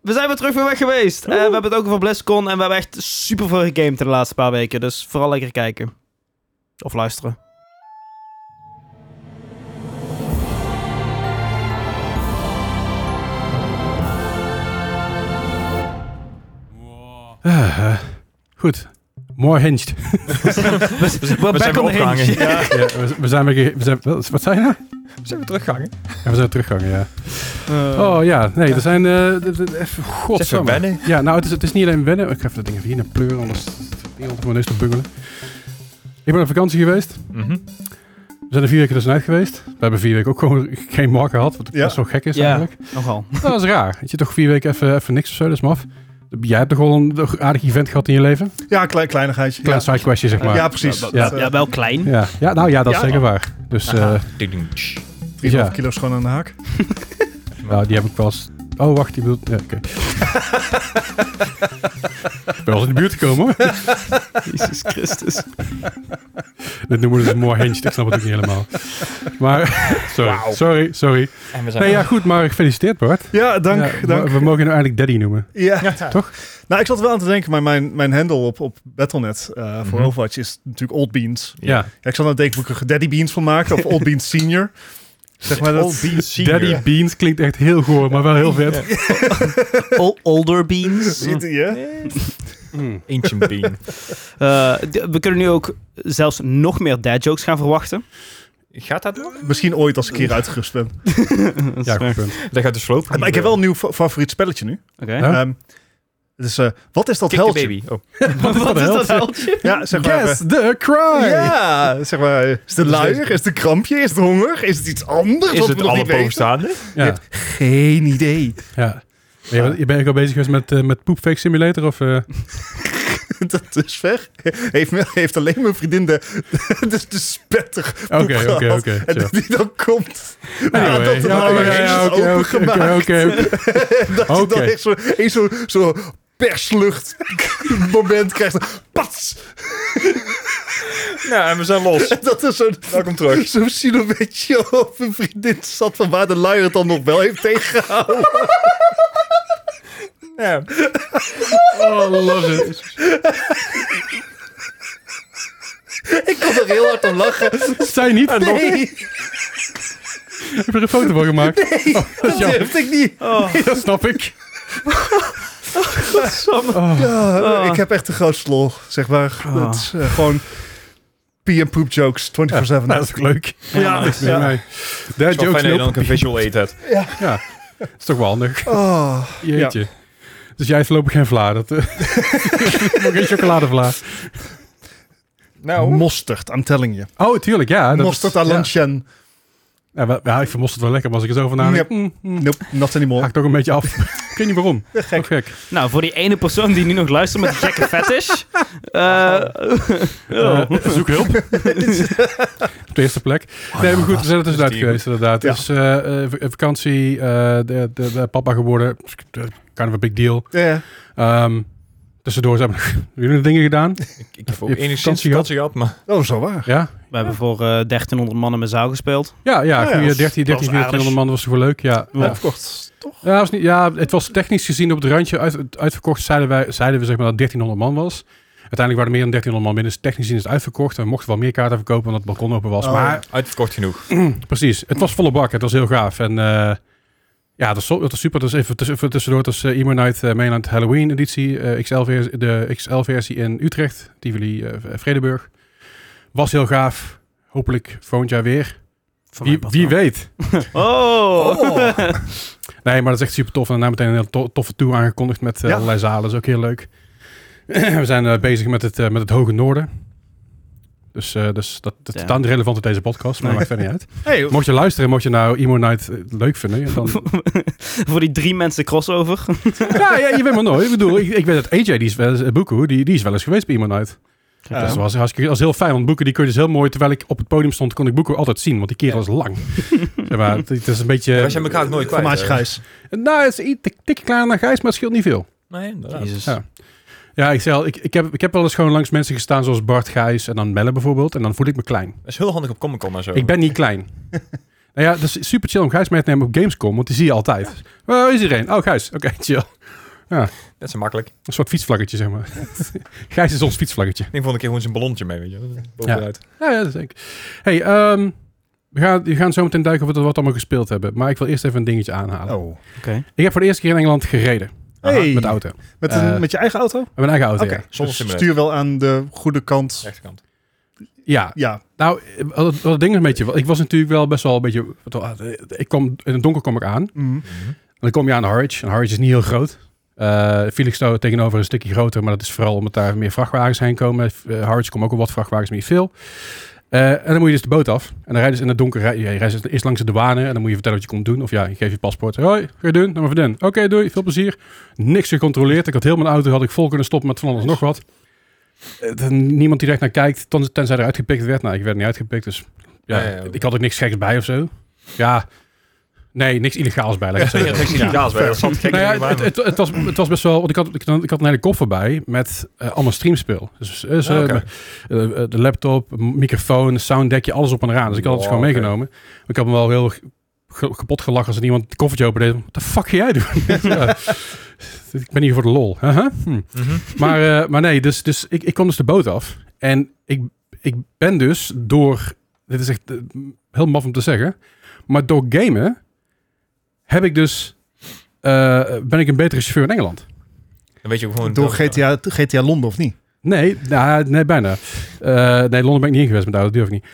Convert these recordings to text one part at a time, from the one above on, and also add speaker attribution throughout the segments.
Speaker 1: we zijn weer terug weer weg geweest. Eh, we hebben het ook over BlizzCon en we hebben echt super veel gegamed de laatste paar weken. Dus vooral lekker kijken. Of luisteren.
Speaker 2: Ah, eh, goed. More hinged.
Speaker 1: We, we,
Speaker 3: We zijn weer opgehangen. Ja.
Speaker 2: Ja, we, we zijn weer... ge- We zijn, wat wat zei je nou?
Speaker 3: We zijn weer teruggehangen.
Speaker 2: Ja, we zijn teruggegaan, ja.
Speaker 4: Eh,
Speaker 2: Oh ja, nee, er zijn... eh, d- d- even-
Speaker 3: Zeg maar
Speaker 2: Godsamme.
Speaker 3: wennen.
Speaker 2: Ja, nou, het is, het is niet alleen wennen. Ik ga even dat ding even hier naar pleuren, anders heel op mijn neus te bungelen. Ik ben op vakantie geweest.
Speaker 3: Mhm.
Speaker 2: We zijn er vier weken tussenuit geweest. We hebben vier weken ook gewoon geen markt gehad, wat
Speaker 4: Ja.
Speaker 2: best wel gek is
Speaker 1: Ja.
Speaker 2: eigenlijk. Nou,
Speaker 1: Nogal.
Speaker 2: Dat is raar. Dat je toch vier weken even, even niks of zo, dat is maf. Jij hebt toch wel een toch aardig event gehad in je leven?
Speaker 4: Ja, een klein, kleinigheidje.
Speaker 2: Klein
Speaker 4: ja.
Speaker 2: sidequestje, zeg maar.
Speaker 4: ja, precies.
Speaker 3: Ja,
Speaker 4: Ja,
Speaker 2: dat-
Speaker 4: dat, eh,
Speaker 1: Ja, wel klein.
Speaker 2: Ja. ja, nou ja, dat is
Speaker 4: Ja.
Speaker 2: zeker waar. Dus eh,
Speaker 1: Aha.
Speaker 3: Ding, ding, tsch.
Speaker 4: 3,5
Speaker 2: ja.
Speaker 4: kilo is gewoon aan de haak.
Speaker 2: nou, die heb ik wel eens... Oh, wacht, die bedoelt... Ja, oké. ik ben wel eens in de buurt gekomen, hoor.
Speaker 1: Jezus Christus.
Speaker 2: Dit noemen we dus more hinged. Ik snap het ook niet helemaal. Maar, sorry, sorry, sorry.
Speaker 3: En we zijn
Speaker 2: Nee, ja, goed, maar gefeliciteerd, Bart.
Speaker 4: Ja, dank.
Speaker 2: Ja, we-
Speaker 4: dank.
Speaker 2: We mogen hem eigenlijk daddy noemen.
Speaker 4: Ja.
Speaker 2: toch?
Speaker 4: Nou, ik zat wel aan te denken, maar mijn, mijn handle op, op Battle.net eh, voor
Speaker 3: Mhm.
Speaker 4: Overwatch is natuurlijk Old Beans.
Speaker 2: Ja,
Speaker 4: Ja, ik zat aan het denken, moet ik er Daddy Beans van maken? Of Old Beans Senior? Zeg maar dat...
Speaker 3: Old Beans Senior.
Speaker 2: daddy beans klinkt echt heel goor, maar wel heel vet.
Speaker 1: Ol- older beans.
Speaker 4: Zit die, hè?
Speaker 2: Mm.
Speaker 3: Ancient Bean.
Speaker 1: Eh, d- we kunnen nu ook zelfs nog meer dad jokes gaan verwachten.
Speaker 3: Gaat dat nog?
Speaker 4: Misschien ooit als ik een keer uitgerust ben.
Speaker 1: Dat is
Speaker 2: Ja,
Speaker 1: waar.
Speaker 2: goed punt.
Speaker 3: Dat gaat dus voorlopig
Speaker 4: Ah, Maar ik heb wel een nieuw fa- favoriet spelletje nu.
Speaker 1: Oké.
Speaker 2: Huh?
Speaker 4: Ehm, het is, eh, wat is dat
Speaker 3: Kick the
Speaker 4: heldje?
Speaker 3: baby. Oh.
Speaker 1: Wat is dat
Speaker 2: helpt.
Speaker 1: heldje?
Speaker 4: Ja, zeg maar...
Speaker 2: Yes, the cry!
Speaker 4: eh, ja, zeg maar... eh, Is het luier? Is het een krampje? Is het honger? Is het iets anders?
Speaker 3: Is
Speaker 4: wat we
Speaker 3: het
Speaker 4: nog
Speaker 3: alle
Speaker 4: niet weten?
Speaker 3: bovenstaande?
Speaker 2: Ja.
Speaker 4: Geen idee.
Speaker 2: ja. Ben je, ben je ook al bezig geweest met, eh, met Poepfake Simulator? Of, eh?
Speaker 4: dat is ver. Heeft, me- heeft alleen mijn vriendin de, de, de spetter poep
Speaker 2: Oké, oké,
Speaker 4: gehad.
Speaker 2: oké,
Speaker 4: En
Speaker 2: chill.
Speaker 4: die dan komt.
Speaker 2: Anyway,
Speaker 4: dat er
Speaker 2: ja,
Speaker 4: dan
Speaker 2: oké,
Speaker 4: ineens
Speaker 2: ja,
Speaker 4: is
Speaker 2: oké, oké,
Speaker 4: opengemaakt.
Speaker 2: oké, oké.
Speaker 4: Dat je
Speaker 2: Oké.
Speaker 4: dan echt zo- eens zo'n zo, perslucht moment krijgt. Pats!
Speaker 3: Ja, en we zijn los.
Speaker 4: Dat is zo'n...
Speaker 3: Welkom terug.
Speaker 4: Zo'n silhouetje op mijn vriendin zat van waar de luier het dan nog wel heeft tegengehouden.
Speaker 3: Ja.
Speaker 2: Oh, love it.
Speaker 4: Ik kon er heel hard om lachen.
Speaker 2: Zij niet?
Speaker 4: Nee,
Speaker 2: Heb je er een foto van gemaakt? Oh, dat is
Speaker 4: dat
Speaker 2: jammer.
Speaker 4: durfde ik niet.
Speaker 1: Oh,
Speaker 2: Dat snap ik.
Speaker 4: Ja,
Speaker 1: Ah.
Speaker 4: Ik heb echt een groot lol, zeg maar.
Speaker 2: Oh.
Speaker 1: Ah.
Speaker 4: Het is eh, gewoon pee en poop jokes 24-7.
Speaker 2: Nou, dat is ook leuk.
Speaker 4: Ja,
Speaker 2: Niks meer,
Speaker 4: ja.
Speaker 2: nee. Daar
Speaker 3: Het is wel
Speaker 2: jokes
Speaker 3: fijn dat je
Speaker 2: mee
Speaker 3: dan
Speaker 2: op.
Speaker 3: ook een visual aid hebt.
Speaker 2: Ja, dat is toch wel handig.
Speaker 4: Oh.
Speaker 2: Jeetje. Dus jij hebt voorlopig geen vla. Dat, eh, geen chocoladevla.
Speaker 3: Nou,
Speaker 4: Mosterd, I'm telling you.
Speaker 2: Oh, tuurlijk, ja. dat is-
Speaker 4: Mosterd à
Speaker 2: ja.
Speaker 4: l'ancienne.
Speaker 2: Ja, maar- ja, ik vind mosterd wel lekker, maar als ik er zo hmm, van nadenk...
Speaker 4: Yep. Nope, not
Speaker 2: Haak
Speaker 4: anymore.
Speaker 2: toch een beetje af. ik weet niet waarom. Gek. gek.
Speaker 1: Nou, voor die ene persoon die nu nog luistert met een gekke fetish. eh, oh.
Speaker 2: Eh, zoek hulp. Op de eerste plek. nee, maar goed, we zijn er tussenuit
Speaker 3: die-
Speaker 2: geweest inderdaad.
Speaker 4: Ja.
Speaker 2: Dus eh, eh, v- vakantie, eh, de, de, de papa geworden. Kind of a big deal.
Speaker 4: Ja.
Speaker 2: Ehm, tussendoor zijn we jullie nog dingen gedaan.
Speaker 3: ik, ik heb ook
Speaker 2: Je hebt
Speaker 3: enigszins
Speaker 2: vakantie
Speaker 3: vakantie gehad, maar
Speaker 4: Oh, zo waar.
Speaker 2: Ja,
Speaker 1: We hebben voor eh 1300 mannen met zaal gespeeld.
Speaker 2: ja, ja.
Speaker 4: ja,
Speaker 2: goeie
Speaker 4: dat was-
Speaker 2: 13, 13,
Speaker 1: dat was
Speaker 2: 1400 man was toch wel leuk. Ja, ja.
Speaker 4: Opverkocht, toch?
Speaker 2: Ja, was niet, ja, het was technisch gezien op het randje uit, uitverkocht. Zeiden, wij, zeiden we zeg maar dat 1300 man was. Uiteindelijk waren er meer dan 1300 man binnen. Dus technisch gezien is het uitverkocht. En we mochten wel meer kaarten verkopen omdat het balkon open was.
Speaker 4: Oh.
Speaker 2: Maar
Speaker 3: uitverkocht genoeg.
Speaker 2: precies, het was volle bak. Het was heel gaaf. En eh, ja, dat is, dat is super. Dat is even tuss- even tussendoor. Dat is eh, Emo Night eh, Mainland Halloween editie. eh, XL vers- de XL-versie in Utrecht. Tivoli eh, v- Vredeburg. Was heel gaaf. Hopelijk volgend jaar weer.
Speaker 1: Van
Speaker 2: Wie,
Speaker 1: mijn
Speaker 2: wie
Speaker 1: patroon.
Speaker 2: weet.
Speaker 1: Oh!
Speaker 2: Nee, maar dat is echt super tof. En daarna meteen een heel to- toffe tour aangekondigd met eh,
Speaker 4: Ja.
Speaker 2: allerlei zalen. Dat is ook heel leuk. We zijn eh, bezig met het, eh, met het Hoge Noorden. Dus, eh, dus dat, dat
Speaker 1: Ja.
Speaker 2: is dan relevant uit deze podcast, maar
Speaker 1: Nee.
Speaker 2: maakt verder niet uit.
Speaker 4: Hey,
Speaker 2: Mocht je luisteren, mocht je nou Emo Night eh, leuk vinden, ja, dan...
Speaker 1: voor die drie mensen crossover.
Speaker 2: ja, ja, je weet maar nooit. Ik bedoel, ik, ik weet dat AJ, die is wel eens, eh, Boekoe, die, die is wel eens geweest bij Emo Night.
Speaker 4: Ja.
Speaker 1: Ehm,
Speaker 2: Dus dat was, hartstikke- dat was heel fijn, want Boeken die kun je dus heel mooi, terwijl ik op het podium stond, kon ik Boeken altijd zien, want die kerel is lang. zeg maar, het, het is een beetje...
Speaker 3: Wij zijn elkaar ook nooit kwijt.
Speaker 4: formaatje
Speaker 3: hè?
Speaker 4: Gijs.
Speaker 2: nou, het is iets tik- tikje kleiner dan Gijs, maar het scheelt niet veel.
Speaker 3: Nee, inderdaad.
Speaker 1: Jezus.
Speaker 2: Ja. Ja, ik, zei al, ik, ik, heb, ik heb wel eens gewoon langs mensen gestaan zoals Bart Gijs en dan Melle bijvoorbeeld. En dan voel ik me klein.
Speaker 3: Dat is heel handig op Comic Con en zo.
Speaker 2: Ik ben niet klein. Nou ja, dat is super chill om Gijs mee te nemen op Gamescom, want die zie je altijd. Waar is iedereen? Oh, Gijs. Oké, chill.
Speaker 3: Dat is makkelijk.
Speaker 2: Een soort fietsvlaggetje, zeg maar. Gijs is ons fietsvlaggetje.
Speaker 3: Ik vond een keer gewoon zijn ballonnetje mee, weet je. Bovenuit.
Speaker 2: Ja, ja dat denk ik. Hey, ehm, we, gaan, we gaan zo meteen duiken wat we wat allemaal gespeeld hebben. Maar ik wil eerst even een dingetje aanhalen.
Speaker 4: Oh.
Speaker 2: Ik heb voor de eerste keer in Engeland gereden.
Speaker 4: Hey.
Speaker 2: Met de auto. Met
Speaker 4: Met, een,
Speaker 2: Eh,
Speaker 4: met je eigen auto? Oké.
Speaker 2: mijn eigen auto, ja.
Speaker 3: Zonder
Speaker 4: Dus
Speaker 3: simulator.
Speaker 4: stuur wel aan de goede kant.
Speaker 3: Rechterkant.
Speaker 2: Ja,
Speaker 4: Ja.
Speaker 2: nou, wat het- wat het ding is een beetje... Ik was natuurlijk wel best wel een beetje... wat- eh, Ik kwam, in het donker kom ik aan.
Speaker 4: Mm.
Speaker 2: En dan kom je aan Harwich. En Harwich is niet heel groot. Eh Felixstowe tegenover is een stukje groter, maar dat is vooral omdat daar meer vrachtwagens heen komen. Eh, Harwich komen ook wel wat vrachtwagens, maar niet veel. Eh, en dan moet je dus de boot af. En dan rijden ze in het donker. rij- ja, je rijdt dus eerst langs de douane en dan moet je vertellen wat je komt doen. Of ja, je geeft je paspoort. Hoi, ga je doen? Dan maar verder. Oké, doei. Veel plezier. Niks gecontroleerd. Ik had heel mijn auto had ik vol kunnen stoppen met van alles en nog wat. Eh, dan niemand die recht naar kijkt, ten- tenzij er uitgepikt werd. Nou, ik werd niet uitgepikt, dus ja,
Speaker 3: Ja, ja, ja.
Speaker 2: ik had ook niks geks bij of zo. Ja, nee, niks illegaals bij. Laat ik het zo zeggen. Ja.
Speaker 3: Ja, dat zat gek.
Speaker 2: Nou ja, het, het, het was, het was best wel. Want ik had, ik, had- ik had een hele koffer bij met eh, allemaal streamspeel. Dus eh, ze-
Speaker 3: Ah, oké.
Speaker 2: eh, eh, de laptop, een microfoon, een sounddekje, alles op en eraan. Dus ik had het
Speaker 3: Oh,
Speaker 2: gewoon
Speaker 3: oké.
Speaker 2: meegenomen. Ik had me wel heel ge- kapot gelachen als er iemand het koffertje opende. Wat de fuck ga jij doen? Ja. Ik ben hier voor de lol. Huh, huh? Hm.
Speaker 3: Mhm.
Speaker 2: Maar, eh, maar nee, dus, dus ik, ik kwam dus de boot af. En ik, ik ben dus door... Dit is echt eh, heel maf om te zeggen. Maar door gamen heb ik dus... eh, ben ik een betere chauffeur in Engeland.
Speaker 3: Dan weet je ook gewoon...
Speaker 4: Door
Speaker 3: dat-
Speaker 4: GTA, GTA Londen, of niet?
Speaker 2: Nee, nou, nee bijna. Eh, nee, Londen ben ik niet in geweest met de auto. Dat durf ik niet.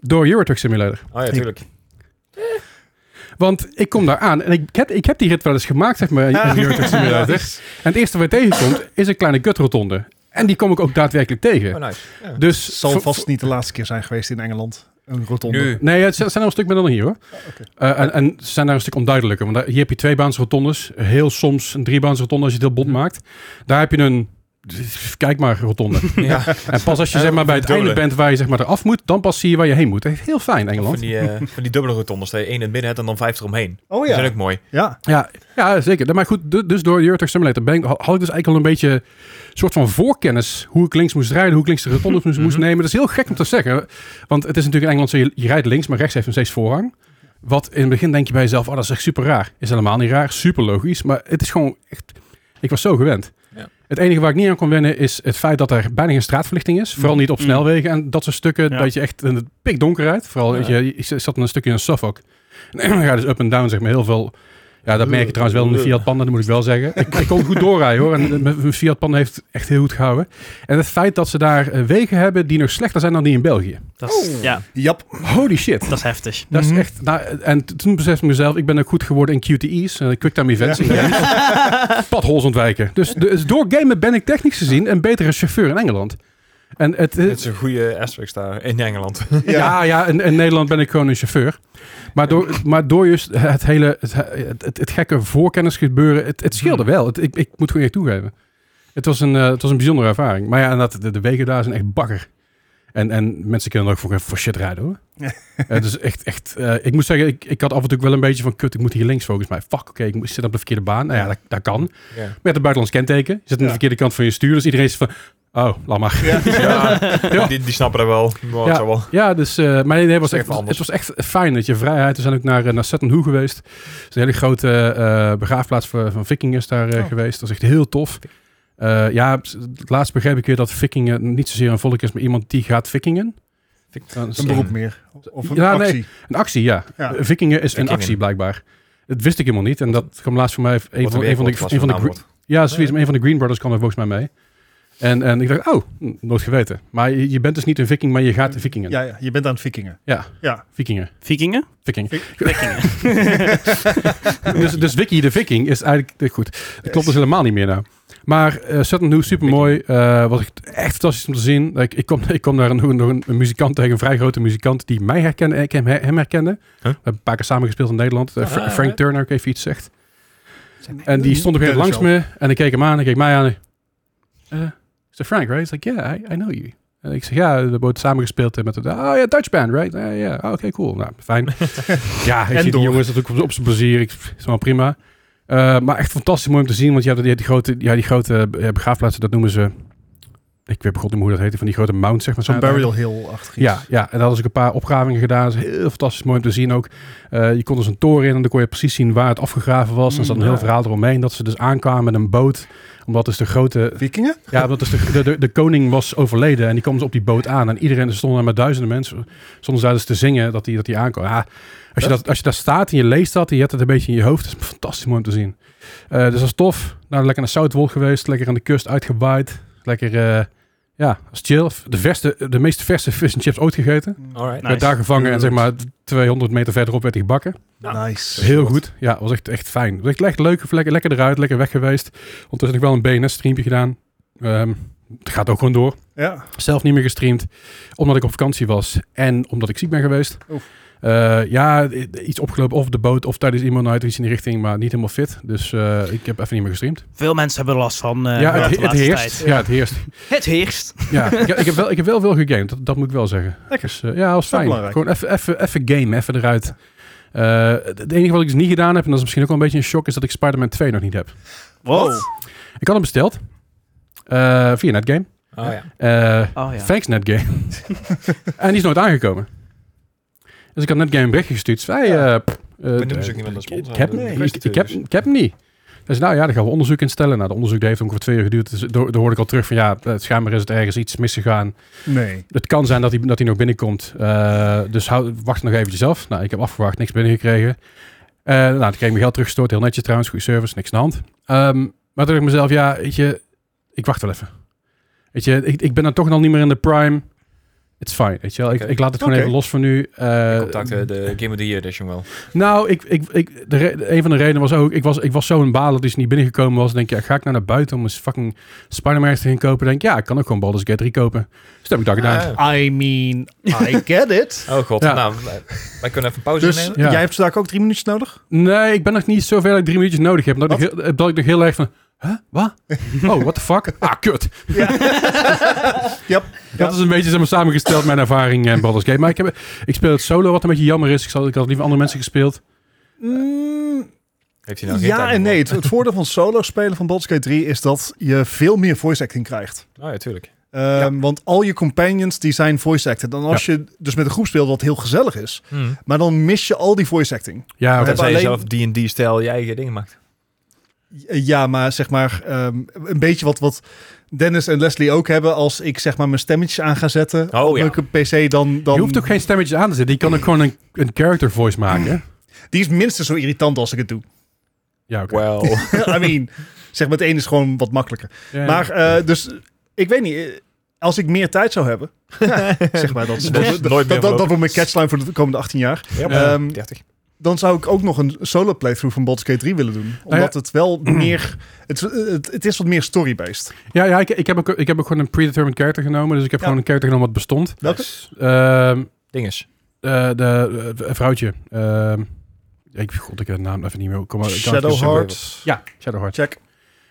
Speaker 2: Door Euro Truck Simulator.
Speaker 3: Ah ja, tuurlijk.
Speaker 2: Want ik kom daar aan en ik heb, ik heb die rit wel eens gemaakt, zeg maar, in de Euro Truck Simulator. En het eerste wat je tegenkomt is een kleine kutrotonde. En die kom ik ook daadwerkelijk
Speaker 3: Oh,
Speaker 2: tegen.
Speaker 3: nice. Ja.
Speaker 2: Dus
Speaker 4: Zal
Speaker 2: voor-
Speaker 4: vast niet de laatste keer zijn geweest in Engeland. Een rotonde.
Speaker 3: Nu.
Speaker 2: Nee, het zijn er een stuk minder dan hier hoor.
Speaker 4: oké.
Speaker 2: Eh, en, en ze zijn daar een stuk onduidelijker. Want daar- hier heb je tweebaans rotondes. Heel soms een driebaans rotonde als je het heel bond maakt. Daar heb je een... Kijk maar, rotonde.
Speaker 3: Ja.
Speaker 2: En pas als je
Speaker 3: Ja,
Speaker 2: zeg maar, bij het
Speaker 3: dolen.
Speaker 2: einde bent waar je zeg maar, eraf moet, dan pas zie je waar je heen moet. Echt Heel fijn,
Speaker 3: Van
Speaker 2: Engeland.
Speaker 3: die, eh, van die dubbele rotondes, dat je één in het midden hebt en dan vijf eromheen.
Speaker 4: Oh
Speaker 3: Die zijn
Speaker 4: ja.
Speaker 3: ook mooi.
Speaker 4: Ja.
Speaker 2: Ja, ja zeker. Maar goed, du- dus door Euro Truck Simulator ben ik, had ik dus eigenlijk al een beetje een soort van voorkennis hoe ik links moest rijden, hoe ik links de rotonde moest, moest nemen. Dat is heel gek om te zeggen, want het is natuurlijk in Engeland zo, je, je rijdt links, maar rechts heeft nog steeds voorrang. Wat in het begin denk je bij jezelf, oh dat is echt super raar. Is helemaal niet raar, super logisch, maar het is gewoon echt, ik was zo gewend.
Speaker 3: Ja.
Speaker 2: Het enige waar ik niet aan kon wennen is het feit dat er bijna geen straatverlichting is. Vooral niet op
Speaker 1: Mm.
Speaker 2: snelwegen en dat soort stukken.
Speaker 1: Ja.
Speaker 2: Dat je echt in het pikdonker rijdt. Vooral, weet je, ik zat in een stukje in Suffolk. En dan ga je dus up en down, zeg maar, heel veel ja, dat merk je trouwens wel in de Fiat Panda, dat moet ik wel zeggen. Ik, ik kon goed doorrijden hoor. En eh, mijn mijn Fiat Panda heeft echt heel goed gehouden. En het feit dat ze daar eh, wegen hebben die nog slechter zijn dan die in België.
Speaker 1: Dat is, Ja,
Speaker 4: Jap.
Speaker 2: Holy shit.
Speaker 1: dat is heftig.
Speaker 2: Dat is
Speaker 4: Mhm.
Speaker 2: echt, nou, en t- toen besefte ik mezelf, ik ben ook goed geworden in QTE's, eh, Quick Time Events, in games. padholes ontwijken. Dus, dus door gamen ben ik technisch gezien een betere chauffeur in Engeland. En het,
Speaker 3: Het is een goede asterisk daar in Engeland.
Speaker 4: Ja.
Speaker 2: ja, ja, in, in Nederland ben ik gewoon een chauffeur. Maar door, maar door juist het hele, het, het, het, gekke voorkennis gebeuren, het, het scheelde wel. Het, ik, ik moet gewoon echt toegeven. Het was, een, eh, het was een bijzondere ervaring. Maar ja, inderdaad, de, de wegen daar zijn echt bakker. En, en mensen kunnen er ook voor, voor shit rijden hoor. Het is echt, echt eh, ik moet zeggen, ik, ik had af en toe wel een beetje van, kut, ik moet hier links volgens mij. Fuck, oké, ik moet- ik zit op de verkeerde baan. Nou ja, dat, dat kan.
Speaker 3: Ja.
Speaker 2: Met een buitenlands kenteken. Je zit aan de
Speaker 4: Ja.
Speaker 2: verkeerde kant van je stuur, dus iedereen is van, oh, laat maar. Ja.
Speaker 3: Die, die snappen dat wel. Maar het zou wel.
Speaker 2: Ja, dus, eh, maar nee, nee, het, was
Speaker 3: Dat is
Speaker 2: echt,
Speaker 3: even
Speaker 2: het
Speaker 3: anders.
Speaker 2: was echt fijn dat je vrijheid. We zijn ook naar, eh, naar Sutton Hoo geweest. Het is een hele grote eh, begraafplaats voor, van vikingen is daar eh,
Speaker 4: Oh.
Speaker 2: geweest. Dat is echt heel tof. Eh, ja, het- het laatst begreep ik weer dat vikingen niet zozeer een volk is, maar iemand die gaat vikingen. Dan is
Speaker 4: Een
Speaker 2: het
Speaker 4: beroep meer. Of een
Speaker 2: Ja, nee.
Speaker 4: actie.
Speaker 2: Een actie, ja.
Speaker 4: Ja.
Speaker 2: Eh, Vikingen is een
Speaker 3: Vikingen.
Speaker 2: actie blijkbaar. Dat wist ik helemaal niet. En dat kwam laatst voor mij een
Speaker 3: Wat
Speaker 2: van,
Speaker 3: een
Speaker 2: een van de...
Speaker 3: weerwoord was
Speaker 2: Een van de
Speaker 3: vanavond.
Speaker 2: gre- ja, zoiets, maar een van de Green Brothers kwam er volgens mij mee. En, en ik dacht, oh, n- nooit geweten. Maar je, je bent dus niet een viking, maar je gaat de vikingen.
Speaker 4: Ja, ja, je bent aan het vikingen.
Speaker 2: ja.
Speaker 4: Ja.
Speaker 2: vikingen.
Speaker 1: Vikingen?
Speaker 2: Viking. dus, dus Wiki de Viking is eigenlijk eh, goed. Dat klopt dus helemaal niet meer nou. Maar eh Sutton Hoo, supermooi. Eh was echt- echt fantastisch om te zien. Ik, ik, kom, ik kom daar nog een, nog een, een muzikant tegen, een vrij grote muzikant die mij herkende en ik hem, hem herkende. We hebben een paar keer samen gespeeld in Nederland. Eh, Fra-
Speaker 3: Ah,
Speaker 2: Frank
Speaker 3: ja.
Speaker 2: Turner, ook even iets zegt. En die stond op een gegeven moment langs me en ik keek hem aan en keek mij aan. Eh, is dat Frank, right? He's like, yeah, I, I know you. En ik zeg, ja, we hebben samen gespeeld met de, oh ja, Dutch band, right? Ja, ja. Oh, oké, cool. Nou, fijn. ja, ik
Speaker 4: En
Speaker 2: zie die
Speaker 4: door.
Speaker 2: jongens dat ook op, op zijn plezier. Ik, is wel prima. Eh, maar echt fantastisch mooi om te zien, want je hebt die, die grote, ja, die grote eh, begraafplaatsen, dat noemen ze Ik weet begot niet meer hoe dat heet, van die grote mount, zeg maar.
Speaker 4: Zo'n
Speaker 2: Ja,
Speaker 4: Burial Hill-achtig iets.
Speaker 2: Ja, ja, en daar hadden ze ook een paar opgravingen gedaan. Dat is heel fantastisch mooi om te zien ook. Eh, je kon dus een toren in en dan kon je precies zien waar het afgegraven was. en er zat een
Speaker 4: Mm,
Speaker 2: heel
Speaker 4: ja.
Speaker 2: verhaal eromheen. Dat ze dus aankwamen met een boot. Omdat dus de grote...
Speaker 4: Vikingen?
Speaker 2: Ja, omdat dus de, de, de, de koning was overleden. En die kwam dus op die boot aan. En iedereen, er stonden daar maar duizenden mensen. Stonden daar dus te zingen dat die, dat die aankwam. Ja, als, je dat, als je daar staat en je leest dat. En je hebt het een beetje in je hoofd. Dat is fantastisch mooi om te zien. Eh, dus dat is tof. Nou, lekker naar Zuidwolk geweest. Lekker aan de kust uitgewaaid. Lekker... eh, ja, als chill. De, verste, de meest verse fish and chips ooit gegeten.
Speaker 3: Alright.
Speaker 1: Nice.
Speaker 2: Werd daar gevangen en zeg maar 200 meter verderop werd hij gebakken.
Speaker 4: Nice.
Speaker 2: Heel goed. Ja, was echt, echt fijn. Was echt, echt leuk. Lekker, lekker eruit, lekker weg geweest. Ondertussen nog wel een BNS-streampje gedaan. Ehm, het gaat ook gewoon door.
Speaker 4: Ja.
Speaker 2: Zelf niet meer gestreamd, omdat ik op vakantie was en omdat ik ziek ben geweest.
Speaker 4: Oef.
Speaker 2: Eh, ja, i- iets opgelopen of op de boot of tijdens iemand uit iets in die richting, maar niet helemaal fit. Dus eh, ik heb even niet meer gestreamd.
Speaker 1: Veel mensen hebben er last van. eh,
Speaker 2: ja,
Speaker 1: de
Speaker 2: het, het
Speaker 1: laatste
Speaker 2: heerst.
Speaker 1: tijd.
Speaker 2: Ja, het heerst.
Speaker 1: Het heerst.
Speaker 2: Ja, ik, heb- ik heb wel, ik heb wel veel gegamed, dat, dat moet ik wel zeggen.
Speaker 4: Lekker.
Speaker 2: Dus, eh, ja, was
Speaker 4: Dat is
Speaker 2: fijn.
Speaker 4: belangrijk.
Speaker 2: Gewoon even- even even game, even eruit. Eh, het enige wat ik dus niet gedaan heb, en dat is misschien ook wel een beetje een shock, is dat ik Spider-Man 2 nog niet heb.
Speaker 1: Wow.
Speaker 2: Ik had hem besteld. eh, via Netgame.
Speaker 3: Oh ja.
Speaker 2: Eh
Speaker 1: Oh ja.
Speaker 2: Thanks Netgame. en die is nooit aangekomen. Dus ik had Netgame een berichtje gestuurd. Wij,
Speaker 3: Ja.
Speaker 2: eh, pff, eh,
Speaker 3: noemen ze ook
Speaker 2: eh,
Speaker 3: niemand als
Speaker 2: ik,
Speaker 3: sponsor,
Speaker 2: ik heb,
Speaker 3: dus
Speaker 2: ik-
Speaker 3: weet
Speaker 2: ik,
Speaker 3: het
Speaker 2: ik heb,
Speaker 3: dus.
Speaker 2: ik heb hem niet. Dus nou ja, dan gaan we onderzoek instellen. Nou, de onderzoek die heeft ongeveer twee uur geduurd. Dus daar daar hoorde ik al terug van ja, eh, schijnbaar is het ergens iets misgegaan.
Speaker 4: Nee.
Speaker 2: Het kan zijn dat hij, dat hij nog binnenkomt. Eh, dus hou, wacht nog eventjes af. Nou, ik heb afgewacht, niks binnengekregen. Eh nou, toen kreeg ik mijn geld teruggestort. Heel netjes trouwens, goede service, niks aan de hand. Ehm, maar toen dacht ik mezelf, ja, weet je, ik wacht wel even. Weet je, ik, ik ben dan toch nog niet meer in de prime. It's fine, weet je wel. Ik,
Speaker 3: Oké.
Speaker 2: ik laat het gewoon
Speaker 4: Oké.
Speaker 2: even los voor nu. Eh,
Speaker 3: Contacten de Game of the Year dus, Edition wel.
Speaker 2: nou, ik, ik, ik, de re- een van de redenen was ook, ik was, ik was zo in balen dat hij niet binnengekomen was. Dan denk je, ja, ga ik nou naar buiten om eens fucking Spider-Man te gaan kopen? Dan denk ik, ja, ik kan ook gewoon Baldur's Gate 3 kopen. Dus dat heb ik dat gedaan.
Speaker 3: Ah.
Speaker 4: I mean, I get it.
Speaker 3: Oh god,
Speaker 2: Ja.
Speaker 3: nou, wij, wij kunnen even een pauze
Speaker 4: Dus
Speaker 3: nemen.
Speaker 2: Ja.
Speaker 4: jij hebt vandaag ook drie minuutjes nodig?
Speaker 2: Nee, ik ben nog niet zover dat ik drie minuutjes nodig heb. Omdat, ik, heel- dat ik nog heel erg van... Huh? Wat? Oh, what the fuck? Ah, kut.
Speaker 4: Yep.
Speaker 2: Dat is een beetje zeg maar, samengesteld mijn ervaring in Baldur's Gate. Maar ik, heb, ik speel het solo, wat een beetje jammer is. Ik, zal, ik had liever andere mensen gespeeld.
Speaker 3: Heeft hij nou geen tijd
Speaker 4: Mm, ja
Speaker 3: meer
Speaker 4: en nee.
Speaker 3: voor?
Speaker 4: Het, het voordeel van solo spelen van Baldur's Gate 3 is dat je veel meer voice acting krijgt.
Speaker 3: Oh ja, tuurlijk.
Speaker 4: Ehm, Want al je companions die zijn voice acted. Dan als je dus met een groep speelt wat heel gezellig is.
Speaker 3: Hmm.
Speaker 4: Maar dan mis je al die voice acting.
Speaker 2: Ja, oké.
Speaker 4: hebben
Speaker 3: Tenzij je zelf
Speaker 4: alleen-
Speaker 3: D&D-stijl je eigen dingen maakt.
Speaker 4: Ja, maar zeg maar ehm, een beetje wat, wat Dennis en Leslie ook hebben als ik zeg maar mijn stemmetjes aan ga zetten.
Speaker 3: Oh,
Speaker 4: op
Speaker 3: ja.
Speaker 4: mijn PC dan, dan
Speaker 2: Je hoeft ook geen stemmetjes aan te zetten. Die kan ook gewoon een, een character voice maken.
Speaker 4: Die is minstens zo irritant als ik het doe.
Speaker 2: Ja, oké.
Speaker 3: Well.
Speaker 4: I mean, zeg maar het een is gewoon wat makkelijker.
Speaker 2: Ja,
Speaker 4: Maar eh, dus ik weet niet, eh, als ik meer tijd zou hebben, ja, zeg maar dat is
Speaker 3: Dat is
Speaker 4: dat,
Speaker 3: nooit meer
Speaker 4: dat, dat, dat wordt mijn catchline voor de komende 18 jaar.
Speaker 3: ja,
Speaker 2: Ja.
Speaker 4: Ehm,
Speaker 3: 30.
Speaker 4: dan zou ik ook nog een solo playthrough van Baldur's Gate 3 willen
Speaker 3: Nou
Speaker 4: doen. Omdat het wel meer... Het, het, het is wat meer story-based.
Speaker 2: ja, ja ik, ik, heb ook, ik heb ook gewoon een predetermined character genomen. Dus ik heb
Speaker 4: Ja.
Speaker 2: gewoon een character genomen wat bestond.
Speaker 4: Welke?
Speaker 2: Ehm
Speaker 3: Dinges.
Speaker 2: eh, de eh, vrouwtje. Ehm, ik, god, ik heb de naam even niet meer. Kom maar, ik kan het
Speaker 4: Shadow
Speaker 2: even-
Speaker 4: Heart.
Speaker 2: Ja, Shadowheart.
Speaker 4: Check.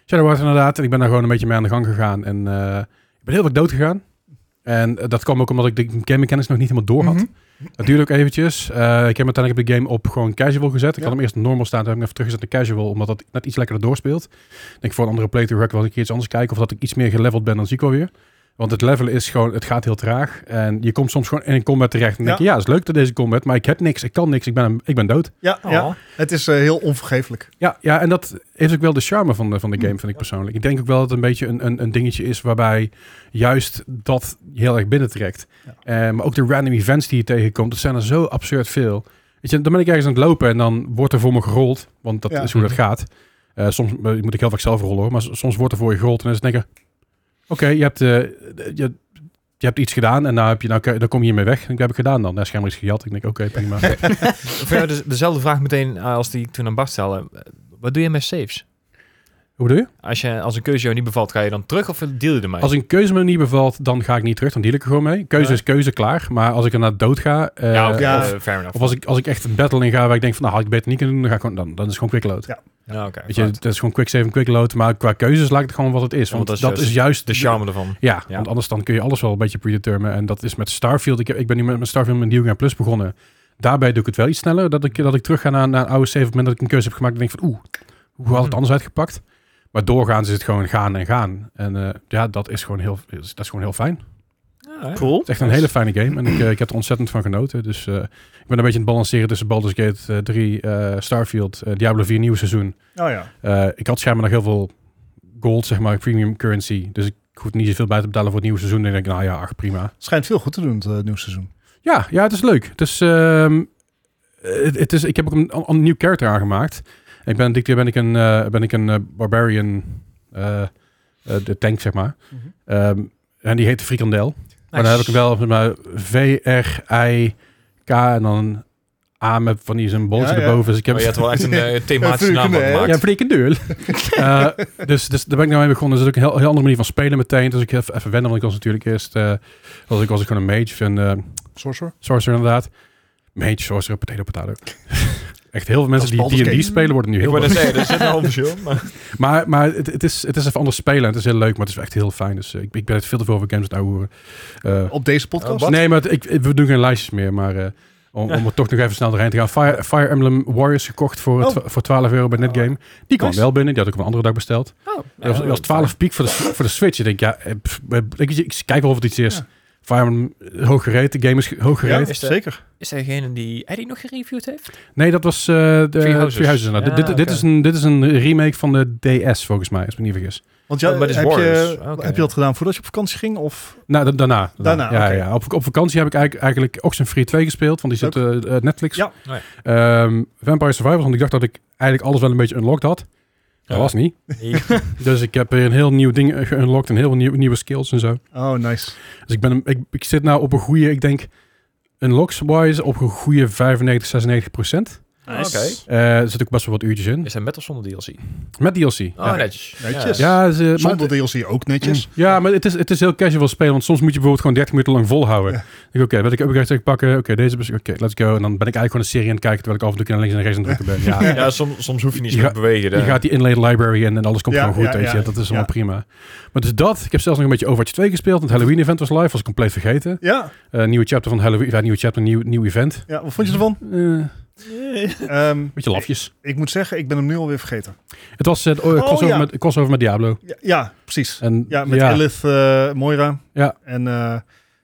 Speaker 2: Shadowheart inderdaad. En ik ben daar gewoon een beetje mee aan de gang gegaan. En eh, ik ben heel wat dood gegaan. En eh, dat kwam ook omdat ik de gamekennis nog niet helemaal door had.
Speaker 4: Mhm.
Speaker 2: Dat duurde ook eventjes. Eh, ik heb uiteindelijk de game op gewoon casual gezet. Ik
Speaker 4: Ja.
Speaker 2: had hem eerst normal staan, toen heb ik hem even teruggezet naar casual, omdat dat net iets lekkerder doorspeelt. Ik denk voor een andere playthrough ga ik wel een keer iets anders kijken, of dat ik iets meer geleveld ben dan zie ik alweer. Want het levelen is gewoon, het gaat heel traag. En je komt soms gewoon in een combat terecht. En dan denk je, ja, het is leuk dat deze combat, maar ik heb niks, ik kan niks, ik ben, ik ben dood.
Speaker 4: Ja,
Speaker 3: Oh.
Speaker 4: ja. het is eh, heel onvergeeflijk.
Speaker 2: Ja, ja, en dat is ook wel de charme van de, van de game,
Speaker 4: Mm.
Speaker 2: vind ik persoonlijk. Ik denk ook wel dat het een beetje een, een, een dingetje is waarbij juist dat je heel erg binnentrekt.
Speaker 4: Ja.
Speaker 2: Eh, maar ook de random events die je tegenkomt, dat zijn er zo absurd veel. Weet je, dan ben ik ergens aan het lopen en dan wordt er voor me gerold, want dat
Speaker 4: Ja.
Speaker 2: is hoe dat gaat. Eh, soms eh, moet ik heel vaak zelf rollen hoor, maar s- soms wordt er voor je gerold en dan is het denken, oké, je, hebt, eh, je, je hebt iets gedaan en nou heb je, nou, kun- dan kom je hiermee weg. En dat heb ik gedaan dan. Ja, schijnbaar is gejat. Ik denk, oké, prima.
Speaker 3: Voor jou de- dezelfde vraag meteen eh, als die ik toen aan Bart stelde. Eh, Wat doe je met saves?
Speaker 2: Hoe bedoel je?
Speaker 3: Als, je, als een keuze jou niet bevalt, ga je dan terug of deel je ermee?
Speaker 2: Als een keuze me niet bevalt, dan ga ik niet terug. Dan deal ik er gewoon mee. Keuze
Speaker 3: Ja.
Speaker 2: is keuze, klaar. Maar als ik inderdaad dood ga... eh,
Speaker 3: ja, of,
Speaker 4: ja.
Speaker 3: of, eh, fair enough.
Speaker 2: Of als ik, als ik echt een battle in ga waar ik denk van... Nou, had ik beter niet kunnen doen. Dan, ga ik gewoon, dan, dan is het gewoon quick load.
Speaker 4: Ja.
Speaker 3: Ja, oké.
Speaker 2: Weet je,
Speaker 3: Right.
Speaker 2: dat is gewoon quick save en quick load. Maar qua keuzes lijkt het gewoon wat het is.
Speaker 3: Ja,
Speaker 2: want
Speaker 3: want
Speaker 2: dat is
Speaker 3: dat is
Speaker 2: juist,
Speaker 3: de charme ervan.
Speaker 2: Ja,
Speaker 3: Ja.
Speaker 2: want anders dan kun je alles wel een beetje predetermen. En dat is met Starfield. Ik, heb, ik ben nu met, met Starfield met New Game Plus begonnen. Daarbij doe ik het wel iets sneller. Dat ik, dat ik terug ga naar, naar een oude save. Op het moment dat ik een keuze heb gemaakt, dan denk ik van... Oeh, hoe had ik het anders uitgepakt? Maar doorgaans is het gewoon gaan en gaan. En eh, ja, dat is gewoon heel, dat is gewoon heel fijn.
Speaker 3: Ja, ja.
Speaker 1: Cool.
Speaker 2: Het is echt een hele fijne game. En ik, eh, ik heb er ontzettend van genoten. Dus eh, ik ben een beetje aan het balanceren tussen Baldur's Gate eh, 3, eh, Starfield, eh, Diablo 4 nieuw seizoen.
Speaker 4: Oh ja.
Speaker 2: Eh, ik had schijnbaar nog heel veel gold, zeg maar, premium currency. Dus ik hoef niet zoveel bij te betalen voor het nieuwe seizoen. En ik denk, nou ja, ach, prima.
Speaker 4: Schijnt veel goed te doen, het eh, nieuwe seizoen.
Speaker 2: Ja, ja, het is leuk. Het is, ehm, het, het is, ik heb ook een, een, nieuw character aangemaakt. Ik ben, dit keer ben ik een, eh, ben ik een eh, barbarian, eh, eh, de tank, zeg maar.
Speaker 4: Mhm.
Speaker 2: Ehm, en die heet Frikandel. Maar dan heb ik hem wel zeg maar, V-R-I-K en dan een A met van die symbooltje
Speaker 4: Ja, ja.
Speaker 2: erboven. Dus ik heb
Speaker 3: Oh, je had wel echt een eh, thematische naam
Speaker 4: Vroeger, hè?
Speaker 3: gemaakt.
Speaker 2: ja, frikandel. Eh dus, dus daar ben ik nou mee begonnen. Dus dat is ook een heel, heel andere manier van spelen meteen. Dus ik heb even wennen, want ik was natuurlijk eerst... eh, was, ik, was ik gewoon een mage en eh,
Speaker 4: Sorcerer?
Speaker 2: sorcerer inderdaad. Mage, sorcerer, potato, potato. Echt heel veel mensen
Speaker 4: Dat is
Speaker 2: die
Speaker 4: Baldur's
Speaker 2: D&D
Speaker 4: Gate.
Speaker 2: spelen worden nu
Speaker 3: Ik
Speaker 2: heel
Speaker 3: wou net
Speaker 2: boos.
Speaker 3: zeggen, er zit een verschil. Maar...
Speaker 2: Maar, maar het, het, is, het is even anders spelen. Het is heel leuk, maar het is echt heel fijn. Dus eh, ik, ik ben het veel te veel over games aan het ouwehoeren. Eh,
Speaker 4: Op deze podcast?
Speaker 3: Oh, Wat?
Speaker 2: Nee, maar het- ik, ik- we doen geen lijstjes meer. Maar eh, om, om er toch nog even snel doorheen te gaan. Fire, Fire Emblem Warriors gekocht voor,
Speaker 4: Oh.
Speaker 2: twa- voor 12 euro bij Netgame. Die kwam
Speaker 4: Nice.
Speaker 2: wel binnen. Die had ik op een andere dag besteld.
Speaker 3: Oh,
Speaker 2: dat, was, dat was 12 piek voor de, voor de Switch. Ik denk, ja, eh, pff, eh, ik, ik kijk wel of het iets is.
Speaker 4: Ja.
Speaker 2: Fire Emblem, eh, hoog gereed. De game is ge- hoog gereed.
Speaker 4: Ja,
Speaker 3: Is de-
Speaker 4: zeker.
Speaker 3: oh. Is er degene die Eddie nog gereviewd heeft?
Speaker 2: Nee, dat was eh de Three
Speaker 3: Three Houses.
Speaker 2: Houses. inderdaad.
Speaker 3: Ja,
Speaker 2: dit, dit,
Speaker 3: oké.
Speaker 2: is een, dit is een remake van de DS, volgens mij. Als ik me niet vergis.
Speaker 4: Want jij,
Speaker 3: Oh, maar dit is
Speaker 4: heb, je,
Speaker 3: Warriors. Oké.
Speaker 4: heb je dat gedaan voordat je op vakantie ging? Of?
Speaker 2: Nou, da- daarna.
Speaker 4: Daarna,
Speaker 2: ja,
Speaker 4: oké.
Speaker 2: ja. Op, op vakantie heb ik eigenlijk, eigenlijk Oxenfree 2 gespeeld. Want die zit eh, eh, Netflix.
Speaker 4: Ja.
Speaker 3: Oh
Speaker 2: Ehm, Vampire Survivors. Want ik dacht dat ik eigenlijk alles wel een beetje unlocked had. Dat was niet. Dus ik heb weer een heel nieuw ding eh, geunlocked. En heel veel nieuw, nieuwe skills en zo.
Speaker 4: Oh, nice.
Speaker 2: Dus ik, ben, een- ik, ik zit nou op een goede, ik denk... Unlocks-wise op een goede 95, 96 procent. Eh,
Speaker 3: Nice.
Speaker 2: er zit ook best wel wat uurtjes in.
Speaker 3: Is hij met of zonder DLC? Oh,
Speaker 2: Met DLC. ja.
Speaker 3: netjes.
Speaker 4: Netjes.
Speaker 2: Ja, ze- Eh, maar-
Speaker 4: Zonder DLC ook netjes.
Speaker 2: Ja, maar het is, het is heel casual spelen. Want soms moet je bijvoorbeeld gewoon 30 minuten lang volhouden.
Speaker 4: Ja.
Speaker 2: Ik denk, Oké, wil ik upgrades even pakken? Oké, deze bes- Oké, let's go. En dan ben ik eigenlijk gewoon een serie aan het kijken... terwijl ik af en toe naar links en rechts aan het drukken ben. Ja,
Speaker 3: Ja, soms, soms hoef je niet zo
Speaker 2: Je
Speaker 3: goed
Speaker 2: gaat-
Speaker 3: te bewegen.
Speaker 2: Je
Speaker 3: daar.
Speaker 2: gaat die inlaid library in en alles komt
Speaker 4: Ja,
Speaker 2: gewoon goed.
Speaker 4: ja,
Speaker 2: weet je.
Speaker 4: ja.
Speaker 2: Dat is allemaal
Speaker 4: Ja.
Speaker 2: prima. Maar dus dat. Ik heb zelfs nog een beetje Overwatch 2 gespeeld. want Het Halloween event was live. Was ik compleet vergeten.
Speaker 4: Ja.
Speaker 2: Eh nieuwe chapter van Halloween. Ja, nieuwe chapter, nieuw, nieuw event.
Speaker 4: ja, wat vond je ervan?
Speaker 2: Eh
Speaker 4: Ehm,
Speaker 2: beetje lafjes.
Speaker 4: ik moet zeggen, ik ben hem nu alweer vergeten.
Speaker 2: Het was het oh,
Speaker 4: Oh,
Speaker 2: crossover,
Speaker 4: ja.
Speaker 2: met, crossover met Diablo.
Speaker 4: Ja, ja, precies.
Speaker 2: En,
Speaker 4: Ja, met Elif eh, Moira.
Speaker 2: Ja.
Speaker 4: En eh,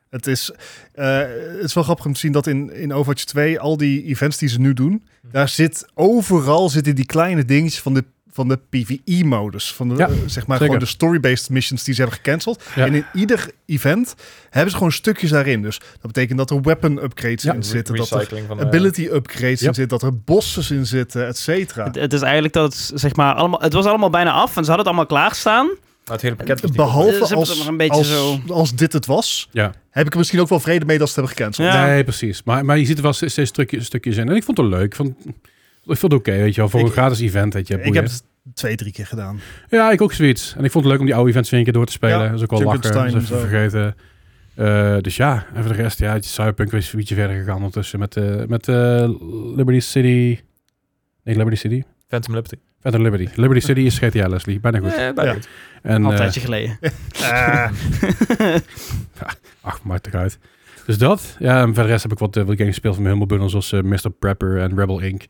Speaker 4: het, is, eh, het is wel grappig om te zien dat in, in Overwatch 2 al die events die ze nu doen, daar zit overal zitten die kleine dingetjes van de van de PvE-modus, van de,
Speaker 2: Ja,
Speaker 4: eh, zeg
Speaker 2: zeker.
Speaker 4: maar gewoon de story-based missions die ze hebben gecanceld.
Speaker 2: Ja.
Speaker 4: En in ieder event hebben ze gewoon stukjes daarin. Dus dat betekent dat er weapon upgrades
Speaker 2: Ja.
Speaker 4: in
Speaker 3: Re-
Speaker 4: zitten, dat er
Speaker 3: recycling van eh, de-
Speaker 4: ability upgrades in
Speaker 2: eh, Yep.
Speaker 4: zitten, dat er bosses in zitten, et cetera.
Speaker 1: Het, het is eigenlijk dat het, zeg maar, allemaal, het was allemaal bijna af en ze hadden het allemaal klaarstaan.
Speaker 3: Maar het hele pakket was niet
Speaker 1: Ze
Speaker 4: Behalve
Speaker 1: hebben het
Speaker 4: als,
Speaker 1: nog een beetje
Speaker 4: als,
Speaker 1: zo-
Speaker 4: als dit het was,
Speaker 2: Ja.
Speaker 4: heb ik er misschien ook wel vrede mee dat ze het hebben gecanceld.
Speaker 1: Ja.
Speaker 2: Nee, precies. Maar, maar je ziet er wel steeds stukjes, stukjes in. En ik vond het leuk. Ik vond, ik vond het oké, weet je wel. Voor
Speaker 4: Ik-
Speaker 2: een gratis event, weet je.
Speaker 4: ik
Speaker 2: boeien.
Speaker 4: heb het twee, drie keer gedaan.
Speaker 2: Ja, ik ook zoiets. En ik vond het leuk om die oude events weer een keer door te spelen.
Speaker 4: Ja,
Speaker 2: dat is ook wel lachen.
Speaker 4: Junkenstein
Speaker 2: Dat is even
Speaker 4: en zo.
Speaker 2: vergeten. Eh, dus ja, en voor de rest, ja, het Cyberpunk is een beetje verder gegaan ondertussen met, eh, met eh, Liberty City. Nee, Liberty City.
Speaker 3: Phantom Liberty.
Speaker 2: Verder Liberty. Liberty City is GTA Leslie, bijna goed.
Speaker 3: Eh,
Speaker 4: Ja.
Speaker 3: bijna goed.
Speaker 2: En,
Speaker 1: Al een
Speaker 2: eh,
Speaker 1: tijdje geleden.
Speaker 4: Eh,
Speaker 2: ach, maakt het uit. Dus dat. Ja, en voor de rest heb ik wat, eh, wat games gespeeld van mijn Humble Bundle, zoals eh, Mr. Prepper en Rebel Inc.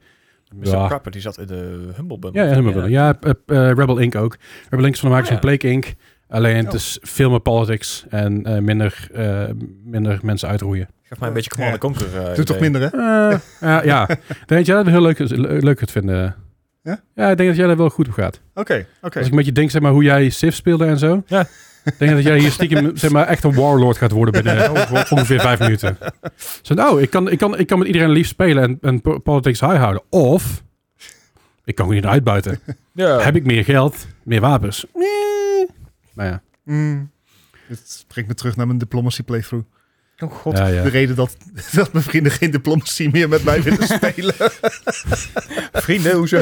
Speaker 3: Mr.
Speaker 2: Ja.
Speaker 3: Crapper, die zat in de Humble Bundle.
Speaker 2: Ja, ja, Humble Bundle. Ja, eh, eh, Rebel Inc. ook. Rebel Inc. is van de makers
Speaker 3: Oh, ja.
Speaker 2: van Plague Inc. Alleen het
Speaker 4: Oh.
Speaker 2: is veel meer politics en eh, minder, eh, minder mensen uitroeien.
Speaker 3: Geef mij een beetje Command
Speaker 4: Ja.
Speaker 3: and Conquer. eh,
Speaker 4: Doe toch
Speaker 3: idee.
Speaker 4: minder, hè?
Speaker 2: Eh, ja, ja. Ik denk dat jij dat heel leuk, le- leuk kunt vinden.
Speaker 4: Ja?
Speaker 2: ik denk dat jij daar wel goed op gaat.
Speaker 4: Oké,
Speaker 2: Als
Speaker 4: oké.
Speaker 2: ik met je denk, zeg maar, hoe jij Civ speelde en zo.
Speaker 3: Ja.
Speaker 2: Ik denk dat jij hier stiekem, zeg maar, echt een warlord gaat worden binnen
Speaker 3: Oh,
Speaker 2: ongeveer, ongeveer vijf minuten. Zo, nou, ik kan, ik, kan, ik kan met iedereen lief spelen en, en po- politics high houden. Of, ik kan gewoon iedereen uitbuiten.
Speaker 3: Ja.
Speaker 2: Heb ik meer geld, meer wapens? Nee. Nou ja.
Speaker 4: Mm. Dit brengt me terug naar mijn diplomacy playthrough.
Speaker 3: Oh god.
Speaker 2: ja, ja.
Speaker 4: De reden dat, dat mijn vrienden geen diplomacy meer met mij willen spelen.
Speaker 3: Vrienden, hoezo?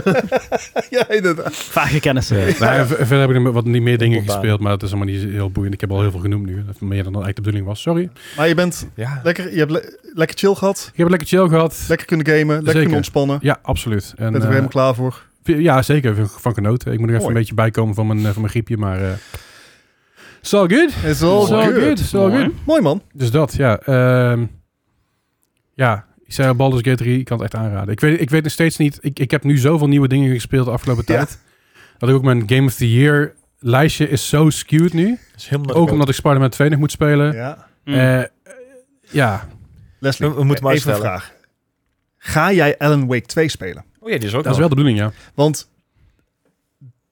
Speaker 4: ja, inderdaad.
Speaker 1: Vage kennissen.
Speaker 2: Ja. Nou, ja, ver- verder heb ik nog wat niet meer dingen
Speaker 3: Opbouwen.
Speaker 2: gespeeld, maar het is allemaal niet heel boeiend. Ik heb al heel veel genoemd nu. Even Meer dan eigenlijk de bedoeling was. Sorry.
Speaker 4: Maar je bent
Speaker 3: Ja.
Speaker 4: lekker, je hebt le- lekker chill gehad.
Speaker 2: Ik heb lekker chill gehad.
Speaker 4: Lekker kunnen gamen, lekker
Speaker 2: Zeker.
Speaker 4: kunnen ontspannen.
Speaker 2: Ja, absoluut. En,
Speaker 4: bent er
Speaker 2: eh,
Speaker 4: weer helemaal klaar voor.
Speaker 2: vi- ja, zeker. Van- Van genoten. Ik moet nog even
Speaker 4: Mooi.
Speaker 2: een beetje bijkomen van mijn, eh, van mijn griepje, maar... eh it's all good.
Speaker 4: It's all
Speaker 2: It's all
Speaker 4: good.
Speaker 2: good. It's all
Speaker 1: Mooi.
Speaker 2: good.
Speaker 4: Mooi man.
Speaker 2: Dus dat, ja. Ehm, ja, ik zei al, Baldur's Gate 3, ik kan het echt aanraden. Ik weet, ik weet nog steeds niet... Ik, ik heb nu zoveel nieuwe dingen gespeeld de afgelopen
Speaker 4: Ja.
Speaker 2: tijd. dat ik ook mijn Game of the Year lijstje is zo skewed nu.
Speaker 3: Dat is helemaal
Speaker 2: Ook omdat ik Spider-Man 2 nog moet spelen.
Speaker 4: Ja.
Speaker 1: Mm.
Speaker 2: Eh, eh, ja.
Speaker 4: Leslie,
Speaker 3: We- we moeten maar
Speaker 4: even een
Speaker 3: uitstellen.
Speaker 4: vraag. Ga jij Alan Wake 2 spelen?
Speaker 3: Oh ja, die is ook
Speaker 2: dat is
Speaker 3: wel.
Speaker 2: wel de bedoeling, ja.
Speaker 4: Want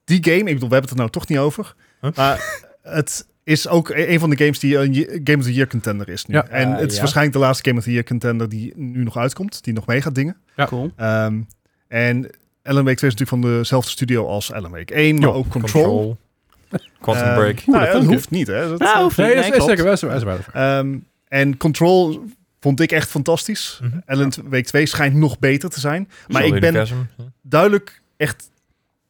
Speaker 4: die game, ik bedoel, we hebben het er nou toch niet over.
Speaker 3: Huh?
Speaker 4: Maar het is ook e- een van de games die een je- Game of the Year contender is nu.
Speaker 2: Ja.
Speaker 4: En
Speaker 3: Ah,
Speaker 4: het is
Speaker 3: ja.
Speaker 4: waarschijnlijk de laatste Game of the Year contender die nu nog uitkomt. Die nog mee gaat dingen.
Speaker 2: Ja.
Speaker 1: Cool.
Speaker 4: Ehm, en Alan Wake 2 is natuurlijk van dezelfde studio als Alan Wake 1. Maar
Speaker 2: Ja,
Speaker 4: ook Control.
Speaker 3: Quantum
Speaker 4: Ehm,
Speaker 3: Break.
Speaker 4: nou,
Speaker 2: Oeh, dat
Speaker 4: dat
Speaker 2: dank
Speaker 4: hoeft niet, hè. Dat,
Speaker 1: Nou,
Speaker 4: eh,
Speaker 1: hoeft niet. Nee,
Speaker 2: Nee, dat is, is
Speaker 1: klopt.
Speaker 2: zeker wel. is- is wel-
Speaker 4: Ehm, en Control vond ik echt fantastisch.
Speaker 3: Mhm.
Speaker 4: Alan Wake 2 schijnt nog beter te zijn. Maar ik ben
Speaker 3: Hm?
Speaker 4: duidelijk echt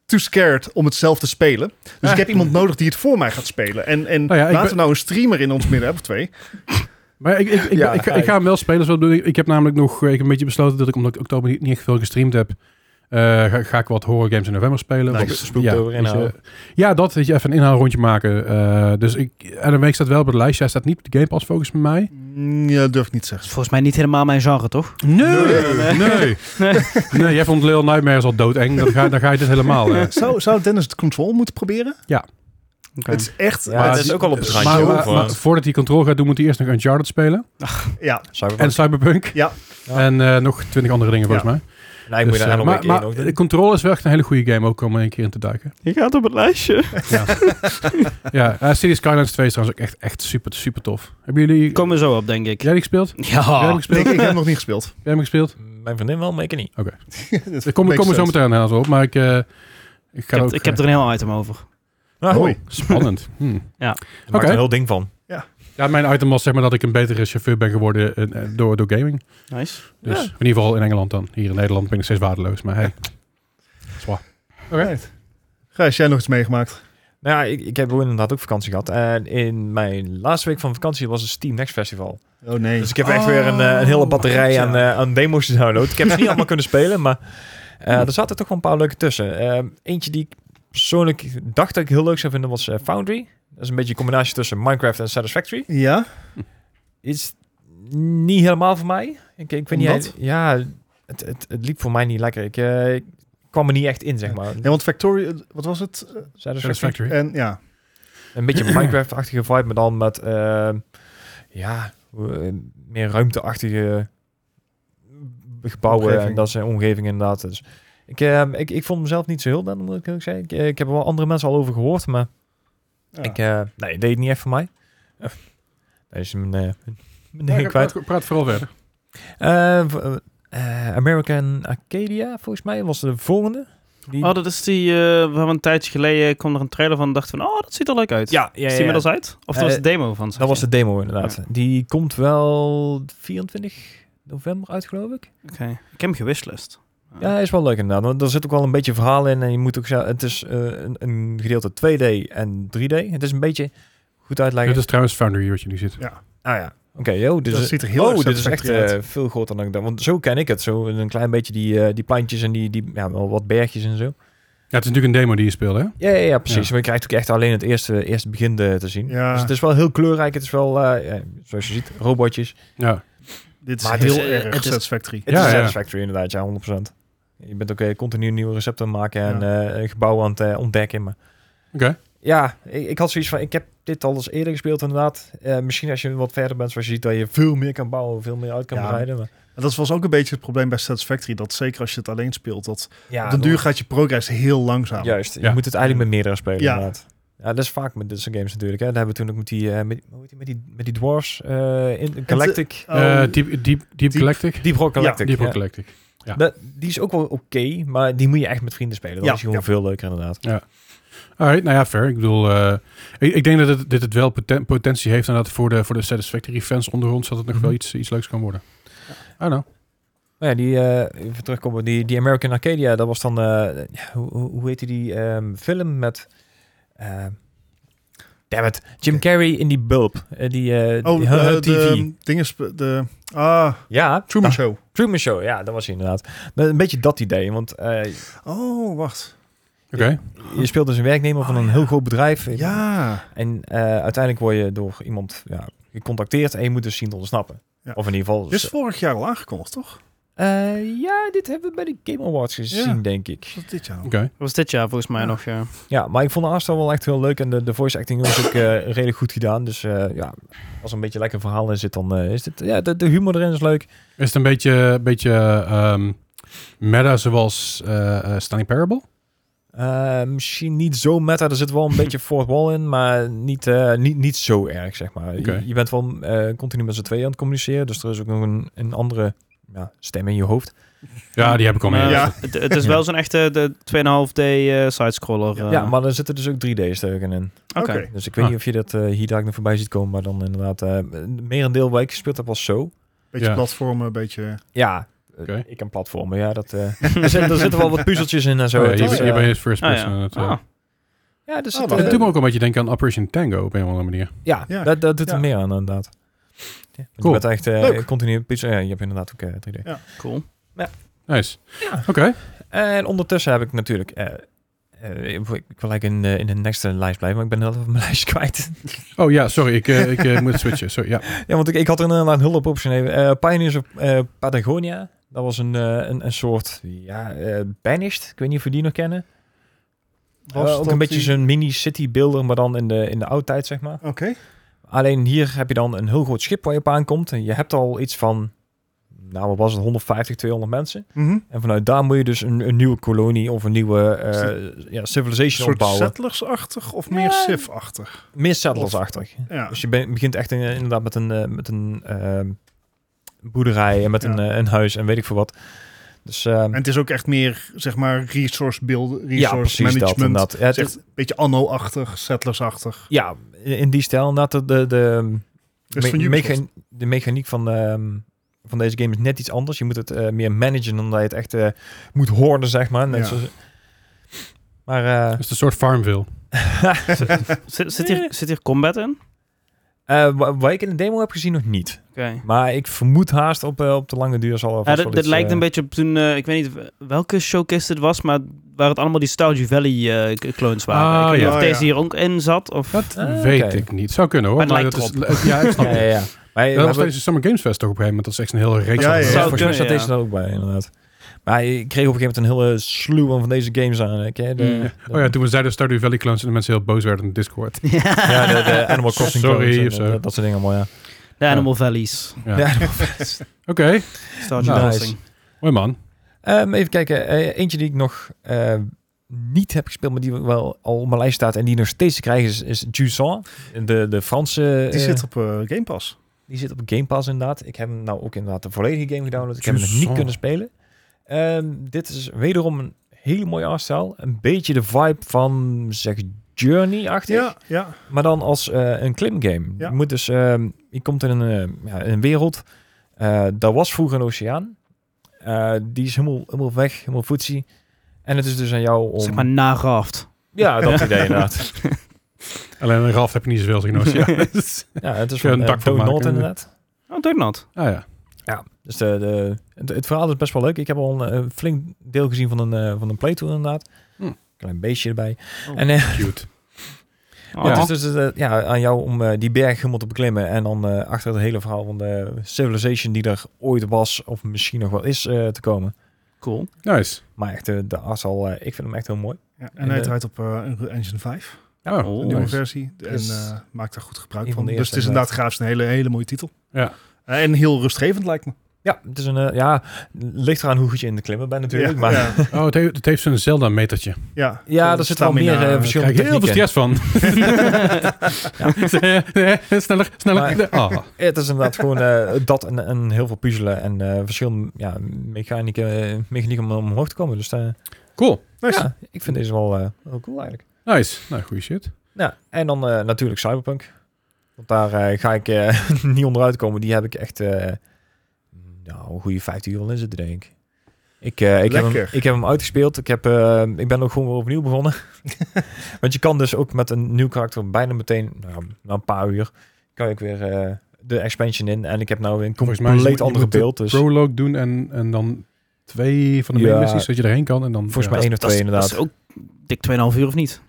Speaker 4: too scared om het zelf te spelen. Dus ik heb iemand nodig die het voor mij gaat spelen. En, en
Speaker 2: Nou ja, ik
Speaker 4: laten
Speaker 2: ben-
Speaker 4: we nou een streamer in ons midden hebben, of twee.
Speaker 2: Maar ik, ik, ik,
Speaker 3: Ja,
Speaker 2: ik, ik,
Speaker 3: hij-
Speaker 2: ga hem wel spelen. Zoals ik, ik heb namelijk nog eh, ik heb een beetje besloten dat ik, omdat ik oktober niet, niet echt veel gestreamd heb, eh, ga, ga ik wat horror games in november spelen.
Speaker 4: Nice.
Speaker 2: Want-
Speaker 3: Spook over
Speaker 2: weet
Speaker 3: inhouden.
Speaker 2: je, ja, dat. Weet je, even een inhaalrondje maken. Eh, dus ik, en een week staat wel op het lijstje. Hij staat niet op de Game Pass focus bij mij.
Speaker 4: Mm, Ja, durf ik niet te
Speaker 1: Dat
Speaker 4: zeggen.
Speaker 1: is volgens mij niet helemaal mijn genre, toch?
Speaker 2: Nee, nee. Nee, jij vond Little Nightmares al doodeng. Dan ga, dan ga je dit helemaal. eh.
Speaker 4: Zou, zou Dennis het control moeten proberen? Het is echt...
Speaker 3: Ja, het
Speaker 4: het
Speaker 3: is
Speaker 4: is-
Speaker 3: ook al op het
Speaker 2: Maar,
Speaker 3: randje.
Speaker 2: maar-
Speaker 3: hoor.
Speaker 2: maar voordat hij controle gaat doen, moet hij eerst nog Uncharted spelen.
Speaker 4: ja.
Speaker 3: Cyberpunk.
Speaker 2: En Cyberpunk.
Speaker 4: Ja.
Speaker 2: En eh, nog twintig andere dingen volgens mij.
Speaker 3: Nee, moet
Speaker 2: Dus,
Speaker 3: je
Speaker 2: eh,
Speaker 3: daar nog
Speaker 2: maar, maar
Speaker 3: ook
Speaker 2: de Control is wel echt een hele goede game ook om er een keer in te duiken.
Speaker 1: Je gaat op het lijstje.
Speaker 2: ja, eh City Skylines 2 is trouwens ook echt, echt super, super tof. Hebben jullie...
Speaker 1: Komen we zo op, denk ik.
Speaker 2: Jij die gespeeld? Jij hebt
Speaker 3: Ah.
Speaker 2: hem
Speaker 1: Ja.
Speaker 4: Ik,
Speaker 2: gespeeld?
Speaker 4: ik heb hem nog niet gespeeld.
Speaker 2: Jij hebt hem gespeeld?
Speaker 3: Mijn vriendin wel, maar ik niet.
Speaker 2: Ik kom, ik kom er zo meteen aan op, maar ik... eh, ik,
Speaker 1: Ik
Speaker 2: ga
Speaker 1: heb,
Speaker 2: ook,
Speaker 1: ik heb
Speaker 2: eh,
Speaker 1: er een heel item over.
Speaker 3: Ah,
Speaker 4: Mooi.
Speaker 2: Spannend. Hm.
Speaker 3: Daar maakt
Speaker 2: Oh, Oké.
Speaker 3: een heel ding van.
Speaker 2: Ja, mijn item was zeg maar dat ik een betere chauffeur ben geworden eh, eh, door, door gaming.
Speaker 1: Nice.
Speaker 2: Dus in ieder geval in Engeland dan. Hier in Nederland ben ik steeds waardeloos, maar hey. Zwaar.
Speaker 4: Gijs, jij nog iets meegemaakt?
Speaker 3: Nou ja, ik, ik heb wel inderdaad ook vakantie gehad. En in mijn laatste week van vakantie was het Steam Next Festival.
Speaker 4: Oh nee.
Speaker 3: Dus ik heb echt weer een, eh, een hele batterij aan, eh, aan demo's gedownload. Ik heb ze niet allemaal kunnen spelen, maar eh, er zaten toch wel een paar leuke tussen. Ehm, eentje die ik persoonlijk dacht dat ik heel leuk zou vinden was eh, Foundry. Dat is een beetje een combinatie tussen Minecraft en Satisfactory.
Speaker 4: ja?
Speaker 3: Is niet helemaal voor mij. Ik, ik weet niet.
Speaker 4: Omdat?
Speaker 3: Ja, het, het, het liep voor mij niet lekker. Ik, eh, ik kwam er niet echt in, zeg maar.
Speaker 4: Nee, want Factory, wat was het?
Speaker 3: Satisfactory.
Speaker 2: Satisfactory.
Speaker 4: En ja,
Speaker 3: Een beetje Minecraft-achtige vibe, maar dan met eh, ja, eh, meer ruimteachtige gebouwen
Speaker 4: Omgeving.
Speaker 3: en dat zijn omgeving inderdaad. Dus ik, eh, ik, ik vond mezelf niet zo heel dan, moet ik ook zeggen. Ik, eh, ik heb er wel andere mensen al over gehoord, maar
Speaker 4: Ja.
Speaker 3: ik eh, nee, deed het niet echt voor mij. Eh, Daar is mijn, eh mijn ding
Speaker 2: Ja,
Speaker 3: kwijt.
Speaker 2: praat, praat vooral verder.
Speaker 3: Eh, v- eh, American Arcadia, volgens mij, was de volgende. Die-
Speaker 1: Oh, dat is die... eh van een tijdje geleden kwam er een trailer van en dachten van... Oh, dat ziet er leuk uit.
Speaker 3: ja, ja,
Speaker 1: Is
Speaker 3: ja,
Speaker 1: die
Speaker 3: ja.
Speaker 1: inmiddels uit? Of dat was
Speaker 3: Eh,
Speaker 1: de demo van?
Speaker 3: Dat was de demo inderdaad. Die komt wel 24 november uit, geloof ik.
Speaker 1: Oké. Ik heb hem gewishlist.
Speaker 3: Ja, hij is wel leuk inderdaad. Want er zit ook wel een beetje verhaal in. En je moet ook zo- het is eh, een, een gedeelte 2D en 3D. Het is een beetje goed uitleggen.
Speaker 2: Dit is trouwens Foundry wat je nu ziet.
Speaker 3: ah ja, oké. yo, dit
Speaker 4: dat
Speaker 3: is,
Speaker 4: ziet er heel
Speaker 3: oh,
Speaker 4: erg
Speaker 3: dit is echt
Speaker 4: satisfactory uit.
Speaker 3: eh, veel groter dan ik dacht. Want zo ken ik het. Zo een klein beetje die, eh, die plantjes en die, die ja, wel wat bergjes en zo.
Speaker 2: Ja, het is natuurlijk een demo die je speelt, hè?
Speaker 3: Ja, ja, ja precies.
Speaker 2: Ja.
Speaker 3: Maar je krijgt ook echt alleen het eerste, eerste begin eh, te zien.
Speaker 4: Ja.
Speaker 3: Dus het is wel heel kleurrijk. Het is wel, eh, ja, zoals je ziet, robotjes.
Speaker 2: Ja.
Speaker 4: Dit is
Speaker 3: Maar het
Speaker 4: heel
Speaker 3: is, eh,
Speaker 4: erg
Speaker 1: het is-
Speaker 4: satisfactory.
Speaker 3: Het
Speaker 2: Ja,
Speaker 3: is
Speaker 2: ja.
Speaker 3: Satisfactory inderdaad, ja, 100%. Je bent ook eh, continu nieuwe recepten aan het maken en eh, gebouwen aan het eh, ontdekken. Maar
Speaker 2: Oké.
Speaker 3: ja, ik, ik had zoiets van, ik heb dit al eens eerder gespeeld inderdaad. Eh, misschien als je wat verder bent, zoals je ziet, dat je veel meer kan bouwen, veel meer uit kan
Speaker 4: Ja.
Speaker 3: breiden. Maar,
Speaker 4: Dat was ook een beetje het probleem bij Satisfactory. Dat zeker als je het alleen speelt, dat
Speaker 3: ja,
Speaker 4: op den duur gaat je progress heel langzaam.
Speaker 3: Juist, je
Speaker 2: Ja.
Speaker 3: moet het eigenlijk met meerdere spelen
Speaker 4: Ja.
Speaker 3: inderdaad. nou. Ja, dat is vaak met dit soort games natuurlijk. Hè. Dat hebben we toen ook met die, eh, met, hoe heet die, met die, met die dwarfs eh, in Galactic.
Speaker 4: Oh,
Speaker 2: Eh, deep, deep, deep, Galactic.
Speaker 3: Deep Rock Galactic.
Speaker 2: Deep Rock
Speaker 3: ja.
Speaker 2: Galactic. ja.
Speaker 3: Dat- die is ook wel oké, maar die moet je echt met vrienden spelen. Dat
Speaker 4: Ja,
Speaker 3: is gewoon
Speaker 4: ja.
Speaker 3: veel leuker inderdaad.
Speaker 2: Alright, nou ja, fair. Ik bedoel, eh, ik, ik denk dat het, dit het wel poten- potentie heeft inderdaad voor de, voor de Satisfactory fans onder ons, dat het nog
Speaker 3: Mhm.
Speaker 2: wel iets, iets leuks kan worden. I don't know.
Speaker 3: Nou ja, die, eh even terugkomen, die, die American Arcadia, dat was dan, eh, ja, hoe, hoe hoe heette die ehm, film met, eh damn it, Jim Carrey in die bulb, eh, die, eh,
Speaker 4: Oh,
Speaker 3: die
Speaker 4: eh,
Speaker 3: HHTV.
Speaker 4: de dingen... sp- De, ah,
Speaker 3: Ja,
Speaker 4: Truman
Speaker 3: Ah,
Speaker 4: Show.
Speaker 3: Truman Show, ja, dat was hij inderdaad. Maar Een beetje dat idee, want eh,
Speaker 4: Oh, wacht.
Speaker 2: Oké.
Speaker 3: je speelt dus een werknemer van een heel groot bedrijf.
Speaker 4: Oh, Ja.
Speaker 3: En eh, uiteindelijk word je door iemand ja, gecontacteerd en je moet dus zien te ontsnappen.
Speaker 4: Ja. Dus-
Speaker 3: Of in ieder geval... dus,
Speaker 4: Dit is vorig jaar al aangekondigd, toch?
Speaker 3: Eh, ja, dit hebben we bij de Game Awards gezien,
Speaker 4: Ja.
Speaker 3: denk ik.
Speaker 4: Wat is dit nou?
Speaker 2: Oké.
Speaker 1: was dit jaar volgens mij
Speaker 4: Ja.
Speaker 1: nog, ja.
Speaker 3: Ja, maar ik vond de aanstel wel echt heel leuk. En de, de voice acting was ook eh, redelijk goed gedaan. Dus eh, ja, als er een beetje lekker verhaal in zit, dan eh, is dit... Ja, de, de humor erin is leuk.
Speaker 2: Is het een beetje, beetje ehm, meta zoals eh eh Stunning Parable?
Speaker 3: Eh, misschien niet zo meta. Er zit wel een beetje fourth wall in, maar niet, eh, niet, niet zo erg, zeg maar. Je-
Speaker 2: Oké.
Speaker 3: Je, bent wel eh, continu met z'n tweeën aan het communiceren. Dus er is ook nog een, een andere ja, stem in je hoofd.
Speaker 2: Ja, die heb ik al mee.
Speaker 1: Maar
Speaker 4: Ja.
Speaker 1: Het, het is wel zo'n echte de 2,5D eh, sidescroller. eh.
Speaker 3: ja, maar er zitten dus ook 3D-steuken in.
Speaker 1: Oké.
Speaker 4: Oké.
Speaker 3: Dus ik weet
Speaker 2: Ah.
Speaker 3: niet of je dat eh, hier direct nog voorbij ziet komen, maar dan inderdaad, eh een merendeel waar ik gespeeld heb was zo.
Speaker 4: Beetje
Speaker 2: Ja.
Speaker 4: platformen, een beetje...
Speaker 3: Ja, eh,
Speaker 2: Oké.
Speaker 3: ik en platformen, ja, dat, eh, er, zitten, er zitten wel wat puzzeltjes in en zo.
Speaker 2: Oh, ja,
Speaker 3: Het
Speaker 2: je,
Speaker 3: is,
Speaker 2: bent-
Speaker 3: eh,
Speaker 2: je bent eerst first
Speaker 1: Ah,
Speaker 2: person.
Speaker 1: ja.
Speaker 2: aan het, eh.
Speaker 1: Ah,
Speaker 3: ja, dus
Speaker 4: Oh,
Speaker 3: het,
Speaker 4: dat
Speaker 3: eh,
Speaker 2: Dat doet me ook een beetje denken aan Operation Tango op een of andere manier.
Speaker 3: ja,
Speaker 4: Ja.
Speaker 3: dat, dat doet er
Speaker 4: Ja.
Speaker 3: meer aan inderdaad. Ja, want
Speaker 2: Cool.
Speaker 3: Je bent echt eh,
Speaker 4: Leuk.
Speaker 3: continu puzzel. Ja, je hebt inderdaad ook eh, 3D.
Speaker 1: cool.
Speaker 2: Nice.
Speaker 3: Ja.
Speaker 2: Oké.
Speaker 3: En ondertussen heb ik natuurlijk... eh, eh, ik wil ik wil eigenlijk in, eh, in de next lijst blijven, maar ik ben heel even mijn lijstje kwijt.
Speaker 2: Oh ja, sorry. Ik, eh, ik eh, moet switchen. Sorry, ja.
Speaker 3: Ja, want ik, ik had er inderdaad een hulp opgeschreven. Eh, Pioneers of eh, Patagonia. Dat was een, eh, een, een soort, ja, eh, Banished. Ik weet niet of we die nog kennen.
Speaker 4: Was
Speaker 3: Eh, ook
Speaker 4: dat
Speaker 3: een beetje
Speaker 4: die-
Speaker 3: zo'n mini-city-builder, maar dan in de, in de oudtijd, zeg maar.
Speaker 4: Oké.
Speaker 3: Alleen hier heb je dan een heel groot schip waar je op aankomt. En je hebt al iets van, nou wat was het, 150, 200 mensen.
Speaker 4: Mhm.
Speaker 3: En vanuit daar moet je dus een, een nieuwe kolonie of een nieuwe eh,
Speaker 4: Is
Speaker 3: ja,
Speaker 4: Een
Speaker 3: civilization
Speaker 4: soort
Speaker 3: opbouwen.
Speaker 4: settlers-achtig of meer Civ-achtig?
Speaker 3: Meer settlers-achtig.
Speaker 4: Ja.
Speaker 3: Dus je be- begint echt in- inderdaad met een, eh, met een ehm, boerderij en met
Speaker 4: Ja.
Speaker 3: een, eh, een huis en weet ik veel wat. Dus ehm,
Speaker 4: En het is ook echt meer, zeg maar, resource build,
Speaker 3: ja,
Speaker 4: resource
Speaker 3: precies dat.
Speaker 4: management.
Speaker 3: inderdaad. Ja, het
Speaker 4: Het is echt een beetje anno-achtig, settlers-achtig.
Speaker 3: ja, in die stijl inderdaad. De, de, de,
Speaker 4: Dus van Ubisoft.
Speaker 3: mechan- de mechaniek van, ehm, van deze game is net iets anders. Je moet het eh, meer managen dan dat je het echt eh, moet hoorden, zeg maar. Net
Speaker 4: Ja.
Speaker 3: zoals- maar eh,
Speaker 2: Dat is een soort Farmville.
Speaker 1: Zit, zit, hier, zit hier combat in? Oké.
Speaker 3: eh, wa- wat ik in de demo heb gezien nog niet. Maar ik vermoed haast op, eh, op de lange duur zal er
Speaker 1: Ja,
Speaker 3: vast
Speaker 1: dit
Speaker 3: wel
Speaker 1: dit
Speaker 3: iets,
Speaker 1: lijkt
Speaker 3: eh,
Speaker 1: een beetje op toen, eh, ik weet niet welke showcase dit was, maar waar het allemaal die Stardew Valley eh, k- clones waren.
Speaker 2: Ah,
Speaker 1: ik weet niet
Speaker 4: ja.
Speaker 1: of
Speaker 4: Oh,
Speaker 1: deze
Speaker 4: ja.
Speaker 1: hier ook in zat. Of...
Speaker 2: Dat
Speaker 3: Ah,
Speaker 2: weet
Speaker 3: oké.
Speaker 2: ik niet. Zou kunnen hoor.
Speaker 1: Maar het lijkt
Speaker 2: dat is, ja, ik snap
Speaker 3: Ja,
Speaker 2: het.
Speaker 3: ja, ja. Maar, we
Speaker 2: Dat was
Speaker 3: hebben-
Speaker 2: deze Summer Games Fest toch op een gegeven moment. Dat is echt een hele reeks.
Speaker 4: Ja,
Speaker 2: van-
Speaker 4: ja, ja.
Speaker 2: volgens
Speaker 1: Zou
Speaker 2: mij-
Speaker 3: Volgens
Speaker 1: kunnen,
Speaker 3: mij staat
Speaker 1: ja.
Speaker 3: deze er ook bij, inderdaad. Maar ik kreeg op een gegeven moment een hele slew aan van deze games aan. Hè? De,
Speaker 1: Mm.
Speaker 3: de-
Speaker 2: Oh ja, toen we zeiden Stardew Valley clones en de mensen heel boos werden in Discord.
Speaker 3: Ja, de, de Animal Crossing
Speaker 2: Sorry,
Speaker 3: clones en,
Speaker 2: of zo.
Speaker 3: eh, Dat, dat soort dingen allemaal, ja.
Speaker 1: De Animal Valleys.
Speaker 2: Ja.
Speaker 3: Ja.
Speaker 2: Oké,
Speaker 1: Stardew
Speaker 2: Nice.
Speaker 1: Crossing.
Speaker 2: mooi man.
Speaker 3: Ehm, even kijken, eh, eentje die ik nog eh, niet heb gespeeld, maar die wel al op mijn lijst staat en die nog steeds te krijgen is, is Jusant. De, de Franse...
Speaker 4: Die
Speaker 3: eh,
Speaker 4: zit op eh, Game Pass.
Speaker 3: die zit op Game Pass inderdaad. Ik heb hem nou ook inderdaad de volledige game gedownload. Ik heb hem nog
Speaker 2: Jusant.
Speaker 3: niet kunnen spelen. Ehm, dit is wederom een hele mooie artstijl. Een beetje de vibe van, zeg, Journey-achtig.
Speaker 4: Ja, ja.
Speaker 3: Maar dan als eh, een klimgame.
Speaker 4: Ja.
Speaker 3: Je moet dus, ehm, je komt in een, eh, ja, in een wereld. eh daar was vroeger een oceaan. Eh, die is helemaal, helemaal weg, helemaal voetsie. En het is dus aan jou om...
Speaker 1: Zeg maar naraft.
Speaker 3: Ja, dat idee inderdaad.
Speaker 2: Alleen een Ralf heb je niet zoveel genoten. Ja.
Speaker 3: ja, het is
Speaker 2: Kun je
Speaker 3: van
Speaker 2: een
Speaker 3: een
Speaker 2: dak van maken,
Speaker 3: Noord
Speaker 2: ja.
Speaker 3: inderdaad.
Speaker 1: Oh, doe ik dat.
Speaker 2: Ah ja.
Speaker 3: Ja, dus de, de, het, het verhaal is best wel leuk. Ik heb al een, eh, flink deel gezien van een, eh, van een playthrough inderdaad.
Speaker 2: Hm.
Speaker 3: Klein beestje erbij.
Speaker 4: Oh.
Speaker 3: En eh,
Speaker 2: Cute.
Speaker 1: Oh.
Speaker 3: Ja, het is dus eh, ja, aan jou om eh, die berg helemaal te beklimmen. En dan eh, achter het hele verhaal van de civilization die er ooit was, of misschien nog wel is, eh, te komen.
Speaker 1: Cool.
Speaker 2: Nice.
Speaker 3: Maar echt, eh, de as al, eh, ik vind hem echt heel mooi.
Speaker 4: ja. En
Speaker 3: En,
Speaker 4: hij
Speaker 3: eh,
Speaker 4: draait op eh, Unreal Engine 5,
Speaker 2: Oh,
Speaker 1: Oh.
Speaker 4: de nieuwe
Speaker 2: nice.
Speaker 4: versie. En
Speaker 3: Is
Speaker 4: eh, maakt daar goed gebruik
Speaker 3: een
Speaker 4: van.
Speaker 3: van de
Speaker 4: Dus
Speaker 3: eerste,
Speaker 4: het is inderdaad graafs een hele, hele mooie titel.
Speaker 2: Ja.
Speaker 4: Eh, en heel rustgevend lijkt me.
Speaker 3: Ja, het is een, eh, ja, ligt eraan hoe goed je in de klimmen bent natuurlijk.
Speaker 4: ja,
Speaker 3: maar ja,
Speaker 4: ja,
Speaker 2: Oh, het heeft, het heeft zo'n Zelda-metertje. Daar
Speaker 4: ja.
Speaker 3: er zit wel meer eh,
Speaker 4: Stamina.
Speaker 2: krijg
Speaker 3: verschillende
Speaker 2: ik heel veel
Speaker 3: technieken.
Speaker 2: stress van. ja. sneller, sneller. Ah.
Speaker 3: Het is inderdaad gewoon eh, dat en, en heel veel puzzelen en eh, verschillende ja, mechanieken, eh, mechanieken om omhoog te komen. Dus eh,
Speaker 2: Cool.
Speaker 4: Nice.
Speaker 3: ja, ik vind deze wel, eh, wel cool eigenlijk.
Speaker 2: Nice. Nou, goede shit.
Speaker 3: Ja, en dan eh, natuurlijk Cyberpunk. Want daar eh, ga ik eh, niet onderuit komen. Die heb ik echt eh, nou, een goede 15 uur wel in zitten, denk ik. Ik, eh, ik, heb hem,
Speaker 4: Lekker.
Speaker 3: ik heb hem uitgespeeld. Ik, heb, eh, ik ben ook gewoon weer opnieuw begonnen. Want je kan dus ook met een nieuw karakter bijna meteen, nou, na een paar uur, kan ik weer eh, de expansion in. En ik heb nou weer een
Speaker 2: Volgens mij is- je
Speaker 3: compleet
Speaker 2: moet- je
Speaker 3: andere
Speaker 2: moet de
Speaker 3: beeld. Dus
Speaker 2: Prologue doen en, en dan twee van de
Speaker 3: Ja.
Speaker 2: main missies, zodat je erheen kan. En dan,
Speaker 3: volgens
Speaker 2: ja.
Speaker 3: mij één of
Speaker 1: Dat
Speaker 3: twee
Speaker 1: is- dat is
Speaker 3: inderdaad.
Speaker 1: ook dik 2,5 uur of niet?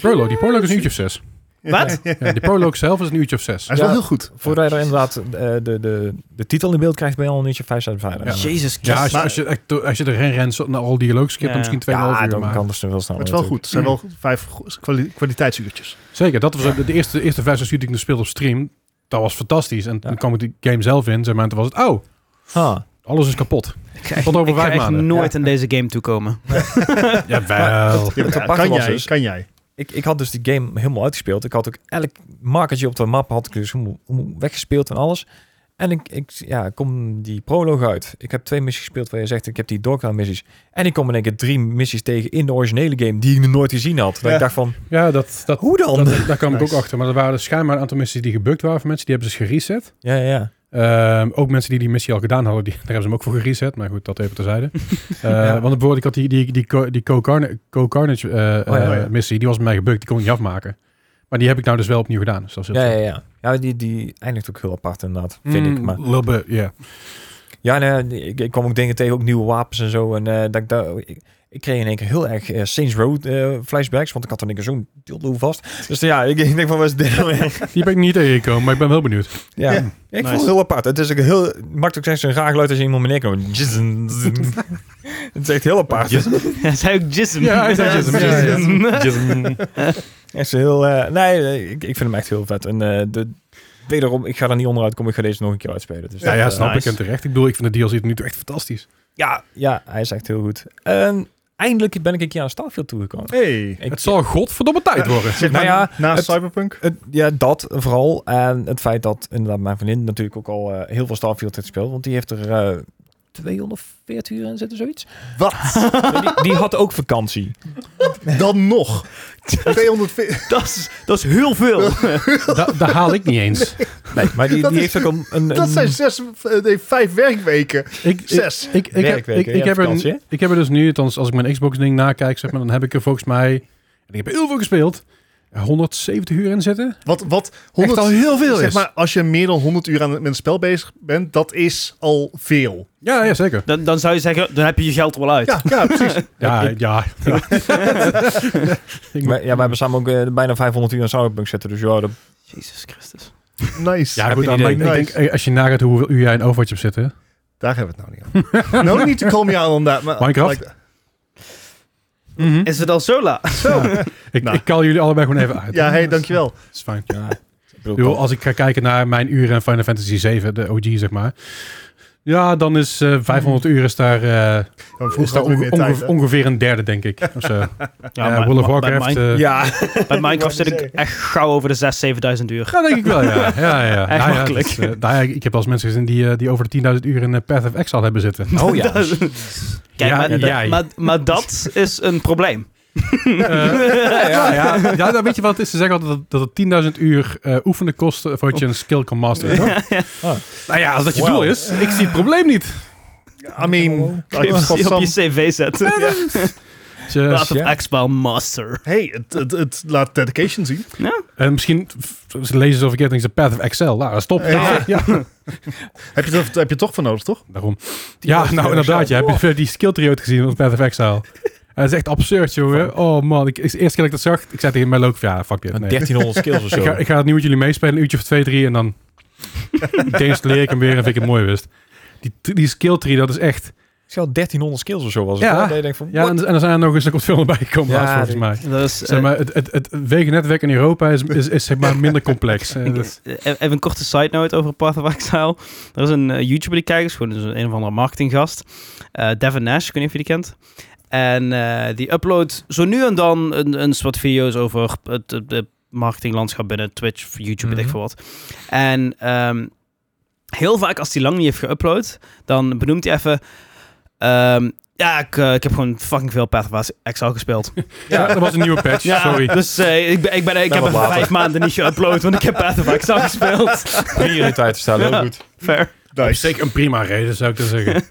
Speaker 2: Prologue, die prologue is een uurtje of zes.
Speaker 1: Wat?
Speaker 2: Ja, de prologue zelf is een uurtje of zes.
Speaker 4: Hij is
Speaker 3: Ja.
Speaker 4: wel heel goed.
Speaker 3: Voordat je er inderdaad eh, de, de, de titel in beeld krijgt, ben je al een uurtje 5 uit 5.
Speaker 2: Ja.
Speaker 1: Jezus
Speaker 2: Ja, als
Speaker 1: Christus.
Speaker 2: je, als je, echt- eh, als je er geen rent zo- naar al dialoog skipt,
Speaker 1: Ja.
Speaker 2: dan misschien 2,5
Speaker 3: Ja,
Speaker 2: uur.
Speaker 3: dan
Speaker 2: Maar.
Speaker 3: kan het dus wel snel.
Speaker 4: Maar het is wel goed. Het zijn
Speaker 3: Mm.
Speaker 4: wel vijf go- kwali- kwaliteitsuurtjes.
Speaker 2: Zeker, dat was ook de, de eerste, de eerste vijf, zes uur die ik nog speelde op stream. Dat was fantastisch. En
Speaker 3: Ja.
Speaker 2: toen kwam ik die game zelf in, zeg maar, en toen was het, oh, alles is kapot.
Speaker 1: Ik ga echt-
Speaker 2: Tot over
Speaker 1: ik ga
Speaker 2: vijf
Speaker 1: echt
Speaker 2: maanden.
Speaker 1: nooit in deze game toekomen.
Speaker 2: Jawel.
Speaker 4: Ja,
Speaker 3: het
Speaker 4: maar
Speaker 3: aparte
Speaker 4: kan,
Speaker 3: was
Speaker 4: jij,
Speaker 3: dus-
Speaker 4: kan jij?
Speaker 3: Ik, ik had dus die game helemaal uitgespeeld. Ik had ook elk markertje op de map had ik dus helemaal- helemaal weggespeeld en alles. En ik, ik ja, kom die prologue uit. Ik heb twee missies gespeeld waar je zegt, ik heb die doorgaan missies. En ik kom in één keer drie missies tegen in de originele game die ik nog nooit gezien had. Dat
Speaker 4: Ja.
Speaker 3: ik dacht van,
Speaker 2: Ja, dat, dat,
Speaker 3: hoe dan?
Speaker 2: dat- daar kwam ik
Speaker 4: Nice.
Speaker 2: ook achter. Maar er waren schijnbaar een aantal mensen die gebukt waren. Van mensen die hebben ze gereset.
Speaker 3: Ja, ja, ja.
Speaker 2: Ehm, ook mensen die die missie al gedaan hadden, die, daar hebben ze hem ook voor gereset. Maar goed, dat even terzijde. Eh
Speaker 3: Ja.
Speaker 2: Want bijvoorbeeld, ik had die, die, die, Co- die Co-Carna- Co-Carnage eh,
Speaker 3: Oh, ja.
Speaker 2: eh, missie, die was bij mij gebukt. Die kon ik niet afmaken. Maar die heb ik nou dus wel opnieuw gedaan. Dus dat is heel
Speaker 3: Ja, ja,
Speaker 2: fijn.
Speaker 3: ja. Ja, die, die eindigt ook heel apart inderdaad, vind ik.
Speaker 2: Mm,
Speaker 3: Maar
Speaker 2: little bit, yeah.
Speaker 3: Ja, nee, ik, ik kwam ook dingen tegen, ook nieuwe wapens en zo. En eh, dat, ik daar- ik, ik kreeg in één keer heel erg eh, Saints Road eh, flashbacks, want ik had in één keer zo'n dildo vast. Dus ja, ik, ik denk van, wat is dit nou weer?
Speaker 2: Die ben ik niet tegengekomen, maar ik ben wel benieuwd.
Speaker 3: Ja, ik vond het
Speaker 4: Nice.
Speaker 3: heel apart. Het is ook heel, het maakt ook echt zo'n raar geluid als je iemand beneden komt. Jizzin, zizzin. Het is echt heel apart.
Speaker 1: Hij zei ook Jism.
Speaker 2: Ja, hij zei jism, ja, ja.
Speaker 3: Jizzin. Echt zo heel, eh, nee, eh, ik, ik vind hem echt heel vet. En eh, de, wederom, ik ga er niet onderuit komen, ik ga deze nog een keer uitspelen. Dus
Speaker 2: Ja,
Speaker 3: dat,
Speaker 2: ja,
Speaker 3: eh,
Speaker 2: snap
Speaker 1: nice.
Speaker 2: ik en terecht. Ik bedoel, ik vind de DLC tot nu toe echt fantastisch.
Speaker 3: ja, ja, hij is echt heel goed. En eindelijk ben ik een keer aan Starfield toegekomen.
Speaker 4: Hey.
Speaker 3: Ik-
Speaker 2: het zal godverdomme tijd worden.
Speaker 4: Zeg maar,
Speaker 3: Nou ja,
Speaker 4: na
Speaker 3: het-
Speaker 4: Cyberpunk?
Speaker 3: Het- ja, dat vooral. En het feit dat inderdaad mijn vriendin natuurlijk ook al eh, heel veel Starfield heeft gespeeld. Want die heeft er eh 240 uur in zitten, zoiets.
Speaker 4: Wat?
Speaker 3: die, die had ook vakantie.
Speaker 4: Dan nog. 240.
Speaker 1: Dat is, dat is heel veel.
Speaker 2: Da- daar haal ik niet eens.
Speaker 3: Nee, maar die,
Speaker 4: Dat
Speaker 3: die
Speaker 4: is-
Speaker 3: heeft ook een... een
Speaker 4: Dat zijn zes, eh, nee, vijf werkweken.
Speaker 2: Ik, ik,
Speaker 4: Zes.
Speaker 2: ik, ik, heb,
Speaker 3: Werkweken,
Speaker 2: ik, ik
Speaker 3: ja,
Speaker 2: heb
Speaker 3: vakantie, hè?
Speaker 2: er, ik heb er dus nu, althans als ik mijn Xbox-ding nakijk, zeg maar, dan heb ik er volgens mij, en ik heb heel veel gespeeld, 170 uur in zitten.
Speaker 4: Wat, wat
Speaker 2: Echt
Speaker 4: 100,
Speaker 2: al heel veel
Speaker 4: zeg
Speaker 2: is.
Speaker 4: maar, als je meer dan 100 uur aan, het- met een spel bezig bent, dat is al veel.
Speaker 2: Ja, ja zeker.
Speaker 1: Dan, dan zou je zeggen, dan heb je je geld er wel uit.
Speaker 4: Ja, ja precies.
Speaker 2: Ja, ja.
Speaker 3: ik-
Speaker 2: ja.
Speaker 3: Maar, ja, wij hebben samen ook eh, bijna 500 uur aan Cyberpunk zitten. Dus ja, dat,
Speaker 1: Jezus Christus.
Speaker 4: Nice.
Speaker 2: Ja,
Speaker 3: Heb
Speaker 2: goed,
Speaker 3: je een
Speaker 2: maar ik,
Speaker 4: idee?
Speaker 2: ik denk, eh, als je nagaat hoeveel uur jij in Overwatch hebt zitten.
Speaker 4: Daar hebben we het nou niet aan. no need to call me out on that. Maar,
Speaker 2: Minecraft?
Speaker 4: like- Mhm.
Speaker 1: Is het al zo laat?
Speaker 2: Ik,
Speaker 4: Nou.
Speaker 2: ik kal jullie allebei gewoon even uit.
Speaker 4: ja, hey, dankjewel.
Speaker 2: Dat is fijn.
Speaker 3: ja, ik bedoel,
Speaker 2: Ik bedoel, als ik ga kijken naar mijn uren in Final Fantasy 7, de OG zeg maar. Ja, dan is eh, 500 uur is daar, eh,
Speaker 4: Dan
Speaker 2: is daar
Speaker 4: vroeg ik
Speaker 2: onge- onge- ongeveer een derde, denk ik. Of zo.
Speaker 1: Ja,
Speaker 2: Eh,
Speaker 1: maar-
Speaker 2: World of
Speaker 1: maar bij
Speaker 2: Warcraft.
Speaker 1: Mine-
Speaker 2: eh,
Speaker 3: ja,
Speaker 1: Bij Minecraft zit
Speaker 4: wou net
Speaker 1: ik echt gauw over de 6.000, 7.000 uur.
Speaker 2: Ja, denk ik wel, ja. ja, ja. Nou ja,
Speaker 1: makkelijk.
Speaker 2: dat is, eh, nou ja, ik heb wel eens mensen gezien die, eh, die over de 10.000 uur in eh, Path of Exile hebben zitten.
Speaker 3: oh ja.
Speaker 1: Dat- Kijk,
Speaker 2: Ja,
Speaker 1: maar,
Speaker 2: ja,
Speaker 1: da-
Speaker 2: ja.
Speaker 1: Maar, maar dat is een probleem.
Speaker 2: ja, ja, ja. ja dan weet je wat het is? Ze zeggen altijd dat, dat het 10.000 uur eh, oefenen kost voordat je een skill kan masteren.
Speaker 3: Ah.
Speaker 2: Nou ja, als dat je
Speaker 3: Wow.
Speaker 2: doel is, ik zie het probleem niet.
Speaker 4: I mean,
Speaker 1: Kun je
Speaker 4: I've got
Speaker 1: op je- op je
Speaker 4: some-
Speaker 1: cv zetten.
Speaker 2: Dus, eh,
Speaker 1: Path of
Speaker 3: ja.
Speaker 1: Exile Master.
Speaker 4: hey, het, het, het laat dedication zien.
Speaker 2: en misschien f- ze lezen ze of getting the Path of Excel. Nou, stop. Ja, ja,
Speaker 4: Heb je, het- heb je het toch voor nodig, toch?
Speaker 2: daarom. Ja, nou inderdaad. Ja, heb je die skill trioot gezien van Path of Exile? En dat is echt absurd, jongen. Oh man, ik, eerst keer dat ik dat zag, ik zei tegen mijn loop, ja, fuck dit.
Speaker 3: Een
Speaker 2: oh, Nee.
Speaker 3: 1300 skills of zo.
Speaker 2: Ik ga, ik ga het nu met jullie meespelen, een uurtje of twee, drie en dan eens leer ik hem weer en vind ik het mooi wist. Die, die skill tree, dat is echt...
Speaker 3: Ik zei al 1300 skills of zo was het.
Speaker 2: Ja.
Speaker 3: hoor. Dat je denkt van,
Speaker 2: Ja,
Speaker 3: what?
Speaker 2: en, en er zijn er nog eens een stuk veel bij gekomen
Speaker 3: Ja,
Speaker 2: laatst, volgens
Speaker 3: die-
Speaker 2: mij.
Speaker 1: Dat is, eh,
Speaker 2: Zeg maar, het, het, het wegennetwerk in Europa is, is, is zeg maar minder complex. Eh,
Speaker 1: Ik-
Speaker 2: dat-
Speaker 1: eh, Even een korte side note over Path of Exile. Er is een eh, YouTuber die kijkt, is gewoon dus een, een of andere marketinggast. Eh Devin Nash, ik weet niet of je die kent. En eh, die uploadt zo nu en dan een, een soort video's over het, het- het marketinglandschap binnen Twitch, of YouTube, weet ik
Speaker 3: Mhm.
Speaker 1: veel wat. En ehm, heel vaak als hij lang niet heeft geüpload, dan benoemt hij even... ehm, ja, ik, eh, ik heb gewoon fucking veel Path of Exile gespeeld.
Speaker 2: ja, dat was een nieuwe patch,
Speaker 1: Ja,
Speaker 2: sorry.
Speaker 1: Dus eh, ik, ben, ik, ben, ik heb
Speaker 3: wat
Speaker 1: er
Speaker 3: later.
Speaker 1: vijf maanden niet geüpload, want ik heb Path of Exile gespeeld.
Speaker 3: Prioriteiten staan heel
Speaker 1: Ja.
Speaker 3: goed.
Speaker 1: Fair.
Speaker 2: Op
Speaker 4: Nice.
Speaker 2: zich een prima reden, zou ik dan zeggen.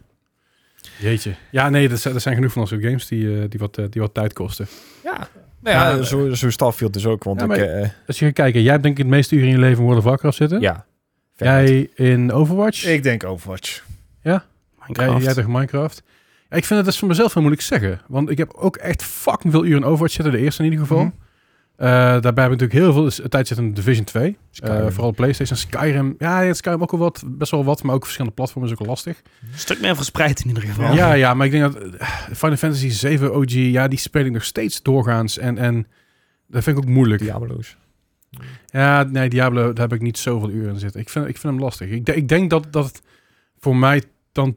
Speaker 2: Jeetje. Ja, nee, er zijn, er zijn genoeg van dat soort games die, eh, die, wat, eh, die wat tijd kosten.
Speaker 3: Ja. Nou ja, zo, zo Starfield dus ook. Want
Speaker 2: Ja,
Speaker 3: ik...
Speaker 2: maar-
Speaker 3: eh,
Speaker 2: Als je gaat kijken, jij hebt denk ik het meeste uren in je leven in World of Warcraft zitten.
Speaker 3: ja.
Speaker 2: Jij in Overwatch.
Speaker 4: Ik denk Overwatch.
Speaker 2: Jij, jij tegen Minecraft. Ja, ik vind het dus voor mezelf heel moeilijk zeggen. Want ik heb ook echt fucking veel uren in Overwatch zitten. De eerste in ieder geval.
Speaker 4: Mhm.
Speaker 2: Eh, Eh, daarbij hebben we natuurlijk heel veel dus tijd zitten in Division 2.
Speaker 3: Skyrim.
Speaker 2: Eh, vooral PlayStation, Skyrim. Ja, ja, Skyrim ook wel wat, best wel wat, maar ook verschillende platformen is ook wel lastig.
Speaker 1: Een stuk meer verspreid in ieder geval.
Speaker 2: Ja, ja, maar ik denk dat eh, Final Fantasy 7 OG, ja, die speel ik nog steeds doorgaans. En, en dat vind ik ook moeilijk. Ja,
Speaker 3: Diablo's.
Speaker 2: nee, Diablo, daar heb ik niet zoveel uren in zitten. Ik vind, ik vind hem lastig. Ik, de- ik denk dat dat het voor mij dan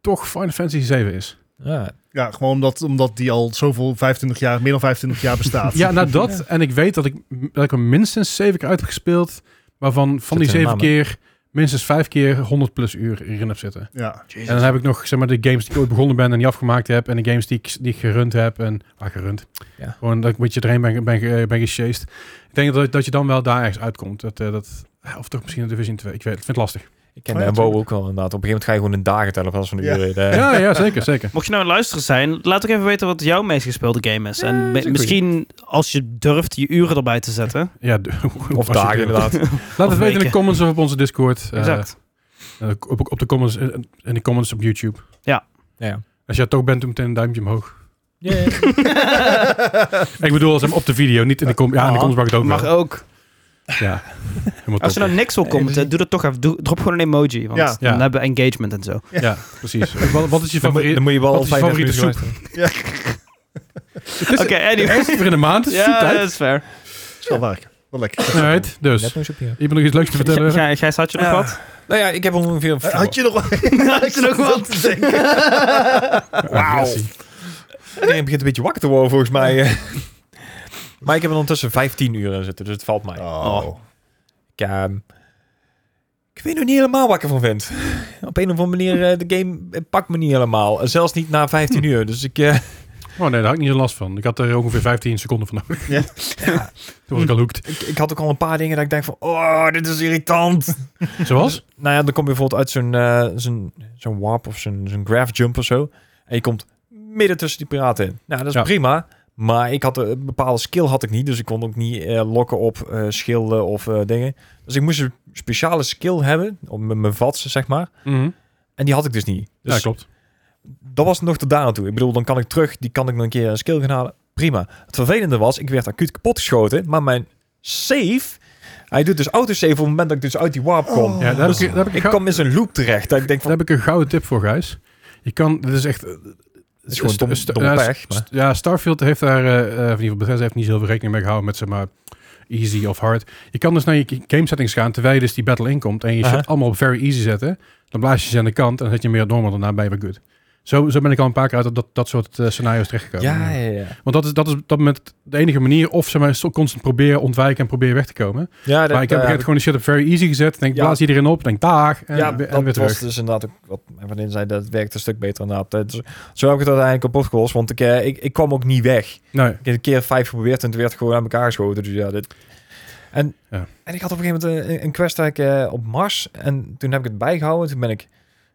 Speaker 2: toch Final Fantasy 7 is.
Speaker 3: Ja.
Speaker 4: Ja, gewoon omdat, omdat die al zoveel 25 jaar, meer dan 25 jaar bestaat.
Speaker 2: Ja, nou dat. En ik weet dat ik, dat ik er minstens 7 keer uit heb gespeeld. Waarvan van die
Speaker 3: Zit er
Speaker 2: 7
Speaker 3: namen?
Speaker 2: keer minstens 5 keer 100 plus uur erin heb zitten.
Speaker 4: Ja.
Speaker 2: En dan heb ik nog zeg maar, de games die ik ooit begonnen ben en niet afgemaakt heb. En de games die ik, die ik gerund heb. En, ah, gerund.
Speaker 3: Ja.
Speaker 2: Gewoon dat ik een beetje erheen ben, ge- ben, ge- eh, ben gechased. Ik denk dat, dat je dan wel daar ergens uitkomt. Dat, eh, dat, of toch misschien een Division 2. Ik weet, het, ik vind het lastig.
Speaker 3: Ik ken
Speaker 4: Oh ja,
Speaker 3: de WoW
Speaker 4: tuurlijk.
Speaker 3: ook al inderdaad. Op een gegeven moment ga je gewoon in dagen tellen als van de
Speaker 4: Ja.
Speaker 3: uren. Eh,
Speaker 2: Ja, ja, zeker, zeker.
Speaker 1: Mocht je nou een luisteraar zijn, laat ook even weten wat jouw meest gespeelde game is. en me-
Speaker 3: is een
Speaker 1: misschien, als je durft, je uren erbij te zetten.
Speaker 2: Ja, d-
Speaker 3: Of
Speaker 2: als je
Speaker 3: dagen
Speaker 2: wil.
Speaker 3: inderdaad.
Speaker 2: Laat
Speaker 1: Of
Speaker 2: het weten in
Speaker 1: weken.
Speaker 2: de comments of op onze Discord. Eh,
Speaker 1: Exact.
Speaker 2: en op, op de comments, eh, in de comments op YouTube.
Speaker 3: ja.
Speaker 2: Als je dat toch bent, doe meteen een duimpje omhoog.
Speaker 3: Ja,
Speaker 2: Ik bedoel, als hem op de video, niet in de, com ja, in de
Speaker 1: Ah,
Speaker 2: comments mag het ook
Speaker 1: Mag
Speaker 2: wel.
Speaker 1: ook.
Speaker 2: Ja. Helemaal
Speaker 1: Als je
Speaker 2: top.
Speaker 1: nou niks wil commenten, doe dat toch even. Doe, drop gewoon een emoji, want
Speaker 4: Ja.
Speaker 1: dan
Speaker 2: Ja.
Speaker 1: hebben we engagement en zo.
Speaker 2: Ja, precies. Wat, wat is je
Speaker 3: nou- Dan, moet,
Speaker 2: favoriete...
Speaker 3: dan moet je wel
Speaker 2: Wat is je
Speaker 3: 35
Speaker 2: favoriete
Speaker 3: minuten
Speaker 2: soep?
Speaker 3: luisteren.
Speaker 2: Het is
Speaker 1: Oké, anyway.
Speaker 2: ergens weer in de maand, het is
Speaker 1: Ja,
Speaker 2: tijd.
Speaker 1: dat is fair.
Speaker 4: Dat is wel waar. Wel lekker.
Speaker 2: Alright, dus.
Speaker 3: Net een soepje.
Speaker 2: Je hebt nog iets leuks te vertellen.
Speaker 1: Gij- Gij- Gijs, had je nog
Speaker 3: Ja.
Speaker 1: wat?
Speaker 3: Nou ja, ik heb ongeveer...
Speaker 4: Eh, Had je nog wat?
Speaker 1: Had je nog wat te zeggen?
Speaker 2: Wauw.
Speaker 3: Iedereen begint een beetje wakker te worden volgens mij. eh. maar ik heb er ondertussen 15 uur in zitten, dus het valt mij.
Speaker 4: Oh.
Speaker 3: Ik, ehm, ik weet nog niet helemaal wat ik ervan vind. Op een of andere manier, eh, de game eh, pakt me niet helemaal. Eh, Zelfs niet na 15 uur. Dus ik, eh,
Speaker 2: Oh nee, daar had ik niet zo last van. Ik had er ongeveer 15 seconden van nodig.
Speaker 4: Ja.
Speaker 2: Toen was ik al hooked.
Speaker 3: ik, ik had ook al een paar dingen dat ik denk van... Oh, dit is irritant.
Speaker 2: Zoals?
Speaker 3: nou ja, dan kom je bijvoorbeeld uit zo'n eh, zo'n zo'n warp of zo'n zo'n graph jump of zo. En je komt midden tussen die piraten in. Nou, dat is
Speaker 2: Ja.
Speaker 3: prima. Maar ik had eh, een bepaalde skill had ik niet. Dus ik kon ook niet eh, lokken op eh, schilden of eh, dingen. Dus ik moest een speciale skill hebben. Op mijn mijn vats, zeg maar.
Speaker 2: Mhm.
Speaker 3: En die had ik dus niet. Dus
Speaker 2: ja, klopt.
Speaker 3: dat was nog tot daar aan toe. Ik bedoel, dan kan ik terug, die kan ik nog een keer een skill gaan halen. Prima. Het vervelende was, ik werd acuut kapotgeschoten, maar mijn save... Hij doet dus autosave op het moment dat ik dus uit die warp kom.
Speaker 2: Ja, daar, heb ik, daar, heb ik, een
Speaker 3: Ik
Speaker 2: gou-
Speaker 3: kwam in zo'n loop terecht. Dat ik denk
Speaker 2: daar
Speaker 3: van,
Speaker 2: heb ik een gouden tip voor, Gijs. Je kan, dit is echt... eh,
Speaker 3: is gewoon
Speaker 2: st-
Speaker 3: dom-
Speaker 2: st-
Speaker 3: domme
Speaker 2: ja,
Speaker 3: pech,
Speaker 2: st-
Speaker 3: maar-
Speaker 2: Ja, Starfield heeft daar, eh, eh, in ieder geval Bethesda heeft niet zoveel rekening mee gehouden met, zeg maar, easy of hard. Je kan dus naar je game settings gaan, terwijl je dus die battle inkomt en je
Speaker 3: Aha.
Speaker 2: zet allemaal op very easy zetten. Dan blaas je ze aan de kant en dan zet je meer op normal, daarna ben je weer good. Zo, zo ben ik al een paar keer uit dat- dat, dat soort eh, scenario's terechtgekomen.
Speaker 3: ja, ja, ja.
Speaker 2: Want dat is, dat is op dat moment de enige manier of ze maar zo constant proberen ontwijken en proberen weg te komen.
Speaker 3: ja dat,
Speaker 2: maar ik heb
Speaker 3: eh,
Speaker 2: echt gewoon de shit op very easy gezet. Denk,
Speaker 3: Ja.
Speaker 2: blaas iedereen op, denk dag en,
Speaker 3: ja,
Speaker 2: weer- en
Speaker 3: dat
Speaker 2: weer terug.
Speaker 3: was dus inderdaad ook wat mijn vriendin zei, dat werkt een stuk beter inderdaad. Dat is- zo heb ik het uiteindelijk op opgelost, want ik, eh, ik, ik kwam ook niet weg.
Speaker 2: Nee,
Speaker 3: Ik heb een keer vijf geprobeerd en het werd gewoon aan elkaar geschoten. Dus ja, dit... En,
Speaker 2: Ja.
Speaker 3: en ik had op een gegeven moment een, een quest dat ik, eh, op Mars. En toen heb ik het bijgehouden. Toen ben ik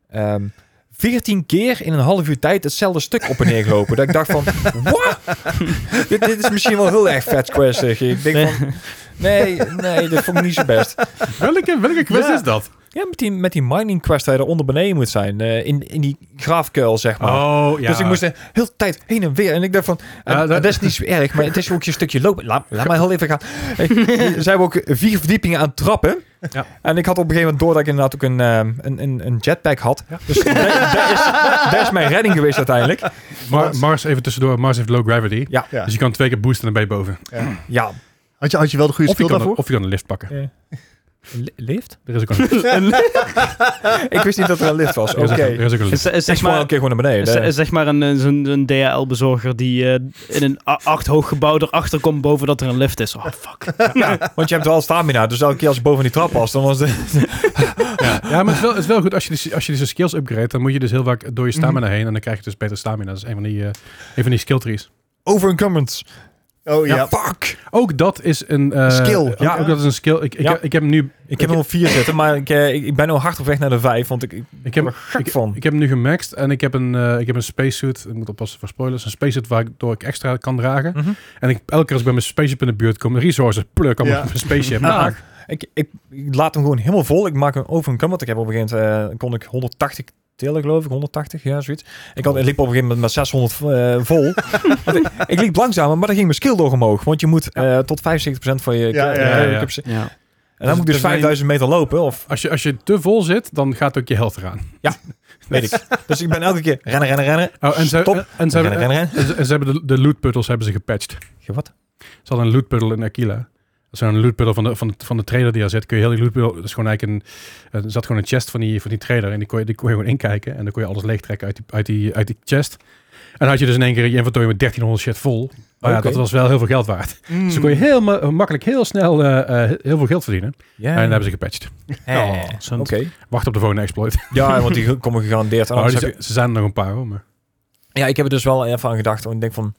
Speaker 3: ehm 14 keer in een half uur tijd hetzelfde stuk op en neer gelopen. dat ik dacht van, wat? dit, dit is misschien wel heel erg vet questig. Ik denk van, nee, nee, dat vond ik niet zo best.
Speaker 2: welke, welke quest
Speaker 3: Ja.
Speaker 2: is dat?
Speaker 3: Ja, met die, met die mining quest waar je er onder beneden moet zijn. eh, in, in die graafkuil, zeg maar.
Speaker 2: Oh, ja.
Speaker 3: Dus ik moest de hele tijd heen en weer. En ik dacht van, eh,
Speaker 2: Ja,
Speaker 3: eh,
Speaker 2: dat-
Speaker 3: dat is niet zo erg, maar het is ook een stukje lopen. Laat, laat mij heel even gaan. Eh, Ze hebben ook vier verdiepingen aan trappen.
Speaker 2: Ja.
Speaker 3: En ik had op een gegeven moment door dat ik inderdaad ook een, ehm, een, een, een jetpack had. Dus dat dat is, dat is mijn redding geweest uiteindelijk.
Speaker 2: Mar- Mars, even tussendoor. Mars heeft low gravity.
Speaker 3: Ja.
Speaker 4: Ja.
Speaker 2: Dus je kan twee keer boosten en dan ben je boven.
Speaker 3: Ja.
Speaker 4: Had, je, had je wel de goede
Speaker 2: Of je,
Speaker 4: speel
Speaker 2: kan,
Speaker 4: daarvoor?
Speaker 2: of je kan een lift pakken.
Speaker 3: Eh, Lift?
Speaker 2: Er is ook een lift.
Speaker 3: Ik wist niet dat er een lift was.
Speaker 2: Er is
Speaker 3: Oké.
Speaker 2: ook- Er is ook een
Speaker 1: Is,
Speaker 2: lift.
Speaker 1: is,
Speaker 3: Ik
Speaker 1: zeg
Speaker 3: sprong
Speaker 1: maar,
Speaker 3: een keer gewoon naar
Speaker 1: is,
Speaker 3: beneden.
Speaker 1: is zeg maar een, eh, zo'n zo'n DHL-bezorger die eh, in een a- acht hoog gebouw erachter komt boven dat er een lift is. Oh, fuck.
Speaker 3: Ja, want je hebt wel stamina. Dus elke keer als je boven die trap was, dan was de...
Speaker 2: Ja, maar het is, wel, het is wel goed. Als je, dus, als je dus een skills upgrade, dan moet je dus heel vaak door je stamina heen. En dan krijg je dus betere stamina. Dat is een van die, eh, een van die skill trees.
Speaker 3: Over incumbents.
Speaker 4: Oh ja.
Speaker 3: Ja, fuck.
Speaker 2: Ook dat is een... eh,
Speaker 3: Skill.
Speaker 2: Ja, ook dat is een skill. Ik, ik,
Speaker 3: Ja.
Speaker 2: heb, ik heb hem nu
Speaker 3: Ik heb hem op vier zitten, maar ik, eh, ik, ik ben al hard op weg naar de vijf. Want ik, ik
Speaker 2: Ik heb,
Speaker 3: word er gek
Speaker 2: ik,
Speaker 3: van.
Speaker 2: ik heb hem nu gemaxt en ik heb een, eh, ik heb een spacesuit. Ik moet oppassen voor spoilers. Een spacesuit waardoor ik extra kan dragen.
Speaker 3: Mhm.
Speaker 2: En ik, elke keer als ik bij mijn spaceship in de buurt kom, de resources, pluk, allemaal
Speaker 4: Ja.
Speaker 2: op mijn spaceship. Nou,
Speaker 3: Ah.
Speaker 2: Dag.
Speaker 3: Ik, ik, ik laat hem gewoon helemaal vol. Ik maak een overcome. Want ik heb op een gegeven moment eh, kon ik 180 tillen, geloof ik. 180, ja, zoiets. Ik,
Speaker 2: Oh.
Speaker 3: had, ik liep op een gegeven moment met 600 eh, vol. Want ik, ik liep langzamer, maar dan ging mijn skill door omhoog. Want je moet eh, tot 75% van je... eh,
Speaker 4: Ja, ja,
Speaker 2: ja, ja.
Speaker 3: En
Speaker 1: Ja.
Speaker 3: dan moet ik dus
Speaker 2: Dus
Speaker 3: 5000 meter lopen, of
Speaker 2: Als je, als je te vol zit, dan gaat ook je helft eraan.
Speaker 3: weet ik. Dus ik ben elke keer rennen, rennen, rennen.
Speaker 2: Oh, en ze,
Speaker 3: Stop.
Speaker 2: en- En ze
Speaker 3: rennen,
Speaker 2: hebben,
Speaker 3: rennen, rennen.
Speaker 2: en ze, en ze hebben de, de loot puddles hebben ze gepatcht.
Speaker 3: Ja, Wat?
Speaker 2: Ze hadden een loot puddle in Aquila. Dat is zo'n loot puddle van de, van, de, van de trader die er zit. Kun je heel die loot puddle... Dat is gewoon eigenlijk een... eh, Er zat gewoon een chest van die, van die trader. En die kon, je, die kon je gewoon inkijken. En dan kon je alles leegtrekken uit die, uit die, uit die chest. En dan had je dus in één keer je inventory met 1300 shit vol. Maar ja,
Speaker 3: Oké. Hmm.
Speaker 2: dat was wel heel veel geld waard. Dus dan kon je heel ma- makkelijk, heel snel eh, eh, heel veel geld verdienen.
Speaker 3: Ja.
Speaker 2: En dan hebben ze gepatcht.
Speaker 3: Eh,
Speaker 1: Oh, zo'n-
Speaker 3: Oké.
Speaker 2: Wacht op de volgende exploit.
Speaker 3: Ja, want die komen gegarandeerd.
Speaker 2: Oh,
Speaker 3: Anders
Speaker 2: die
Speaker 3: heb je-
Speaker 2: z- Ze zijn er nog een paar hoor. Maar...
Speaker 3: Ja, ik heb er dus wel even aan gedacht. Want ik denk van,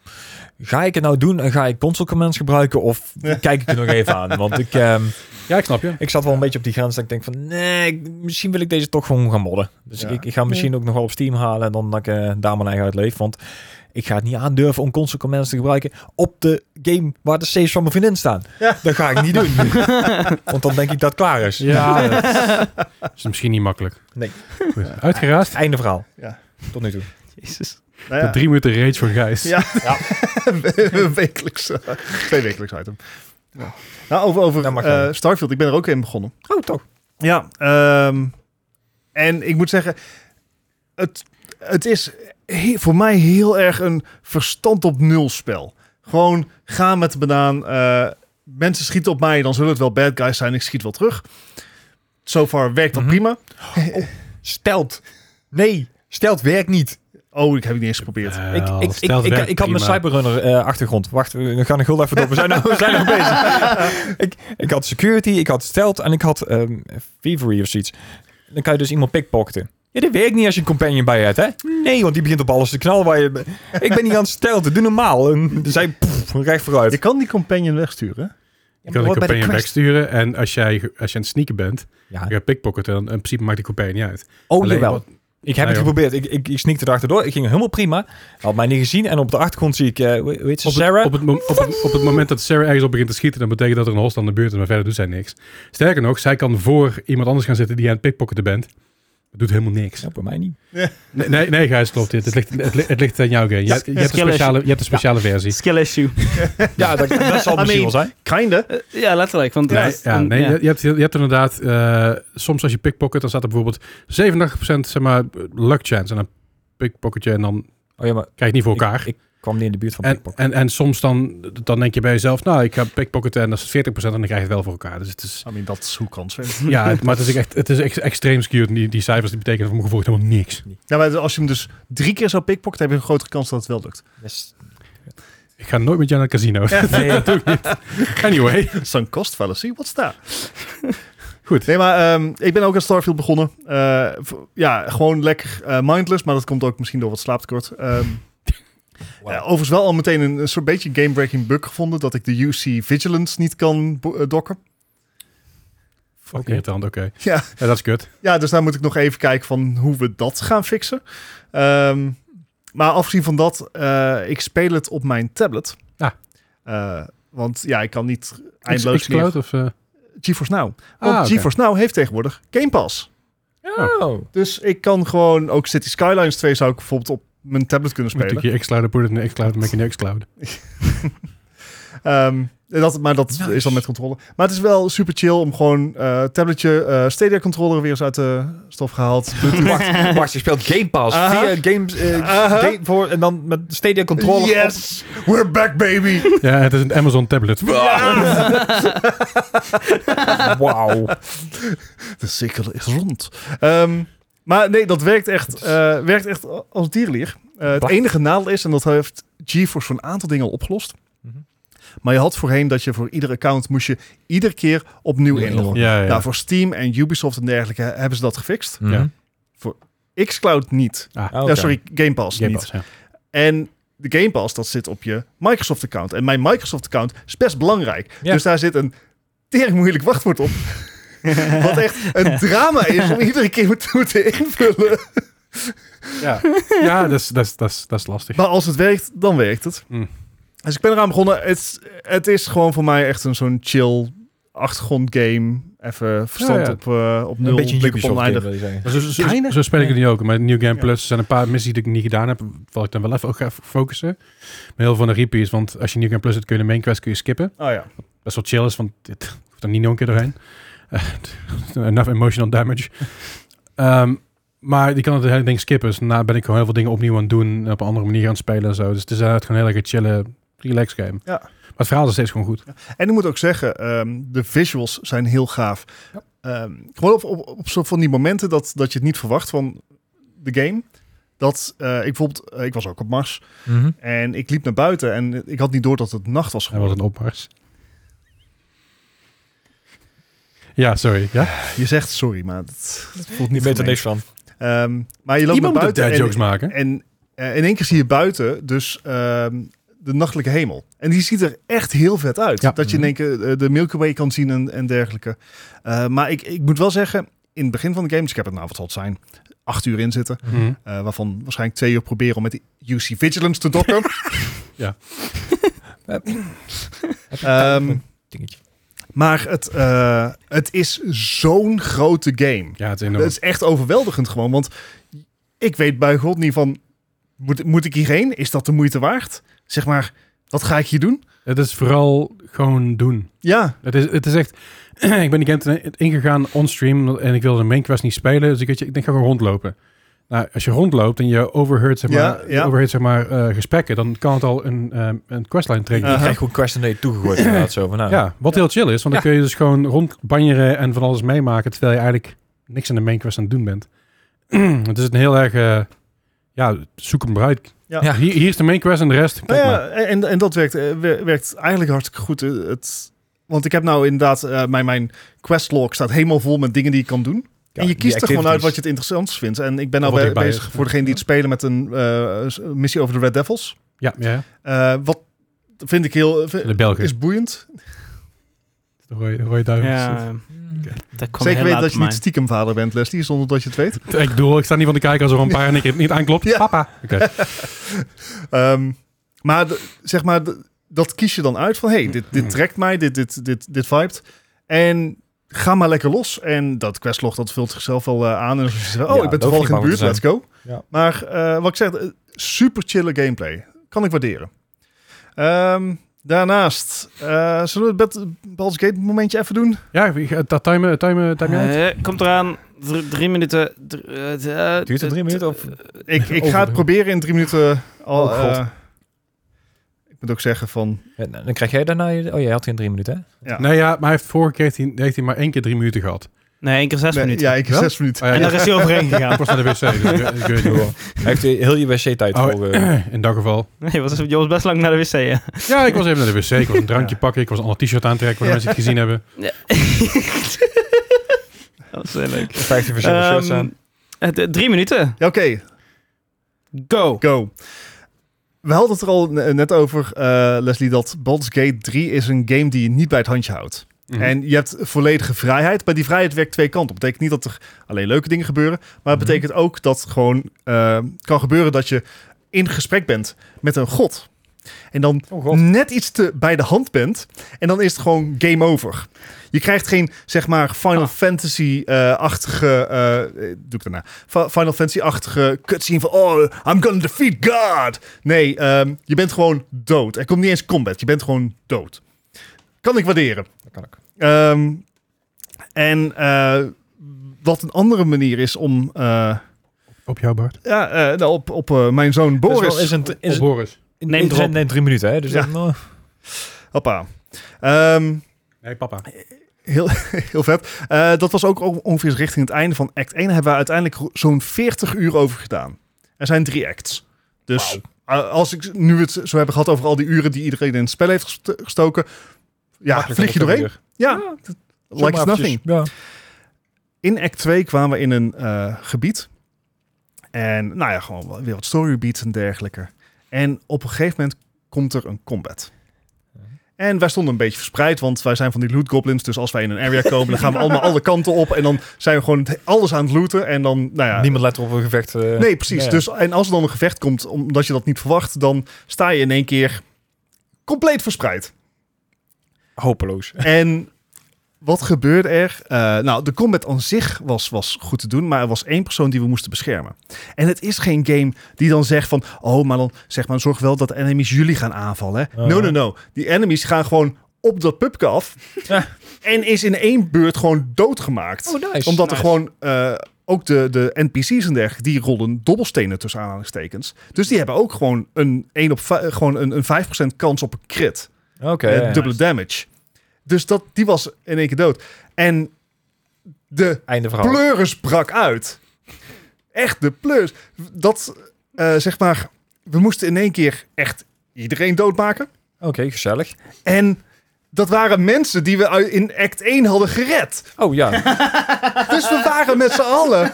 Speaker 3: ga ik het nou doen en ga ik console commands gebruiken of kijk ik er nog even aan? Want ik, ehm,
Speaker 2: Ja, ik snap je.
Speaker 3: ik zat wel een beetje op die grens dat ik denk van, nee, ik- misschien wil ik deze toch gewoon gaan modden. Dus
Speaker 4: Ja.
Speaker 3: ik, ik ga hem misschien ook nog wel op Steam halen en dan dat ik eh, daar mijn eigen uit leef. Want ik ga het niet aandurven om console commands te gebruiken op de game waar de saves van mijn vriendin staan.
Speaker 4: Ja.
Speaker 3: Dat ga ik niet doen. want dan denk ik dat het klaar is. Eh,
Speaker 2: Ja, dat is misschien niet makkelijk.
Speaker 3: Nee.
Speaker 2: Goed, Uitgeraasd.
Speaker 3: Einde verhaal.
Speaker 4: Ja.
Speaker 3: Tot nu toe.
Speaker 1: Jezus.
Speaker 4: Nou
Speaker 2: De drie minuten rage van Gijs.
Speaker 4: Ja. een wekelijks, eh, twee wekelijks item. Ja. Nou, over, over
Speaker 3: Dat mag
Speaker 4: eh,
Speaker 3: wel.
Speaker 4: Starfield. Ik ben er ook in begonnen.
Speaker 3: Oh, toch.
Speaker 4: Ja, ehm, en ik moet zeggen, het, het is he- voor mij heel erg een verstand op nul spel. Gewoon ga met de banaan. eh, mensen schieten op mij, dan zullen het wel bad guys zijn. Ik schiet wel terug. So far werkt dat
Speaker 3: Mhm.
Speaker 4: prima.
Speaker 3: Stelt. Nee, stelt werkt niet.
Speaker 4: Oh, ik heb ik niet eens geprobeerd.
Speaker 2: Wel,
Speaker 3: Ik, ik, ik,
Speaker 2: Eh, stelt
Speaker 3: ik,
Speaker 2: werk
Speaker 3: ik, had mijn
Speaker 2: prima.
Speaker 3: cyberrunner eh, achtergrond. Wacht, we we gaan er heel even door. We zijn, nou, we zijn nog bezig. ik, ik had security, ik had stealth en ik had ehm thievery of zoiets. Dan kan je dus iemand pickpocketen. Ja, dat werkt niet als je een companion bij je hebt, hè? Nee, want die begint op alles te knallen waar je... Ik ben niet aan het stealthen, doe normaal. En zij pff, recht vooruit.
Speaker 4: Je kan die companion wegsturen.
Speaker 2: Je kan de campagne wegsturen en als jij, als je aan het sneaken bent,
Speaker 3: Ja.
Speaker 2: je gaat pickpocketen, dan in principe maakt die campagne niet uit.
Speaker 3: Oh,
Speaker 2: Alleen
Speaker 3: jawel.
Speaker 2: wat- Nou
Speaker 3: Ik heb
Speaker 2: Nee,
Speaker 3: het
Speaker 2: joh.
Speaker 3: geprobeerd. Ik, ik, ik sneakte erachterdoor. Ik ging helemaal prima. Had mij niet gezien. En op de achtergrond zie ik... eh, hoe hoe heet ze?
Speaker 2: Op het,
Speaker 3: Sarah?
Speaker 2: op, het, mom- op, het, op het moment dat Sarah ergens op begint te schieten, dan betekent dat er een host aan de buurt is, maar verder doet zij niks. Sterker nog, zij kan voor iemand anders gaan zitten die aan het pickpocketen bent. Dat doet helemaal niks.
Speaker 3: Ja, bij mij niet.
Speaker 2: Nee, nee, nee Gijs, klopt dit. Het ligt, het, ligt- het ligt aan jou, game. Je, hebt- je, hebt, een
Speaker 1: Skill
Speaker 2: speciale, je hebt een speciale versie.
Speaker 1: Skill issue.
Speaker 3: Ja, dat, dat zal
Speaker 4: I
Speaker 3: misschien
Speaker 4: mean-
Speaker 3: wel zijn.
Speaker 4: Kinda.
Speaker 1: Eh, ja, letterlijk. Want
Speaker 2: Ja,
Speaker 1: het-
Speaker 2: ja,
Speaker 1: en-
Speaker 2: nee,
Speaker 1: ja.
Speaker 2: Je, je hebt, je hebt inderdaad, eh, soms als je pickpocket, dan staat er bijvoorbeeld 87% zeg maar, luck chance. En dan pickpocket je en dan
Speaker 3: Oh ja, maar
Speaker 2: krijg je het niet voor elkaar.
Speaker 3: Ik, ik kwam niet in de buurt van
Speaker 2: en,
Speaker 3: pickpocket.
Speaker 2: en, en soms dan, dan denk je bij jezelf, nou, ik ga pickpocketen en dat is 40% en dan krijg je het wel voor elkaar. Dus het is,
Speaker 4: I mean, dat is hoe kans werkt.
Speaker 2: ja, het- maar het is echt het is echt extreem skewed. Die, die cijfers die betekenen voor mijn gevoel echt helemaal niks.
Speaker 4: Nou, maar als je hem dus drie keer zou pickpocket, heb je een grotere kans dat het wel lukt.
Speaker 3: Yes.
Speaker 2: Ik ga nooit met jou naar het casino.
Speaker 3: Nee,
Speaker 2: dat doe ik niet. Anyway.
Speaker 4: Sunk cost fallacy, what's that?
Speaker 2: Goed.
Speaker 4: Nee, maar ehm, ik ben ook aan Starfield begonnen. Eh, v- ja, gewoon lekker eh, mindless, maar dat komt ook misschien door wat slaaptekort. Ehm,
Speaker 3: Wauw.
Speaker 4: eh, overigens wel al meteen een, een soort beetje game-breaking bug gevonden... dat ik de UC Vigilance niet kan bo- eh, docken.
Speaker 2: Fuck
Speaker 3: Oké.
Speaker 2: irritant, oké.
Speaker 4: Ja.
Speaker 2: Ja, dat is kut.
Speaker 4: ja, dus daar moet ik nog even kijken van hoe we dat gaan fixen. Ehm, maar afgezien van dat, eh, ik speel het op mijn tablet.
Speaker 2: Ah.
Speaker 4: Eh, want ja, ik kan niet eindeloos...
Speaker 2: X- Xcloud of... eh,
Speaker 4: meer- GeForce Now. Want
Speaker 2: ah, oké.
Speaker 4: GeForce Now heeft tegenwoordig Game Pass.
Speaker 3: Oh.
Speaker 4: Dus ik kan gewoon ook City Skylines 2 zou ik bijvoorbeeld op mijn tablet kunnen
Speaker 2: Moet
Speaker 4: spelen.
Speaker 2: ik je Xcloud put it in de Xcloud, dan maak je een Xcloud.
Speaker 4: Ehm, dat, maar dat
Speaker 3: Nice.
Speaker 4: is dan met controle. Maar het is wel super chill om gewoon eh tabletje eh Stadia controller weer eens uit de stof gehaald.
Speaker 3: Wacht, wacht, je speelt Game Pass
Speaker 4: Aha.
Speaker 3: via games, eh,
Speaker 4: Aha.
Speaker 3: game voor, en dan met Stadia Controller. op-
Speaker 4: Yes, we're back baby.
Speaker 2: Ja, het is een Amazon tablet.
Speaker 3: Oh, Wauw.
Speaker 4: De cirkel is rond. Ehm, maar nee, dat werkt echt, eh, werkt echt als dierlier. Eh, het
Speaker 3: Wacht.
Speaker 4: enige nadeel is, en dat heeft GeForce voor een aantal dingen al opgelost.
Speaker 3: Mhm.
Speaker 4: Maar je had voorheen dat je voor ieder account moest je iedere keer opnieuw
Speaker 3: Ja,
Speaker 4: inloggen.
Speaker 2: Ja, ja.
Speaker 4: Nou, voor Steam en Ubisoft en dergelijke hebben ze dat gefixt.
Speaker 3: Mhm.
Speaker 2: Ja.
Speaker 4: Xcloud niet.
Speaker 2: Ah,
Speaker 3: Oh,
Speaker 4: Ja,
Speaker 3: oké.
Speaker 4: sorry, Game Pass
Speaker 2: Game
Speaker 4: niet.
Speaker 2: Pass, ja.
Speaker 4: En de Game Pass, dat zit op je Microsoft-account. En mijn Microsoft-account is best belangrijk.
Speaker 3: Ja.
Speaker 4: Dus daar zit een tering moeilijk wachtwoord op. Wat echt een drama is om iedere keer te moeten invullen.
Speaker 2: Ja, ja dat, is, dat, is, dat, is, dat is lastig.
Speaker 4: Maar als het werkt, dan werkt het.
Speaker 2: Mm.
Speaker 4: Dus ik ben eraan begonnen. Het, het is gewoon voor mij echt een zo'n chill achtergrondgame. even verstand
Speaker 2: Ja, ja.
Speaker 4: op, eh, op nul.
Speaker 3: Een beetje een
Speaker 4: blik op
Speaker 3: Ubisoft game,
Speaker 4: oneindig.
Speaker 3: wil je zeggen.
Speaker 2: Maar Zo, zo,
Speaker 4: Kleine?
Speaker 2: zo speel ik het nu ook. Met New Game
Speaker 4: Ja.
Speaker 2: Plus zijn een paar missies die ik niet gedaan heb. Wat ik dan wel even ook ga f- focussen. Maar heel veel van de repeats. Want als je New Game Plus het kun je de main quest kun je skippen.
Speaker 4: Oh ja.
Speaker 2: Best wel chill is, want dit hoeft dan niet nog een keer doorheen. Eh, enough emotional damage. Ehm, maar die kan het hele ding skippen. Dus daarna ben ik gewoon heel veel dingen opnieuw aan het doen. en Op een andere manier aan het spelen en zo. Dus het is eigenlijk gewoon een hele chille, relax game.
Speaker 4: Ja.
Speaker 2: Maar het verhaal is steeds gewoon goed.
Speaker 4: En ik moet ook zeggen, ehm, de visuals zijn heel gaaf. Ehm, gewoon op, op, op soort van die momenten dat, dat je het niet verwacht van de game. Dat eh, ik bijvoorbeeld, eh, ik was ook op Mars
Speaker 3: Mhm.
Speaker 4: en ik liep naar buiten en ik had niet door dat het nacht was
Speaker 2: En wat
Speaker 4: geworden.
Speaker 2: een opmars. Ja, sorry. Ja?
Speaker 4: Je zegt sorry, maar dat, dat voelt
Speaker 3: Je
Speaker 4: niet
Speaker 3: weet er
Speaker 4: gemeen.
Speaker 3: niks
Speaker 2: Mhm.
Speaker 3: van.
Speaker 4: Ehm, maar je loopt
Speaker 2: Iemand
Speaker 4: naar
Speaker 2: moet
Speaker 4: buiten
Speaker 2: dad
Speaker 4: en-
Speaker 2: jokes maken.
Speaker 4: En eh, in één keer zie je buiten dus ehm, de nachtelijke hemel. En die ziet er echt heel vet uit.
Speaker 2: Ja. Mhm.
Speaker 4: Dat je in één keer eh, de Milky Way kan zien en, en dergelijke. Eh, maar ik, ik moet wel zeggen, in het begin van de game, dus ik heb het nou wat zal het zijn, acht uur in zitten.
Speaker 3: Ehm,
Speaker 2: Mhm.
Speaker 4: eh, waarvan waarschijnlijk twee uur proberen om met die UC Vigilance te dokken.
Speaker 3: Heb je tijd voor
Speaker 4: Ehm,
Speaker 3: een dingetje?
Speaker 4: maar het, eh, het is zo'n grote game.
Speaker 2: Ja, het is enorm.
Speaker 4: Het is echt overweldigend gewoon, want ik weet bij god niet van, moet, moet ik hierheen? Is dat de moeite waard? Zeg maar, wat ga ik hier doen?
Speaker 2: Het is vooral gewoon doen.
Speaker 4: Ja,
Speaker 2: Het is, het is echt... ik ben die game ten- ingegaan onstream en ik wilde de main quest niet spelen. Dus ik, weet je, ik denk, ik ga gewoon rondlopen. Nou, als je rondloopt en je overheard, zeg maar,
Speaker 4: Ja, ja.
Speaker 2: overheard, zeg maar eh, gesprekken, dan kan het al een, ehm, een questline
Speaker 3: Je
Speaker 2: trekken.
Speaker 4: aha.
Speaker 3: krijgt gewoon quest naar je toegegooid inderdaad zo van nou.
Speaker 2: Ja, wat heel chill is, want
Speaker 4: Ja.
Speaker 2: dan kun je dus gewoon rondbanjeren en van alles meemaken, terwijl je eigenlijk niks aan de main quest aan het doen bent. het is een heel erg, eh, ja, zoek hem eruit.
Speaker 4: Ja.
Speaker 2: Ja. Hier, hier is de main quest en de rest, kijk
Speaker 4: Nou
Speaker 2: maar.
Speaker 4: ja, en, en dat werkt, eh, wer- werkt eigenlijk hartstikke goed. eh, Het, want ik heb nou inderdaad, eh, mijn, mijn questlog staat helemaal vol met dingen die ik kan doen.
Speaker 3: Ja,
Speaker 4: en je
Speaker 3: die
Speaker 4: kiest er gewoon uit
Speaker 3: activities.
Speaker 4: wat je het interessantst vindt. En ik ben nou
Speaker 2: Wat
Speaker 4: bij-
Speaker 2: dichtbij
Speaker 4: bezig
Speaker 2: is.
Speaker 4: voor degene die het spelen met een eh, s- missie over de Red Devils.
Speaker 2: Ja, ja, ja.
Speaker 4: Eh, wat vind ik heel... eh,
Speaker 2: De Belgen.
Speaker 4: Is boeiend.
Speaker 2: De rode, rode duivels.
Speaker 1: Ja, dat kwam
Speaker 4: Zeker
Speaker 1: heel
Speaker 4: weten
Speaker 1: laat
Speaker 4: dat je
Speaker 1: op
Speaker 4: niet stiekem vader bent, Leslie, zonder dat je het weet.
Speaker 2: Ik bedoel, ik sta niet van te kijken als er een paar en ik het niet aanklopt.
Speaker 4: Ja.
Speaker 2: Papa. Oké.
Speaker 4: Ehm, maar de- zeg maar, de- dat kies je dan uit van... hey, dit,
Speaker 3: Hmm.
Speaker 4: dit trekt mij, dit, dit, dit, dit vibet. En ga maar lekker los. En dat questlog, dat vult zichzelf wel eh, aan. En als je zegt, oh,
Speaker 3: Ja,
Speaker 4: ik ben
Speaker 3: daar hoef je
Speaker 4: toevallig in de
Speaker 3: niet
Speaker 4: buurt,
Speaker 3: bang
Speaker 4: let's
Speaker 3: te
Speaker 4: go.
Speaker 3: Ja.
Speaker 4: Maar eh, wat ik zeg, eh, super chille gameplay. Kan ik waarderen. Ehm, daarnaast, eh, zullen we het Bad- Baldur's Gate momentje even doen?
Speaker 2: Ja, wie gaat dat timen, timen, timen uit?
Speaker 1: Eh, komt eraan. Dr- drie minuten. Dr- eh, d- eh,
Speaker 3: Duurt het drie
Speaker 1: d-
Speaker 3: minuten of-
Speaker 4: Ik, ik ga
Speaker 3: Over
Speaker 4: het
Speaker 3: de-
Speaker 4: proberen in drie minuten al...
Speaker 3: Oh, God.
Speaker 4: eh, ik moet ook zeggen van...
Speaker 3: En dan krijg jij daarna je... Oh, jij had geen drie minuten, hè?
Speaker 4: Ja.
Speaker 2: Nee, ja, maar hij heeft vorige keer heeft hij, heeft hij maar één keer drie minuten gehad. Oh,
Speaker 1: Nee, één keer zes
Speaker 4: Nee,
Speaker 1: minuten.
Speaker 4: Ja, ik heb
Speaker 2: Wel?
Speaker 4: zes minuten.
Speaker 2: ja,
Speaker 1: En daar is hij overheen
Speaker 2: ik
Speaker 1: gegaan.
Speaker 2: was naar de wc, dus ik, ik weet niet hoe.
Speaker 3: Hij heeft heel je wc-tijd
Speaker 2: Oh,
Speaker 3: voor... eh,
Speaker 2: In dat geval.
Speaker 1: Nee, was, je was best lang naar de wc, hè?
Speaker 2: Ja, ik was even naar de wc. Ik was een drankje pakken. Ik was een ander t-shirt aantrekken, waar de
Speaker 4: Ja.
Speaker 2: mensen het gezien hebben.
Speaker 1: Dat is heel leuk.
Speaker 3: 15 verschillende shirts
Speaker 1: Ehm,
Speaker 3: aan.
Speaker 1: eh, d- drie minuten.
Speaker 4: Ja, oké.
Speaker 1: Go.
Speaker 4: Go. We hadden het er al ne- net over, eh, Leslie, dat Baldur's Gate 3 is een game die je niet bij het handje houdt.
Speaker 2: Mhm.
Speaker 4: En je hebt volledige vrijheid, maar die vrijheid werkt twee kanten. op. betekent niet dat er alleen leuke dingen gebeuren, maar het
Speaker 3: Mhm.
Speaker 4: betekent ook dat gewoon eh, kan gebeuren dat je in gesprek bent met een god. En dan
Speaker 3: Oh god.
Speaker 4: net iets te bij de hand bent. En dan is het gewoon game over. Je krijgt geen, zeg maar, Final eh, Fantasy-achtige... eh, doe ik daarna. Fa- Final Fantasy-achtige cutscene van... Oh, I'm gonna defeat God! Nee, ehm, je bent gewoon dood. Er komt niet eens combat. Je bent gewoon dood. Kan ik waarderen.
Speaker 3: Dat kan ik.
Speaker 4: Ehm, en eh, wat een andere manier is om... eh,
Speaker 2: Op jou, Bart.
Speaker 4: ja, eh, nou, op, op eh, mijn zoon
Speaker 3: Dus
Speaker 4: Boris...
Speaker 3: wel Is een, is
Speaker 2: Op Boris.
Speaker 3: een,
Speaker 1: Neem
Speaker 3: neemt
Speaker 1: erop.
Speaker 3: neemt drie minuten, hè? Dus
Speaker 4: Ja.
Speaker 3: dan, oh.
Speaker 4: Hoppa. Ehm,
Speaker 2: Nee, papa.
Speaker 4: Heel, heel vet. Eh, dat was ook on- ongeveer richting het einde van act 1. Daar hebben we uiteindelijk ro- zo'n 40 uur over gedaan. Er zijn drie acts. Dus eh, als ik nu het zo heb gehad over al die uren die iedereen in het spel heeft gest- gestoken. Ja,
Speaker 3: Makkelijk
Speaker 4: vlieg je
Speaker 3: om het
Speaker 4: doorheen.
Speaker 3: te
Speaker 4: Ja,
Speaker 3: doen.
Speaker 4: like it's
Speaker 3: Zomaar
Speaker 4: nothing.
Speaker 3: eventjes. Ja.
Speaker 4: In act 2 kwamen we in een eh, gebied. En nou ja, gewoon wel weer wat storybeats en dergelijke. En op een gegeven moment komt er een combat. En wij stonden een beetje verspreid, want wij zijn van die loot goblins. Dus als wij in een area komen, dan gaan we allemaal alle kanten op. En dan zijn we gewoon het- alles aan het looten. En dan, nou ja...
Speaker 3: Niemand let er op een gevecht. eh.
Speaker 4: Nee, precies.
Speaker 3: Ja.
Speaker 4: Dus, en als er dan een gevecht komt, omdat je dat niet verwacht... dan sta je in één keer compleet verspreid.
Speaker 3: Hopeloos.
Speaker 4: En Wat gebeurde er? Eh, nou, de combat aan zich was, was goed te doen, maar er was één persoon die we moesten beschermen. En het is geen game die dan zegt van, oh, maar dan zeg maar, zorg wel dat de enemies jullie gaan aanvallen. Hè?
Speaker 3: Uh-huh.
Speaker 4: No, no, no. Die enemies gaan gewoon op dat pubke af
Speaker 3: Ja.
Speaker 4: en is in één beurt gewoon doodgemaakt.
Speaker 3: Oh, nice.
Speaker 4: Omdat er gewoon eh, ook de, de NPC's en dergelijke, die rollen dobbelstenen tussen aanhalingstekens. Dus die hebben ook gewoon een, 1 op vij- gewoon een, een 5% kans op een crit.
Speaker 3: Oké.
Speaker 4: Eh,
Speaker 3: ja.
Speaker 4: dubbele damage. Dus dat, die was in één keer dood. En de
Speaker 3: Einde verhaal.
Speaker 4: pleuris brak uit. Echt de pleurs. Dat, eh, zeg maar, we moesten in één keer echt iedereen doodmaken.
Speaker 3: Oké, gezellig.
Speaker 4: En dat waren mensen die we uit- in act 1 hadden gered.
Speaker 3: Oh ja,
Speaker 4: Dus we waren met z'n allen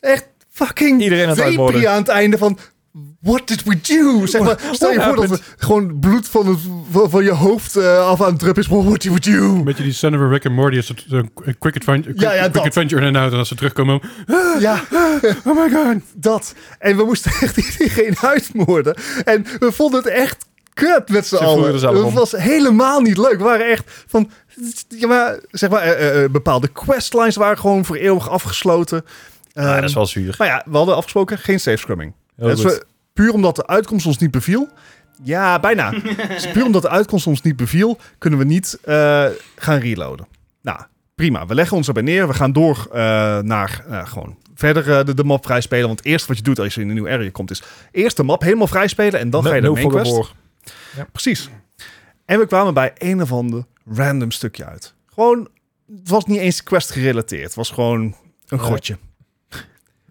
Speaker 4: echt fucking
Speaker 3: Iedereen aan het
Speaker 4: depri
Speaker 3: uitmoorden.
Speaker 4: aan het einde van... What did we do? Zeg maar, stel je voor dat we gewoon bloed van, het, van, van je hoofd eh, af aan het druppen is. What did we do?
Speaker 2: Een beetje die Son of a Rick and Morty. Als het een quick adventure, quick,
Speaker 4: Ja, ja,
Speaker 2: quick
Speaker 4: dat.
Speaker 2: adventure in en out. En als ze terugkomen.
Speaker 4: Ja,
Speaker 2: Oh my god.
Speaker 4: dat. En we moesten echt iedereen uitmoorden. En we vonden het echt kut met z'n
Speaker 3: Ze voelden
Speaker 4: allen.
Speaker 3: er zelf
Speaker 4: Het
Speaker 3: om.
Speaker 4: was helemaal niet leuk. We waren echt van... Ja, maar, zeg maar, eh, eh, bepaalde questlines waren gewoon voor eeuwig afgesloten.
Speaker 3: Ah,
Speaker 4: Ehm,
Speaker 3: dat is wel zuur.
Speaker 4: Maar ja, we hadden afgesproken geen safe scumming.
Speaker 3: Heel
Speaker 4: Oh, Dat is
Speaker 3: goed.
Speaker 4: dus we- puur omdat de uitkomst ons niet beviel. Ja, bijna. dus puur omdat de uitkomst ons niet beviel, kunnen we niet eh, gaan reloaden. Nou, prima. We leggen ons erbij neer. We gaan door eh, naar eh, gewoon verder eh, de, de map vrijspelen. Want het eerste wat je doet als je in een nieuw area komt, is eerst de map helemaal vrijspelen. En dan
Speaker 3: No-
Speaker 4: ga je de
Speaker 3: no
Speaker 4: main
Speaker 3: for the
Speaker 4: quest.
Speaker 3: war.
Speaker 4: Precies. En we kwamen bij een of ander random stukje uit. Gewoon, het was niet eens quest gerelateerd. Het was gewoon een
Speaker 3: Ja.
Speaker 4: grotje.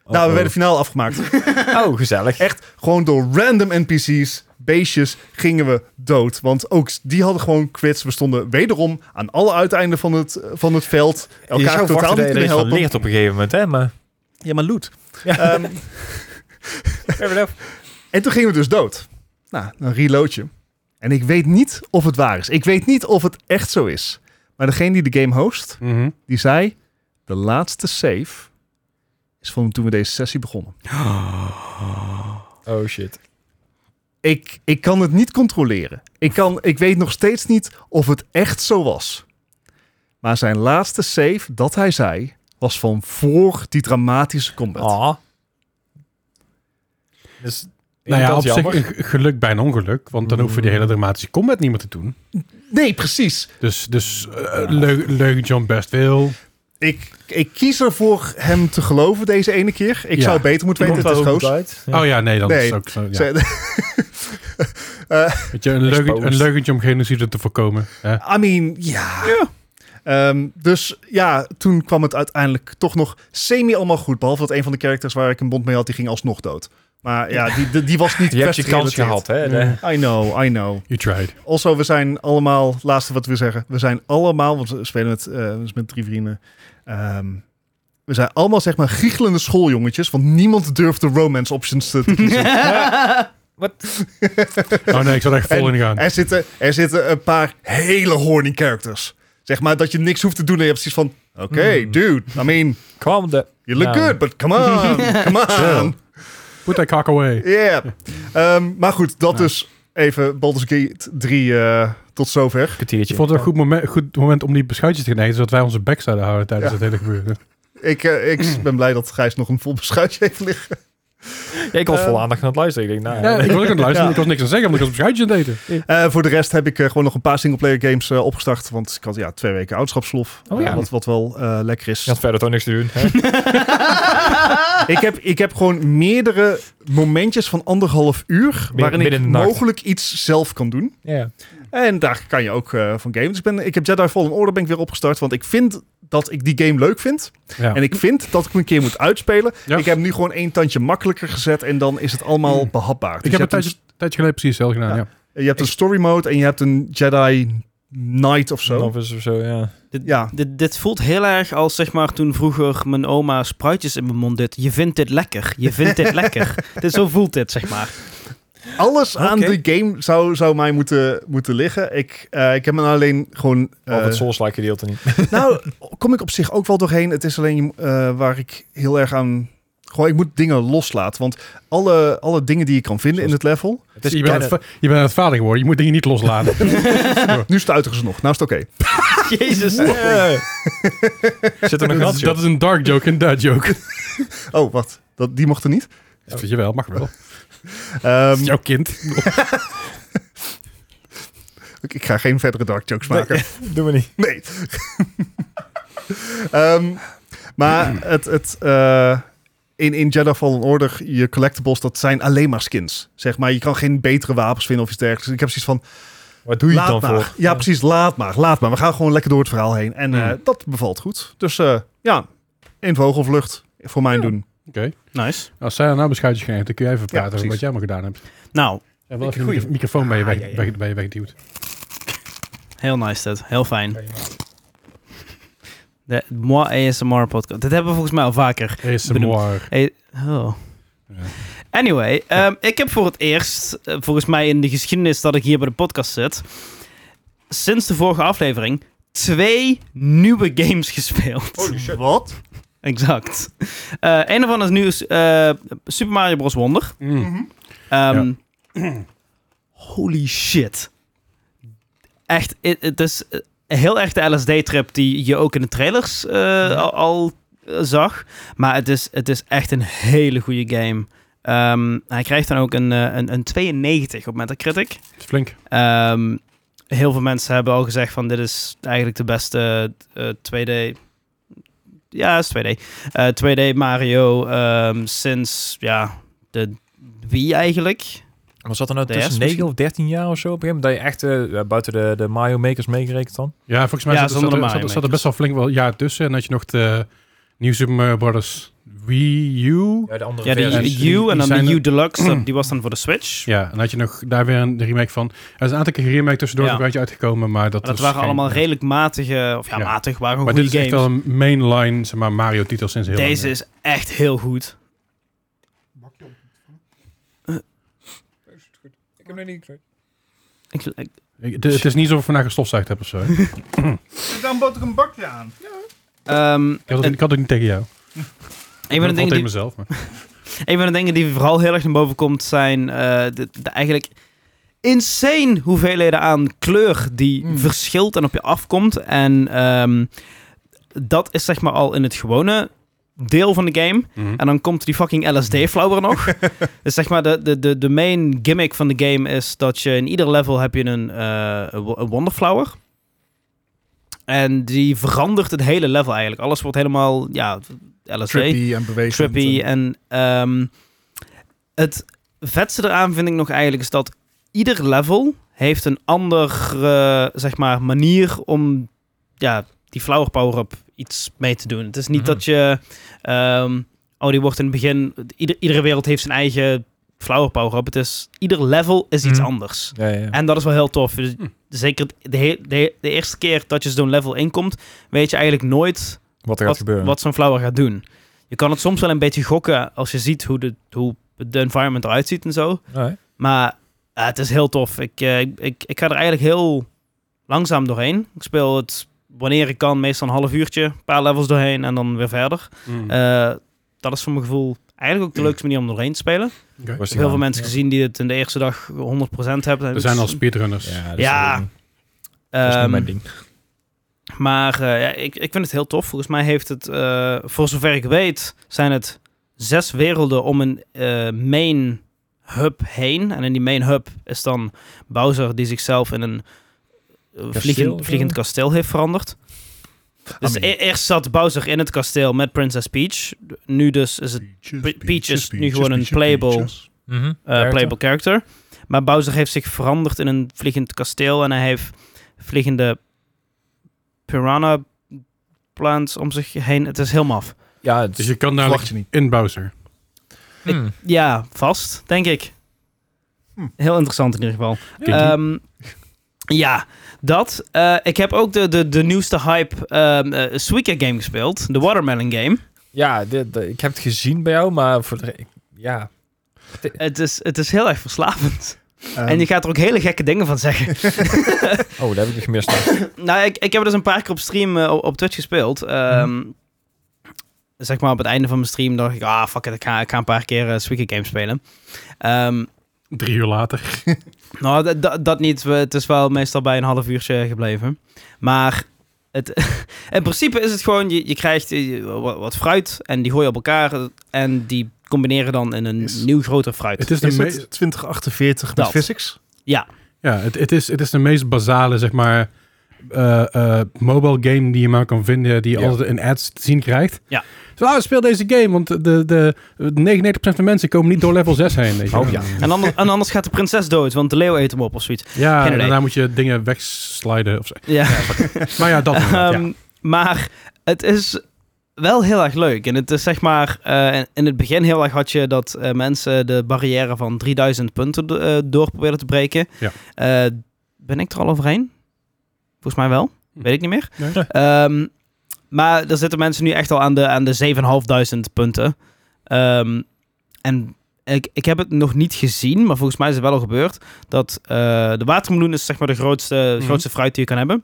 Speaker 3: Oh,
Speaker 4: nou, we
Speaker 3: oh.
Speaker 4: werden finaal afgemaakt.
Speaker 3: Oh, gezellig.
Speaker 4: Echt gewoon door random NPC's, beestjes, gingen we dood. Want ook s- die hadden gewoon quits. We stonden wederom aan alle uiteinden van het, eh, van het veld.
Speaker 3: Je
Speaker 4: Elkaar
Speaker 3: zou
Speaker 4: totaal
Speaker 3: verwachten
Speaker 4: niet
Speaker 3: dat
Speaker 4: kunnen
Speaker 3: je er iets van
Speaker 4: helpen.
Speaker 3: leert op een gegeven moment, hè? Maar...
Speaker 4: Ja, maar loot.
Speaker 3: Ja.
Speaker 4: Ehm, en toen gingen we dus dood. Nou, dan reload je. En ik weet niet of het waar is. Ik weet niet of het echt zo is. Maar degene die de game host,
Speaker 2: Mhm.
Speaker 4: die zei... De laatste save is van toen we deze sessie begonnen.
Speaker 3: Oh shit.
Speaker 4: Ik, ik kan het niet controleren. Ik, kan, ik weet nog steeds niet of het echt zo was. Maar zijn laatste save dat hij zei, was van voor die dramatische combat.
Speaker 3: Ah. Dus,
Speaker 2: Nou ja, op zich
Speaker 3: jammer.
Speaker 2: een ge- geluk bij een ongeluk. Want dan hoeven we die hele dramatische combat niet meer te doen.
Speaker 4: Nee, precies.
Speaker 2: Dus, dus eh, leuk, leuk John best wil.
Speaker 4: Ik, ik kies ervoor hem te geloven deze ene keer. Ik
Speaker 2: Ja.
Speaker 4: zou het beter moeten
Speaker 3: Komt
Speaker 4: weten. Het
Speaker 3: wel
Speaker 4: is
Speaker 3: goed
Speaker 4: Goos.
Speaker 3: uit. Ja.
Speaker 2: Oh ja, nee, dan
Speaker 4: Nee.
Speaker 2: is het ook zo. Ja.
Speaker 4: Ze-
Speaker 2: Weet je, een, leugentje, een
Speaker 3: Exposed.
Speaker 2: leugentje om genocide te voorkomen. Hè?
Speaker 4: I mean, ja. Ehm, dus ja, toen kwam het uiteindelijk toch nog semi allemaal goed. Behalve dat een van de characters waar ik een bond mee had, die ging alsnog dood. Maar ja, die, die, die was niet
Speaker 3: Je hebt je kans
Speaker 4: quest-gerelateerd.
Speaker 3: gehad, hè?
Speaker 2: Ja.
Speaker 4: I know, I know.
Speaker 2: You tried.
Speaker 4: Also, we zijn allemaal, laatste wat we zeggen, we zijn allemaal, want we spelen met, eh, dus met drie vrienden. ehm, we zijn allemaal, zeg maar, giechelende schooljongetjes, want niemand durft de romance options te, te kiezen.
Speaker 2: Oh nee, ik zat echt vol
Speaker 4: En-
Speaker 2: in gaan.
Speaker 4: er, zitten, er zitten een paar hele horny characters. Zeg maar dat je niks hoeft te doen en je hebt zoiets van, oké,
Speaker 3: Hmm.
Speaker 4: dude, I mean,
Speaker 3: Kwam de...
Speaker 4: you look
Speaker 3: Nou.
Speaker 4: good, but come on, come on.
Speaker 2: Put that cock away.
Speaker 4: Yeah. Ehm, maar goed, dat
Speaker 2: Nou.
Speaker 4: dus even Baldur's Gate 3 eh, tot zover.
Speaker 2: Ik
Speaker 3: Kwartiertje.
Speaker 2: vond het een goed moment, goed moment om die beschuitjes te knijden, zodat wij onze bek zouden houden tijdens
Speaker 4: Ja.
Speaker 2: het hele gebeuren.
Speaker 4: Ik, eh, ik ben blij dat Gijs nog een vol beschuitje heeft liggen.
Speaker 3: Ja, ik was
Speaker 4: Eh,
Speaker 3: vol aandacht aan het luisteren. Ik denk, nou...
Speaker 2: Ja, ik was ook aan het luisteren,
Speaker 4: Ja.
Speaker 2: ik was niks aan het zeggen, want ik was een beschuitje aan het eten.
Speaker 4: Eh, voor de rest heb ik eh, gewoon nog een paar singleplayer games eh, opgestart. Want ik had ja, twee weken ouderschapslof.
Speaker 3: Oh ja.
Speaker 4: Eh, wat, wat wel eh, lekker is.
Speaker 3: Je had verder toch niks te doen. hè?
Speaker 4: ik, heb, ik heb gewoon meerdere momentjes van anderhalf uur.
Speaker 3: Midden-
Speaker 4: waarin
Speaker 3: midden
Speaker 4: ik
Speaker 3: in de nacht.
Speaker 4: mogelijk iets zelf kan doen.
Speaker 3: Ja.
Speaker 4: En daar kan je ook eh, van gamen. Dus ik, ben, ik heb Jedi Fallen Order ben ik weer opgestart. Want ik vind dat ik die game leuk vind.
Speaker 2: Ja.
Speaker 4: En ik vind dat ik hem een keer moet uitspelen.
Speaker 2: Ja.
Speaker 4: Ik heb hem nu gewoon één tandje makkelijker gezet. En dan is het allemaal
Speaker 3: Mm.
Speaker 4: behapbaar. Dus
Speaker 2: ik
Speaker 4: je
Speaker 2: heb een
Speaker 4: hebt een
Speaker 2: tijdje, tijdje geleden precies hetzelfde gedaan, ja.
Speaker 4: Je hebt een story mode en je hebt een Jedi Knight of zo.
Speaker 3: Of is of zo, ja.
Speaker 1: Dit,
Speaker 4: Ja.
Speaker 1: dit, dit voelt heel erg als zeg maar toen vroeger mijn oma spruitjes in mijn mond deed. Je vindt dit lekker, je vindt dit lekker. Dit, zo voelt dit, zeg maar.
Speaker 4: Alles aan
Speaker 3: Oké.
Speaker 4: de game zou, zou mij moeten, moeten liggen. Ik, eh, ik heb me alleen gewoon... eh,
Speaker 3: Of het Souls-like gedeelte niet.
Speaker 4: nou, kom ik op zich ook wel doorheen. Het is alleen eh, waar ik heel erg aan Gewoon, ik moet dingen loslaten. Want alle, alle dingen die je kan vinden in het level...
Speaker 3: Het is
Speaker 2: je, bent aan Dus het,
Speaker 3: kennen-
Speaker 2: va- je bent aan het vader geworden. Je moet dingen niet loslaten.
Speaker 4: Nu stuiteren ze nog. Nou is het oké.
Speaker 1: Jezus.
Speaker 3: Eh. Zit er
Speaker 2: dat,
Speaker 3: een
Speaker 2: is,
Speaker 3: gatje
Speaker 2: dat is een dark joke en dad joke.
Speaker 4: Oh, wat? Dat, die mocht er niet?
Speaker 2: Dat vind je wel, mag wel.
Speaker 4: Ehm,
Speaker 2: Dat is jouw kind.
Speaker 4: ik, ik ga geen verdere dark jokes maken.
Speaker 3: op? Doen we niet.
Speaker 4: Nee. Ehm, maar het, het, eh, in, in Jedi Fallen Order, je collectibles, dat zijn alleen maar skins. Zeg maar, je kan geen betere wapens vinden of iets dergelijks. Ik heb zoiets van,
Speaker 3: Wat doe je het
Speaker 4: laat
Speaker 3: dan
Speaker 4: maar.
Speaker 3: voor?
Speaker 4: Ja, precies, laat maar, laat maar. We gaan gewoon lekker door het verhaal heen. En eh, dat bevalt goed. Dus eh, ja, in vogelvlucht, voor mijn doen.
Speaker 2: Oké.
Speaker 1: Nice.
Speaker 2: Als zij nou beschuitjes krijgt, dan kun jij even praten over
Speaker 4: precies.
Speaker 2: wat jij allemaal gedaan hebt.
Speaker 1: Nou,
Speaker 2: En wel
Speaker 3: Ik-
Speaker 2: even
Speaker 3: goeie-
Speaker 2: een microfoon bij je,
Speaker 1: Ah,
Speaker 2: weg,
Speaker 3: ja, ja.
Speaker 2: Bij, bij je wegduwt.
Speaker 1: heel nice dat. Heel fijn. De Moi ASMR podcast. Dat hebben we volgens mij al vaker.
Speaker 2: ASMR.
Speaker 1: Hey, oh.
Speaker 2: Ja.
Speaker 1: Anyway, ehm, ik heb voor het eerst, eh, volgens mij in de geschiedenis dat ik hier bij de podcast zit, sinds de vorige aflevering, twee nieuwe games gespeeld.
Speaker 4: Oh, Wat?
Speaker 1: Exact. Eh een ervan is nu eh, Super Mario Bros. Wonder.
Speaker 4: Mhm.
Speaker 1: Ehm, Holy shit. Echt, het- het is eh, heel erg de LSD-trip die je ook in de trailers eh, al, al, eh, zag. Maar het is, het is echt een hele goede game. Ehm, hij krijgt dan ook een, eh, een, een 92 op Metacritic.
Speaker 2: Dat is flink.
Speaker 1: Ehm, heel veel mensen hebben al gezegd van dit is eigenlijk de beste eh, 2D. Ja, het is 2D. Eh, 2D Mario ehm, sinds ja, de Wii eigenlijk.
Speaker 3: Maar zat er nou
Speaker 1: DS
Speaker 3: tussen 9
Speaker 1: misschien?
Speaker 3: of 13 jaar of zo op een gegeven moment? Dat je echt eh, buiten de, de Mario Makers meegerekend dan?
Speaker 2: Ja, volgens mij
Speaker 1: Ja,
Speaker 2: zat,
Speaker 1: zonder
Speaker 2: zat,
Speaker 1: de
Speaker 2: er- zat,
Speaker 1: Mario
Speaker 2: zat er best wel flink wel jaar tussen. En had je nog de New Super Mario Brothers Wii U.
Speaker 3: Ja, de andere
Speaker 1: Ja,
Speaker 2: versie.
Speaker 1: de
Speaker 2: Die- die-
Speaker 1: U en
Speaker 2: die
Speaker 1: dan
Speaker 2: zijn
Speaker 1: de
Speaker 2: er-
Speaker 1: U Deluxe, dat- die was dan voor de Switch.
Speaker 2: Ja, en dan had je nog daar weer een remake van. Er is een aantal keer remake tussendoor
Speaker 1: Ja.
Speaker 2: nog een beetje uitgekomen, maar
Speaker 1: Maar
Speaker 2: dat,
Speaker 1: dat
Speaker 2: was
Speaker 1: waren
Speaker 2: geen-
Speaker 1: allemaal redelijk matige, of ja,
Speaker 2: Ja.
Speaker 1: matig, waren gewoon
Speaker 2: Maar dit
Speaker 1: goede
Speaker 2: is
Speaker 1: games.
Speaker 2: echt wel een mainline zeg maar, Mario-titel sinds heel
Speaker 1: Deze
Speaker 2: lang.
Speaker 1: is echt heel goed.
Speaker 3: Ik heb nog niet gekregen.
Speaker 1: Ik, ik-
Speaker 2: Ik- de- het is niet alsof we vandaag gestofzuigd hebben of zo. hè?
Speaker 4: Dus Dan bood ik een bakje aan.
Speaker 1: ehm,
Speaker 2: Ik had het, ik had het ook niet tegen jou.
Speaker 1: een van de
Speaker 2: wel
Speaker 1: dingen
Speaker 2: tegen
Speaker 1: die,
Speaker 2: mezelf. Maar.
Speaker 1: Een van de dingen die vooral heel erg naar boven komt zijn eh, de, de eigenlijk insane hoeveelheden aan kleur die
Speaker 4: Mm.
Speaker 1: verschilt en op je afkomt. En ehm, dat is zeg maar al in het gewone deel van de game.
Speaker 2: Mhm.
Speaker 1: En dan komt die fucking LSD-flower nog. dus zeg maar, de, de, de, de main gimmick van de game is dat je in ieder level heb je een, eh, een wo- een wonderflower. En die verandert het hele level eigenlijk. Alles wordt helemaal, ja, LSD
Speaker 4: Trippy en bewezen.
Speaker 1: trippy. En ehm, het vetste eraan vind ik nog eigenlijk is dat ieder level heeft een andere zeg maar, manier om ja, die flower power-up iets mee te doen. Het is niet
Speaker 3: Mhm.
Speaker 1: dat je... ehm, oh, die wordt in het begin... Ieder, iedere wereld heeft zijn eigen flower power-up. Het is... Ieder level is iets
Speaker 3: Mhm.
Speaker 1: anders.
Speaker 3: Ja, ja, ja.
Speaker 1: En dat is wel heel tof. Dus
Speaker 2: Hm.
Speaker 1: Zeker de, he- de, de eerste keer dat je zo'n level inkomt, weet je eigenlijk nooit
Speaker 3: Wat er gaat
Speaker 1: wat,
Speaker 3: gebeuren.
Speaker 1: wat zo'n flower gaat doen. Je kan het soms wel een beetje gokken als je ziet hoe de, hoe de environment eruit ziet en zo.
Speaker 3: Nee.
Speaker 1: Maar eh, het is heel tof. Ik, eh, ik- ik, ik ga er eigenlijk heel langzaam doorheen. Ik speel het wanneer ik kan, meestal een half uurtje, een paar levels doorheen en dan weer verder.
Speaker 2: Mm.
Speaker 1: Eh, dat is voor mijn gevoel eigenlijk ook de leukste manier om doorheen te spelen. Ik
Speaker 2: Oké.
Speaker 3: Rustig
Speaker 1: heb heel
Speaker 3: aan.
Speaker 1: veel mensen gezien die het in de eerste dag 100% hebben.
Speaker 2: Er zijn al speedrunners.
Speaker 3: Ja, dat is,
Speaker 1: dus- Ja.
Speaker 3: eh, dat is niet
Speaker 1: Ehm,
Speaker 3: mijn ding.
Speaker 1: Maar eh, ja, ik, ik vind het heel tof. Volgens mij heeft het, eh, voor zover ik weet, zijn het zes werelden om een eh, main hub heen. En in die main hub is dan Bowser die zichzelf in een eh,
Speaker 3: Kasteel of
Speaker 1: vliegend,
Speaker 3: zo? Ah,
Speaker 1: vliegend kasteel heeft veranderd. Dus
Speaker 4: Amai.
Speaker 1: e- eerst zat Bowser in het kasteel met Princess Peach. Nu dus is het Pe- Peach is nu gewoon een playable-
Speaker 3: Mhm.
Speaker 1: eh,
Speaker 3: Character.
Speaker 1: playable character. Maar Bowser heeft zich veranderd in een vliegend kasteel en hij heeft vliegende piranha plants om zich heen. Het is heel maf.
Speaker 3: Ja, het
Speaker 2: Dus
Speaker 3: is...
Speaker 2: je kan
Speaker 4: Verwacht
Speaker 2: dadelijk
Speaker 4: je niet.
Speaker 2: in Bowser.
Speaker 3: Hmm.
Speaker 1: Ja, vast, denk ik.
Speaker 4: Hm.
Speaker 1: Heel interessant in ieder geval.
Speaker 2: Kinky.
Speaker 1: Ehm, ja, dat. Eh, ik heb ook de, de, de nieuwste hype ehm eh, Suika game gespeeld. De Watermelon game.
Speaker 3: Ja, dit, dit- ik heb het gezien bij jou, maar voor de re- ik- ja.
Speaker 1: Het is, het is heel erg verslavend.
Speaker 4: en
Speaker 1: en je gaat er ook hele gekke dingen van zeggen.
Speaker 3: Oh, daar heb ik gemist.
Speaker 1: Nou, ik, ik heb het dus een paar keer op stream eh, op- op Twitch gespeeld. Ehm, zeg maar op het einde van mijn stream dacht ik, ah fuck it, ik ga, ik ga een paar keer uh, Suica Game spelen. Ehm,
Speaker 2: Drie uur later.
Speaker 1: nou, d- d- dat niet. We- Het is wel meestal bij een half uurtje gebleven. Maar het, in principe is het gewoon, je, je krijgt eh, wa- wat, fruit en die gooi je op elkaar en die combineren dan in een
Speaker 4: Is-
Speaker 1: nieuw groter fruit.
Speaker 2: Het is de
Speaker 4: Is
Speaker 2: meest...
Speaker 4: het 2048 met
Speaker 1: Dat.
Speaker 4: physics?
Speaker 2: Ja, het, het, is, het is de meest basale, zeg maar, eh, eh, mobile game die je maar kan vinden, die je
Speaker 3: Ja.
Speaker 2: altijd in ads te zien krijgt.
Speaker 1: Ja.
Speaker 2: Zo, ah, speel deze game, want de, de, 99% van de mensen komen niet door level 6 heen. Weet je. wel.
Speaker 3: Oh, ja.
Speaker 1: En anders, en anders gaat de prinses dood, want de leeuw eet hem op of zoiets.
Speaker 2: Ja,
Speaker 1: Geen
Speaker 2: en
Speaker 1: idee.
Speaker 2: daarna moet je dingen wegsliden of zo.
Speaker 1: Ja.
Speaker 2: Maar ja, dat inderdaad,
Speaker 1: Ehm, Maar het is wel heel erg leuk. En het is zeg maar, eh, in- in het begin heel erg had je dat eh, mensen de barrière van 3000 punten do- eh, door probeerden te breken.
Speaker 2: Ja.
Speaker 1: Eh, ben ik er al overheen? Volgens mij wel.
Speaker 2: Hm.
Speaker 1: Weet ik niet meer.
Speaker 2: Nee.
Speaker 1: Ehm, maar er zitten mensen nu echt al aan de, aan de 7500 punten. Ehm, en ik, ik heb het nog niet gezien, maar volgens mij is het wel al gebeurd. Dat eh, de watermeloen is zeg maar de grootste,
Speaker 2: Mhm.
Speaker 1: grootste fruit die je kan hebben.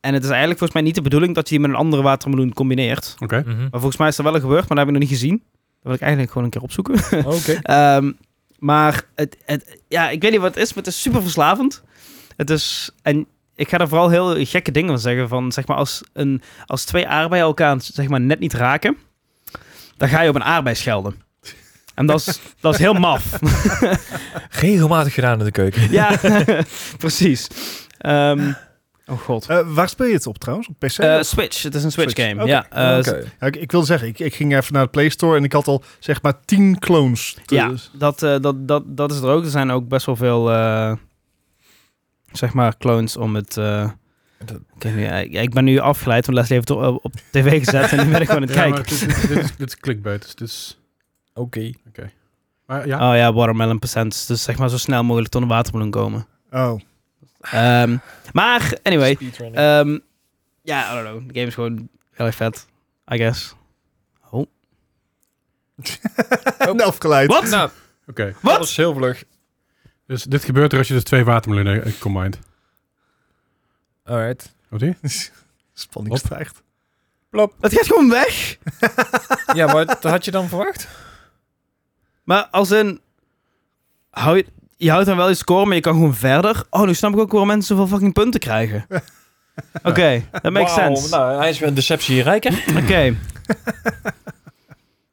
Speaker 1: En het is eigenlijk volgens mij niet de bedoeling dat je die met een andere watermeloen combineert.
Speaker 2: ja. Oké.
Speaker 3: Mhm.
Speaker 1: Maar volgens mij is dat wel al gebeurd, maar dat heb ik nog niet gezien. Dat wil ik eigenlijk gewoon een keer opzoeken.
Speaker 3: Oh, Oké.
Speaker 1: Ehm, maar het, het, ja, ik weet niet wat het is, maar het is super verslavend. Het is, en ik ga er vooral heel gekke dingen van zeggen. Van, zeg maar, als, een, als twee aardbeien elkaar zeg maar, net niet raken, dan ga je op een aardbei schelden. En dat is, dat is heel maf.
Speaker 3: Regelmatig gedaan in de keuken.
Speaker 1: ja, precies. Ehm, oh god.
Speaker 4: Eh, waar speel je het op trouwens? Op PC?
Speaker 1: Eh, Switch, het is een Switch,
Speaker 4: Switch,
Speaker 1: game.
Speaker 4: oké.
Speaker 1: Ja, eh,
Speaker 3: Oké.
Speaker 4: Ja, ik, ik wil zeggen, ik, ik ging even naar de Play Store en ik had al zeg maar 10 clones. Dus- te-
Speaker 1: Ja, dat, eh, dat, dat, dat is er ook. Er zijn ook best wel veel, eh, zeg maar, clones om het... eh,
Speaker 3: Dat-
Speaker 1: ik, weet niet, eh, ja, ik ben nu afgeleid, want Leslie heeft het op, op tv gezet en nu ben ik gewoon aan het
Speaker 2: Ja, maar
Speaker 1: kijken.
Speaker 2: dit, dit, dit is, dit is clickbait, dus dit is...
Speaker 3: Oké.
Speaker 2: Maar ja,
Speaker 1: Oh ja, watermelon percent. Dus zeg maar zo snel mogelijk tot een watermeloen komen.
Speaker 4: Oh,
Speaker 1: Ehm, maar, anyway.
Speaker 3: Speedrunning.
Speaker 1: ehm, ja, I don't know. De game is gewoon heel erg vet, I guess.
Speaker 4: nou afgeleid.
Speaker 1: Oh. Wat?
Speaker 3: Nou,
Speaker 2: oké.
Speaker 1: Wat?
Speaker 3: dat was heel vlug.
Speaker 2: Dus dit gebeurt er als je dus twee watermeloenen eh, combined.
Speaker 3: Alright.
Speaker 2: Hoort ie?
Speaker 4: Spanning
Speaker 2: Wat?
Speaker 4: stijgt.
Speaker 1: Het gaat gewoon weg!
Speaker 3: Ja, maar dat had je dan verwacht?
Speaker 1: Maar als een... Hou je, je houdt dan wel je score, maar je kan gewoon verder. Oh, nu snap ik ook waarom mensen zoveel fucking punten krijgen. Oké, dat makes
Speaker 3: Wauw,
Speaker 1: sense.
Speaker 3: Nou, hij is met een deceptie rijker.
Speaker 1: Oké.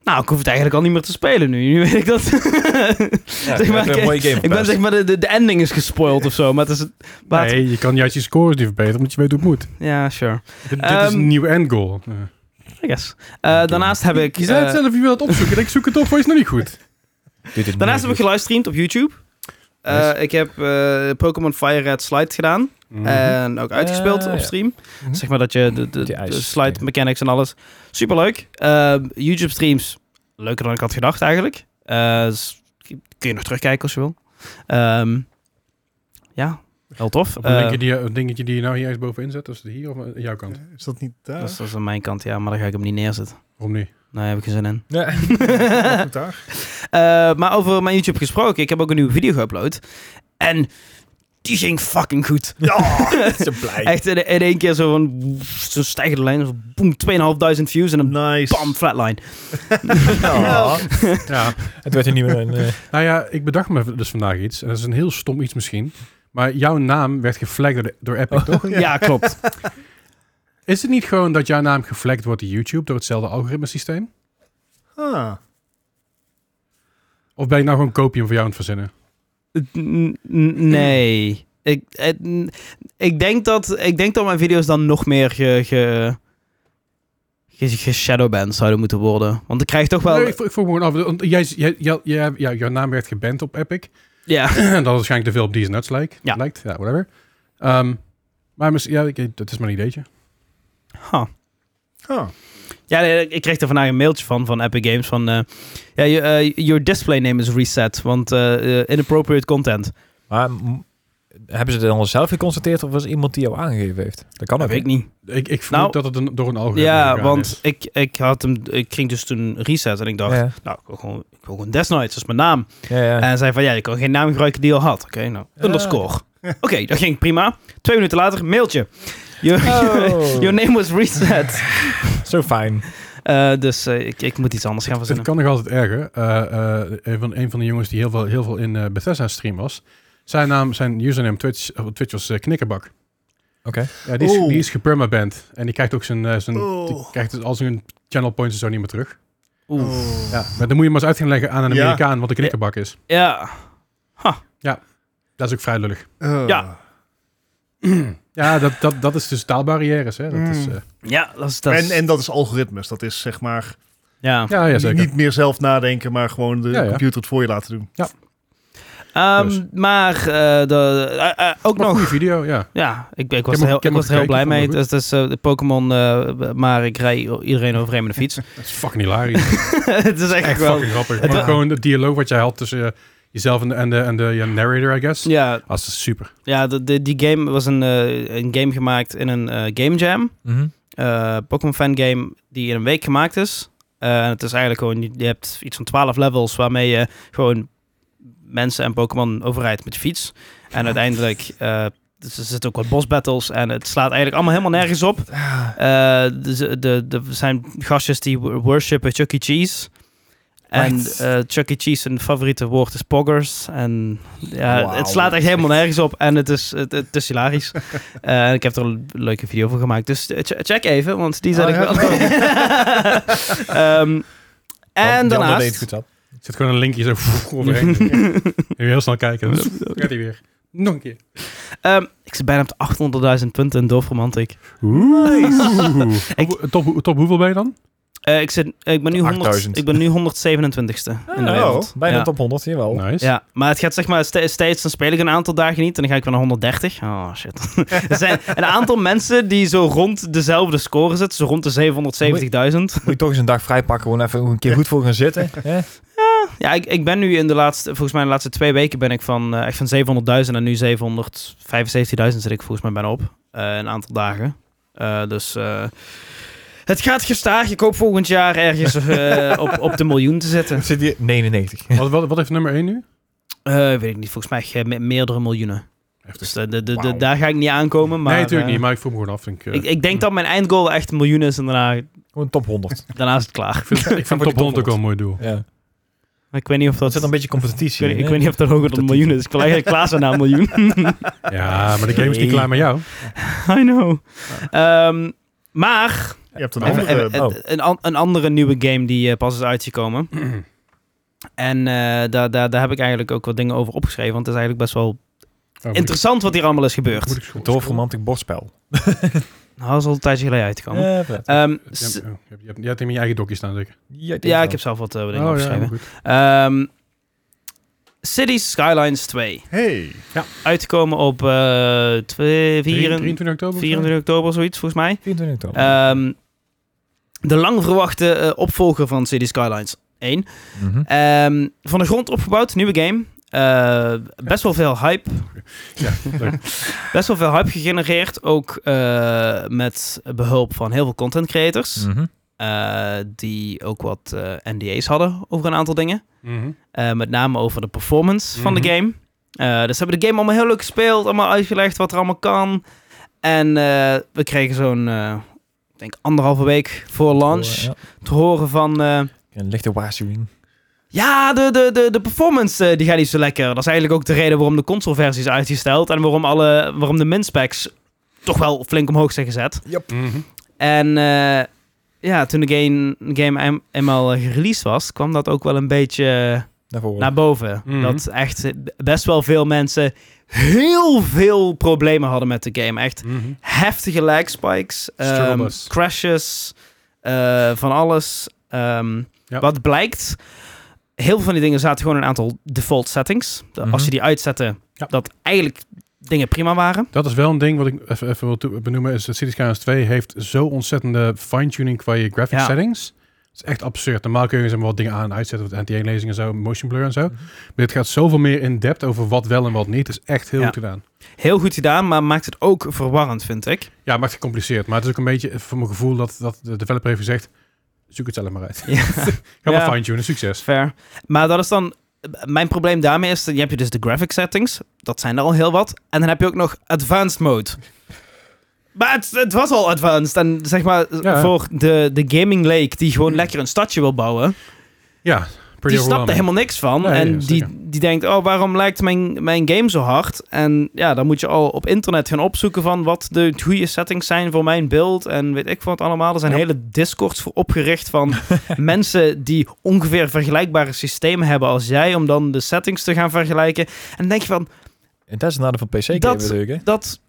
Speaker 1: nou, ik hoef het eigenlijk al niet meer te spelen nu. Nu weet ik dat.
Speaker 3: Ja,
Speaker 1: Zeg maar,
Speaker 3: ik heb
Speaker 1: ik-
Speaker 3: een mooie game
Speaker 1: ik ben
Speaker 3: verpest.
Speaker 1: zeg maar, de, de, de ending is gespoild of zo. Maar het is... Maar het-
Speaker 2: Nee, je kan juist je scores niet verbeteren, omdat je weet hoe het moet.
Speaker 1: Ja, sure.
Speaker 2: Dit, dit is
Speaker 1: Ehm,
Speaker 2: een nieuw endgoal. Ja.
Speaker 1: I guess. Eh, daarnaast heb ik...
Speaker 2: Je zei het
Speaker 1: eh,
Speaker 2: zelf, je wil het opzoeken. ik zoek het op, maar is nog niet goed.
Speaker 3: Doet het
Speaker 1: daarnaast
Speaker 3: niet.
Speaker 1: heb ik gelivestreamd op YouTube. Eh,
Speaker 2: Nice.
Speaker 1: Ik heb eh, Pokémon Fire Red Slide gedaan.
Speaker 2: Mhm.
Speaker 1: En ook uitgespeeld
Speaker 3: Eh,
Speaker 1: op
Speaker 3: ja.
Speaker 1: stream.
Speaker 4: Mhm.
Speaker 1: Zeg maar dat je de, de, de
Speaker 3: Die ijs-
Speaker 1: slide
Speaker 3: dingen.
Speaker 1: mechanics en alles. Superleuk. Ehm YouTube streams. Leuker dan ik had gedacht eigenlijk. Eh, dus kun je nog terugkijken als je wil. Ehm, ja, heel tof.
Speaker 2: Op een
Speaker 1: Eh,
Speaker 2: linkje die, je- een dingetje die je nou hier eens bovenin zet, is het hier of aan jouw kant?
Speaker 4: Eh, Is dat niet daar?
Speaker 1: dat, is, dat is aan mijn kant, ja. Maar dan ga ik hem niet neerzetten.
Speaker 2: Waarom niet?
Speaker 1: Daar heb ik geen zin in.
Speaker 3: Ja.
Speaker 4: Goed daar.
Speaker 1: Eh, maar over mijn YouTube gesproken. Ik heb ook een nieuwe video geüpload. En die ging fucking goed.
Speaker 3: Ja, zo blij.
Speaker 1: Echt in, in één keer zo van... Zo'n stijgende lijn. Zo boem, 2.500 views. En dan
Speaker 4: Nice.
Speaker 1: bam, flatline.
Speaker 3: Ja.
Speaker 2: Ja.
Speaker 3: Ah, Het werd er niet meer een... eh,
Speaker 2: nou ja, ik bedacht me dus vandaag iets. En dat is een heel stom iets misschien. Maar jouw naam werd geflagd door, de- door Epic, toch?
Speaker 1: Oh, Ja, klopt.
Speaker 2: Is het niet gewoon dat jouw naam geflagd wordt door YouTube door hetzelfde algoritmesysteem?
Speaker 4: Ah.
Speaker 2: Of ben ik nou gewoon kopium voor jou aan het verzinnen?
Speaker 1: N- n- nee. Ik, het- n- ik, denk dat, ik denk dat mijn video's dan nog meer ge, ge, ge, geshadowband zouden moeten worden. Want ik krijg toch wel...
Speaker 2: Nee, ik, vo- ik vroeg me gewoon af. want Jij, jij, jij, jij- ja, jouw naam werd geband op Epic.
Speaker 1: Ja.
Speaker 2: dat is waarschijnlijk te veel op D's Nuts lijkt.
Speaker 1: Ja.
Speaker 2: lijkt. Ja, whatever. Ehm, maar misschien, ja, ik- dat is maar een ideetje.
Speaker 1: Huh.
Speaker 4: Ah.
Speaker 1: Ja, nee, ik kreeg er vandaag een mailtje van, van Epic Games, van... eh, ja, je- eh, your display name is reset, want eh, eh, inappropriate content.
Speaker 3: Maar m- hebben ze het dan zelf geconstateerd of was het iemand die jou aangegeven heeft? Dat kan
Speaker 1: Oh, Dat
Speaker 3: ook.
Speaker 1: weet ik niet.
Speaker 2: Ik, ik vermoed
Speaker 1: Nou,
Speaker 2: dat het een, door een algoritme
Speaker 1: Ja,
Speaker 2: gegaan
Speaker 1: want
Speaker 2: is.
Speaker 1: ik, ik, had hem, ik ging dus toen reset en ik dacht...
Speaker 3: Ja,
Speaker 1: Nou, ik wil gewoon, ik wil gewoon Death Knights, dat is mijn naam.
Speaker 3: ja, ja.
Speaker 1: En zei van, ja, je kan geen naam gebruiken die je al had. Oké, nou,
Speaker 3: Ja.
Speaker 1: underscore. Oké, dat ging prima. Twee minuten later, mailtje. Your,
Speaker 3: Oh.
Speaker 1: your name was reset.
Speaker 3: Zo fijn.
Speaker 1: Eh, dus eh, ik, ik moet iets anders gaan
Speaker 2: Dus Het
Speaker 1: verzinnen.
Speaker 2: kan nog altijd erger. Eh, eh, een, van, een van de jongens die heel veel, heel veel in eh, Bethesda stream was. Zijn naam, zijn username Twitch, op Twitch was eh, Knikkerbak.
Speaker 3: Oké.
Speaker 2: Ja, die is,
Speaker 4: Oeh.
Speaker 2: die is gepermaband. En die krijgt ook zijn, eh, zijn die
Speaker 4: Oeh.
Speaker 2: krijgt dus al zijn channel points en zo niet meer terug.
Speaker 1: Oeh.
Speaker 2: Ja, maar dan moet je maar eens uit gaan leggen aan een
Speaker 4: Ja.
Speaker 2: Amerikaan wat een knikkerbak is.
Speaker 1: Ja.
Speaker 2: Dat is ook vrij lullig.
Speaker 4: Eh,
Speaker 1: Ja.
Speaker 2: Ja, dat, dat, dat is dus taalbarrières. Hè? Dat is, eh,
Speaker 1: Ja, dat is... Dat is-
Speaker 4: En, en dat is algoritmes. Dat is zeg maar
Speaker 1: ja.
Speaker 2: ja, ja,
Speaker 4: niet-
Speaker 2: zeker.
Speaker 4: niet meer zelf nadenken, maar gewoon de
Speaker 2: Ja, ja.
Speaker 4: computer het voor je laten doen.
Speaker 1: Ehm,
Speaker 2: dus.
Speaker 1: Maar eh, de, eh, eh, ook
Speaker 2: maar
Speaker 1: nog...
Speaker 2: goede video, ja.
Speaker 1: Ja, ik, ik was er
Speaker 2: hem ook-
Speaker 1: heel,
Speaker 2: ik heb
Speaker 1: ik
Speaker 2: hem
Speaker 1: was er heel
Speaker 2: gekeken,
Speaker 1: blij
Speaker 2: vond
Speaker 1: mee.
Speaker 2: ik
Speaker 1: Het is, het is, eh, Pokémon, eh, maar ik rij iedereen overheen met de fiets.
Speaker 2: Dat is fucking hilarisch.
Speaker 1: het is echt,
Speaker 2: Echt
Speaker 1: wel...
Speaker 2: fucking grappig. Maar gewoon het dialoog wat jij had tussen eh, jezelf en de, en de, en de ja, narrator, I guess. Ah,
Speaker 1: Ja,
Speaker 2: Dat is super.
Speaker 1: ja de, de- die game was een, eh, een game gemaakt in een eh, game jam.
Speaker 3: Mhm.
Speaker 1: eh Pokémon fan game die in een week gemaakt is. Eh, en het is eigenlijk gewoon, je- je hebt iets van 12 levels waarmee je gewoon mensen en Pokémon overrijdt met je fiets. En uiteindelijk, eh, dus er zitten ook wat boss battles en het slaat eigenlijk allemaal helemaal nergens op. Eh, dus, eh, de, de, er zijn gastjes die wo- worshipen Chuck E. Cheese. En
Speaker 3: Right.
Speaker 1: eh, Chuck E. Cheese, hun favoriete woord is poggers. En ja,
Speaker 4: Wauw.
Speaker 1: het slaat echt helemaal nergens op. En het is, het, het is hilarisch. Eh, en ik heb er een leuke video van gemaakt. Dus eh, che- check even, want die zet
Speaker 4: Oh,
Speaker 1: ik
Speaker 4: ja.
Speaker 1: wel. Ehm, en
Speaker 3: Want die ander
Speaker 1: daarnaast...
Speaker 3: deed het goed, Sap.
Speaker 2: Er zit gewoon een linkje zo overheen. En heel snel kijken. Dan gaat hij weer. Nog een keer.
Speaker 1: Ehm, ik zit bijna op de 800.000 punten in Doof Romantic.
Speaker 2: Oeh. Top, top, top hoeveel ben je dan?
Speaker 1: Eh, ik, zit, ik, ben nu 100,
Speaker 3: 8000.
Speaker 1: ik ben nu 127ste in de
Speaker 3: Oh,
Speaker 1: wereld.
Speaker 3: bijna
Speaker 1: Ja.
Speaker 3: top 100, jawel.
Speaker 2: Nice.
Speaker 1: Oh, Ja, maar het gaat zeg maar ste- steeds, dan speel ik een aantal dagen niet en dan ga ik weer naar 130. Oh shit. er zijn een aantal mensen die zo rond dezelfde score zitten, zo rond de 770.000.
Speaker 3: Moet je toch eens een dag vrij pakken, gewoon even een keer goed voor gaan zitten. hè?
Speaker 1: Ja, ik, ik ben nu in de laatste, volgens mij in de laatste twee weken ben ik van, eh, echt van 700.000 en nu 775.000 zit ik volgens mij bijna op. eh, een aantal dagen. Eh, dus eh, het gaat gestaag. Ik hoop volgend jaar ergens eh, op, op de miljoen te zitten.
Speaker 3: Zit hier 99.
Speaker 2: Wat, wat, wat heeft nummer 1 nu?
Speaker 1: Eh, weet ik niet, volgens mij ge- me- meerdere miljoenen. Dus eh, de, de, de-
Speaker 2: Wauw.
Speaker 1: daar ga ik niet aankomen. Maar,
Speaker 2: nee, natuurlijk
Speaker 1: eh,
Speaker 2: niet. Maar ik voel me gewoon af. Ik, eh,
Speaker 1: Ik, ik denk dat mijn eindgoal echt een miljoen is en daarna,
Speaker 3: Gewoon top 100.
Speaker 1: daarna is het klaar.
Speaker 2: ik vind, ik vind top 100 ook wel een mooi doel.
Speaker 3: Ja.
Speaker 1: Maar ik weet niet of
Speaker 3: Dat
Speaker 1: dat...
Speaker 3: zit een beetje
Speaker 1: ik,
Speaker 3: competitie
Speaker 1: weet,
Speaker 3: in,
Speaker 1: ik
Speaker 3: hè?
Speaker 1: weet niet of dat hoger dan een miljoen is. Ik wil eigenlijk klaar zijn na een miljoen.
Speaker 2: Ja, maar de game is niet
Speaker 3: Nee.
Speaker 2: klaar met jou. Oh,
Speaker 1: I know. Ehm, maar
Speaker 4: Je hebt een
Speaker 1: even-
Speaker 4: andere...
Speaker 1: even- een, an- een andere nieuwe game die eh, pas is uitgekomen. En eh, daar, daar, daar heb ik eigenlijk ook wat dingen over opgeschreven. Want het is eigenlijk best wel
Speaker 2: Oh, moet ik-
Speaker 1: interessant wat hier allemaal is
Speaker 2: moet
Speaker 1: gebeurd.
Speaker 2: ik scrollen?
Speaker 3: Doof romantic bordspel.
Speaker 1: Nou, dat is al een tijdje geleden uitgekomen.
Speaker 3: Ja, vet.
Speaker 1: Ehm,
Speaker 2: Je hebt-
Speaker 1: s-
Speaker 2: oh, je hebt- je hebt- je hebt hem in je eigen dokje staan, zeker.
Speaker 3: Ja, ik denk
Speaker 1: ja,
Speaker 3: wel.
Speaker 1: ik heb zelf wat eh, wat dingen
Speaker 2: Oh ja,
Speaker 1: opgeschreven.
Speaker 2: goed.
Speaker 1: Ehm, Cities Skylines 2.
Speaker 4: Hey.
Speaker 1: uitgekomen op eh 2, 24,
Speaker 2: 23 oktober?
Speaker 1: 24 oktober, zoiets volgens mij.
Speaker 3: 24 oktober.
Speaker 1: Ehm, de lang verwachte eh, opvolger van City Skylines 1.
Speaker 3: Mhm.
Speaker 1: Ehm, van de grond opgebouwd, nieuwe game. Eh, best wel veel hype.
Speaker 2: Ja, leuk.
Speaker 1: Best wel veel hype gegenereerd. Ook eh, met behulp van heel veel content creators.
Speaker 2: Mm.
Speaker 3: Mhm.
Speaker 1: eh, die ook wat eh, NDA's hadden over een aantal dingen.
Speaker 2: Mhm.
Speaker 1: Eh, met name over de performance van de
Speaker 2: Mhm.
Speaker 1: game. Eh, dus ze hebben de game allemaal heel leuk gespeeld. Allemaal uitgelegd wat er allemaal kan. En eh, we kregen zo'n, eh, ik denk anderhalve week voor launch.
Speaker 3: Ja.
Speaker 1: Te horen van... eh,
Speaker 3: Een lichte waarschuwing.
Speaker 1: ja, de, de, de, de performance eh, die gaat niet zo lekker. Dat is eigenlijk ook de reden waarom de consoleversies is uitgesteld. En waarom, alle, waarom de min-specs toch wel flink omhoog zijn gezet.
Speaker 2: Mhm.
Speaker 1: En eh, ja, toen de game, game een- eenmaal eh, gereleased was, kwam dat ook wel een beetje... eh,
Speaker 3: Naar voren.
Speaker 1: naar boven.
Speaker 2: Mhm.
Speaker 1: Dat echt eh, best wel veel mensen heel veel problemen hadden met de game. Echt
Speaker 2: Mhm.
Speaker 1: heftige lag spikes, ehm,
Speaker 2: Struggles.
Speaker 1: crashes, eh, van alles. Ehm,
Speaker 2: Ja.
Speaker 1: Wat blijkt, heel veel van die dingen zaten gewoon in een aantal default settings. Dat
Speaker 3: Mhm.
Speaker 1: Als je die uitzette,
Speaker 2: Ja.
Speaker 1: dat eigenlijk dingen prima waren.
Speaker 2: Dat is wel een ding wat ik even, even wil toe- benoemen. Is dat Cities Skylines 2 heeft zo ontzettende fine-tuning qua je graphic
Speaker 1: Ja.
Speaker 2: settings. Het is echt absurd. Normaal kun je zeg maar, wat dingen aan en uitzetten. Wat anti-aliasing en zo, motion blur en
Speaker 1: Mhm.
Speaker 2: zo. Maar dit gaat zoveel meer in depth over wat wel en wat niet. Het is echt heel
Speaker 1: Ja.
Speaker 2: goed gedaan.
Speaker 1: Heel goed gedaan, maar maakt het ook verwarrend, vind ik.
Speaker 2: Ja, het maakt het gecompliceerd. Maar het is ook een beetje eh, voor mijn gevoel dat, dat de developer heeft gezegd... Zoek het zelf maar uit.
Speaker 1: Ja.
Speaker 2: Ga
Speaker 1: Ja.
Speaker 2: maar fine-tunen. Succes.
Speaker 1: Fair. Maar dat is dan... Mijn probleem daarmee is, dan heb je dus de graphic settings. Dat zijn er al heel wat. En dan heb je ook nog advanced mode. Maar het, het was al advanced. En zeg maar,
Speaker 2: Ja.
Speaker 1: voor de, de gaming lake die gewoon lekker een stadje wil bouwen,
Speaker 2: Ja, pretty
Speaker 1: die snapt er
Speaker 2: overwhelming.
Speaker 1: helemaal niks van.
Speaker 2: Nee,
Speaker 1: en
Speaker 2: ja,
Speaker 1: die,
Speaker 2: zeker.
Speaker 1: die denkt, oh, waarom lijkt mijn, mijn game zo hard? En ja, dan moet je al op internet gaan opzoeken van wat de goede settings zijn voor mijn beeld. En weet ik wat allemaal. Er zijn
Speaker 2: Ja.
Speaker 1: hele discords voor opgericht van mensen die ongeveer vergelijkbare systemen hebben als jij. Om dan de settings te gaan vergelijken. En dan denk je van,
Speaker 3: En dat is een nadeel van PC game
Speaker 1: Dat-
Speaker 3: natuurlijk, hè?
Speaker 1: dat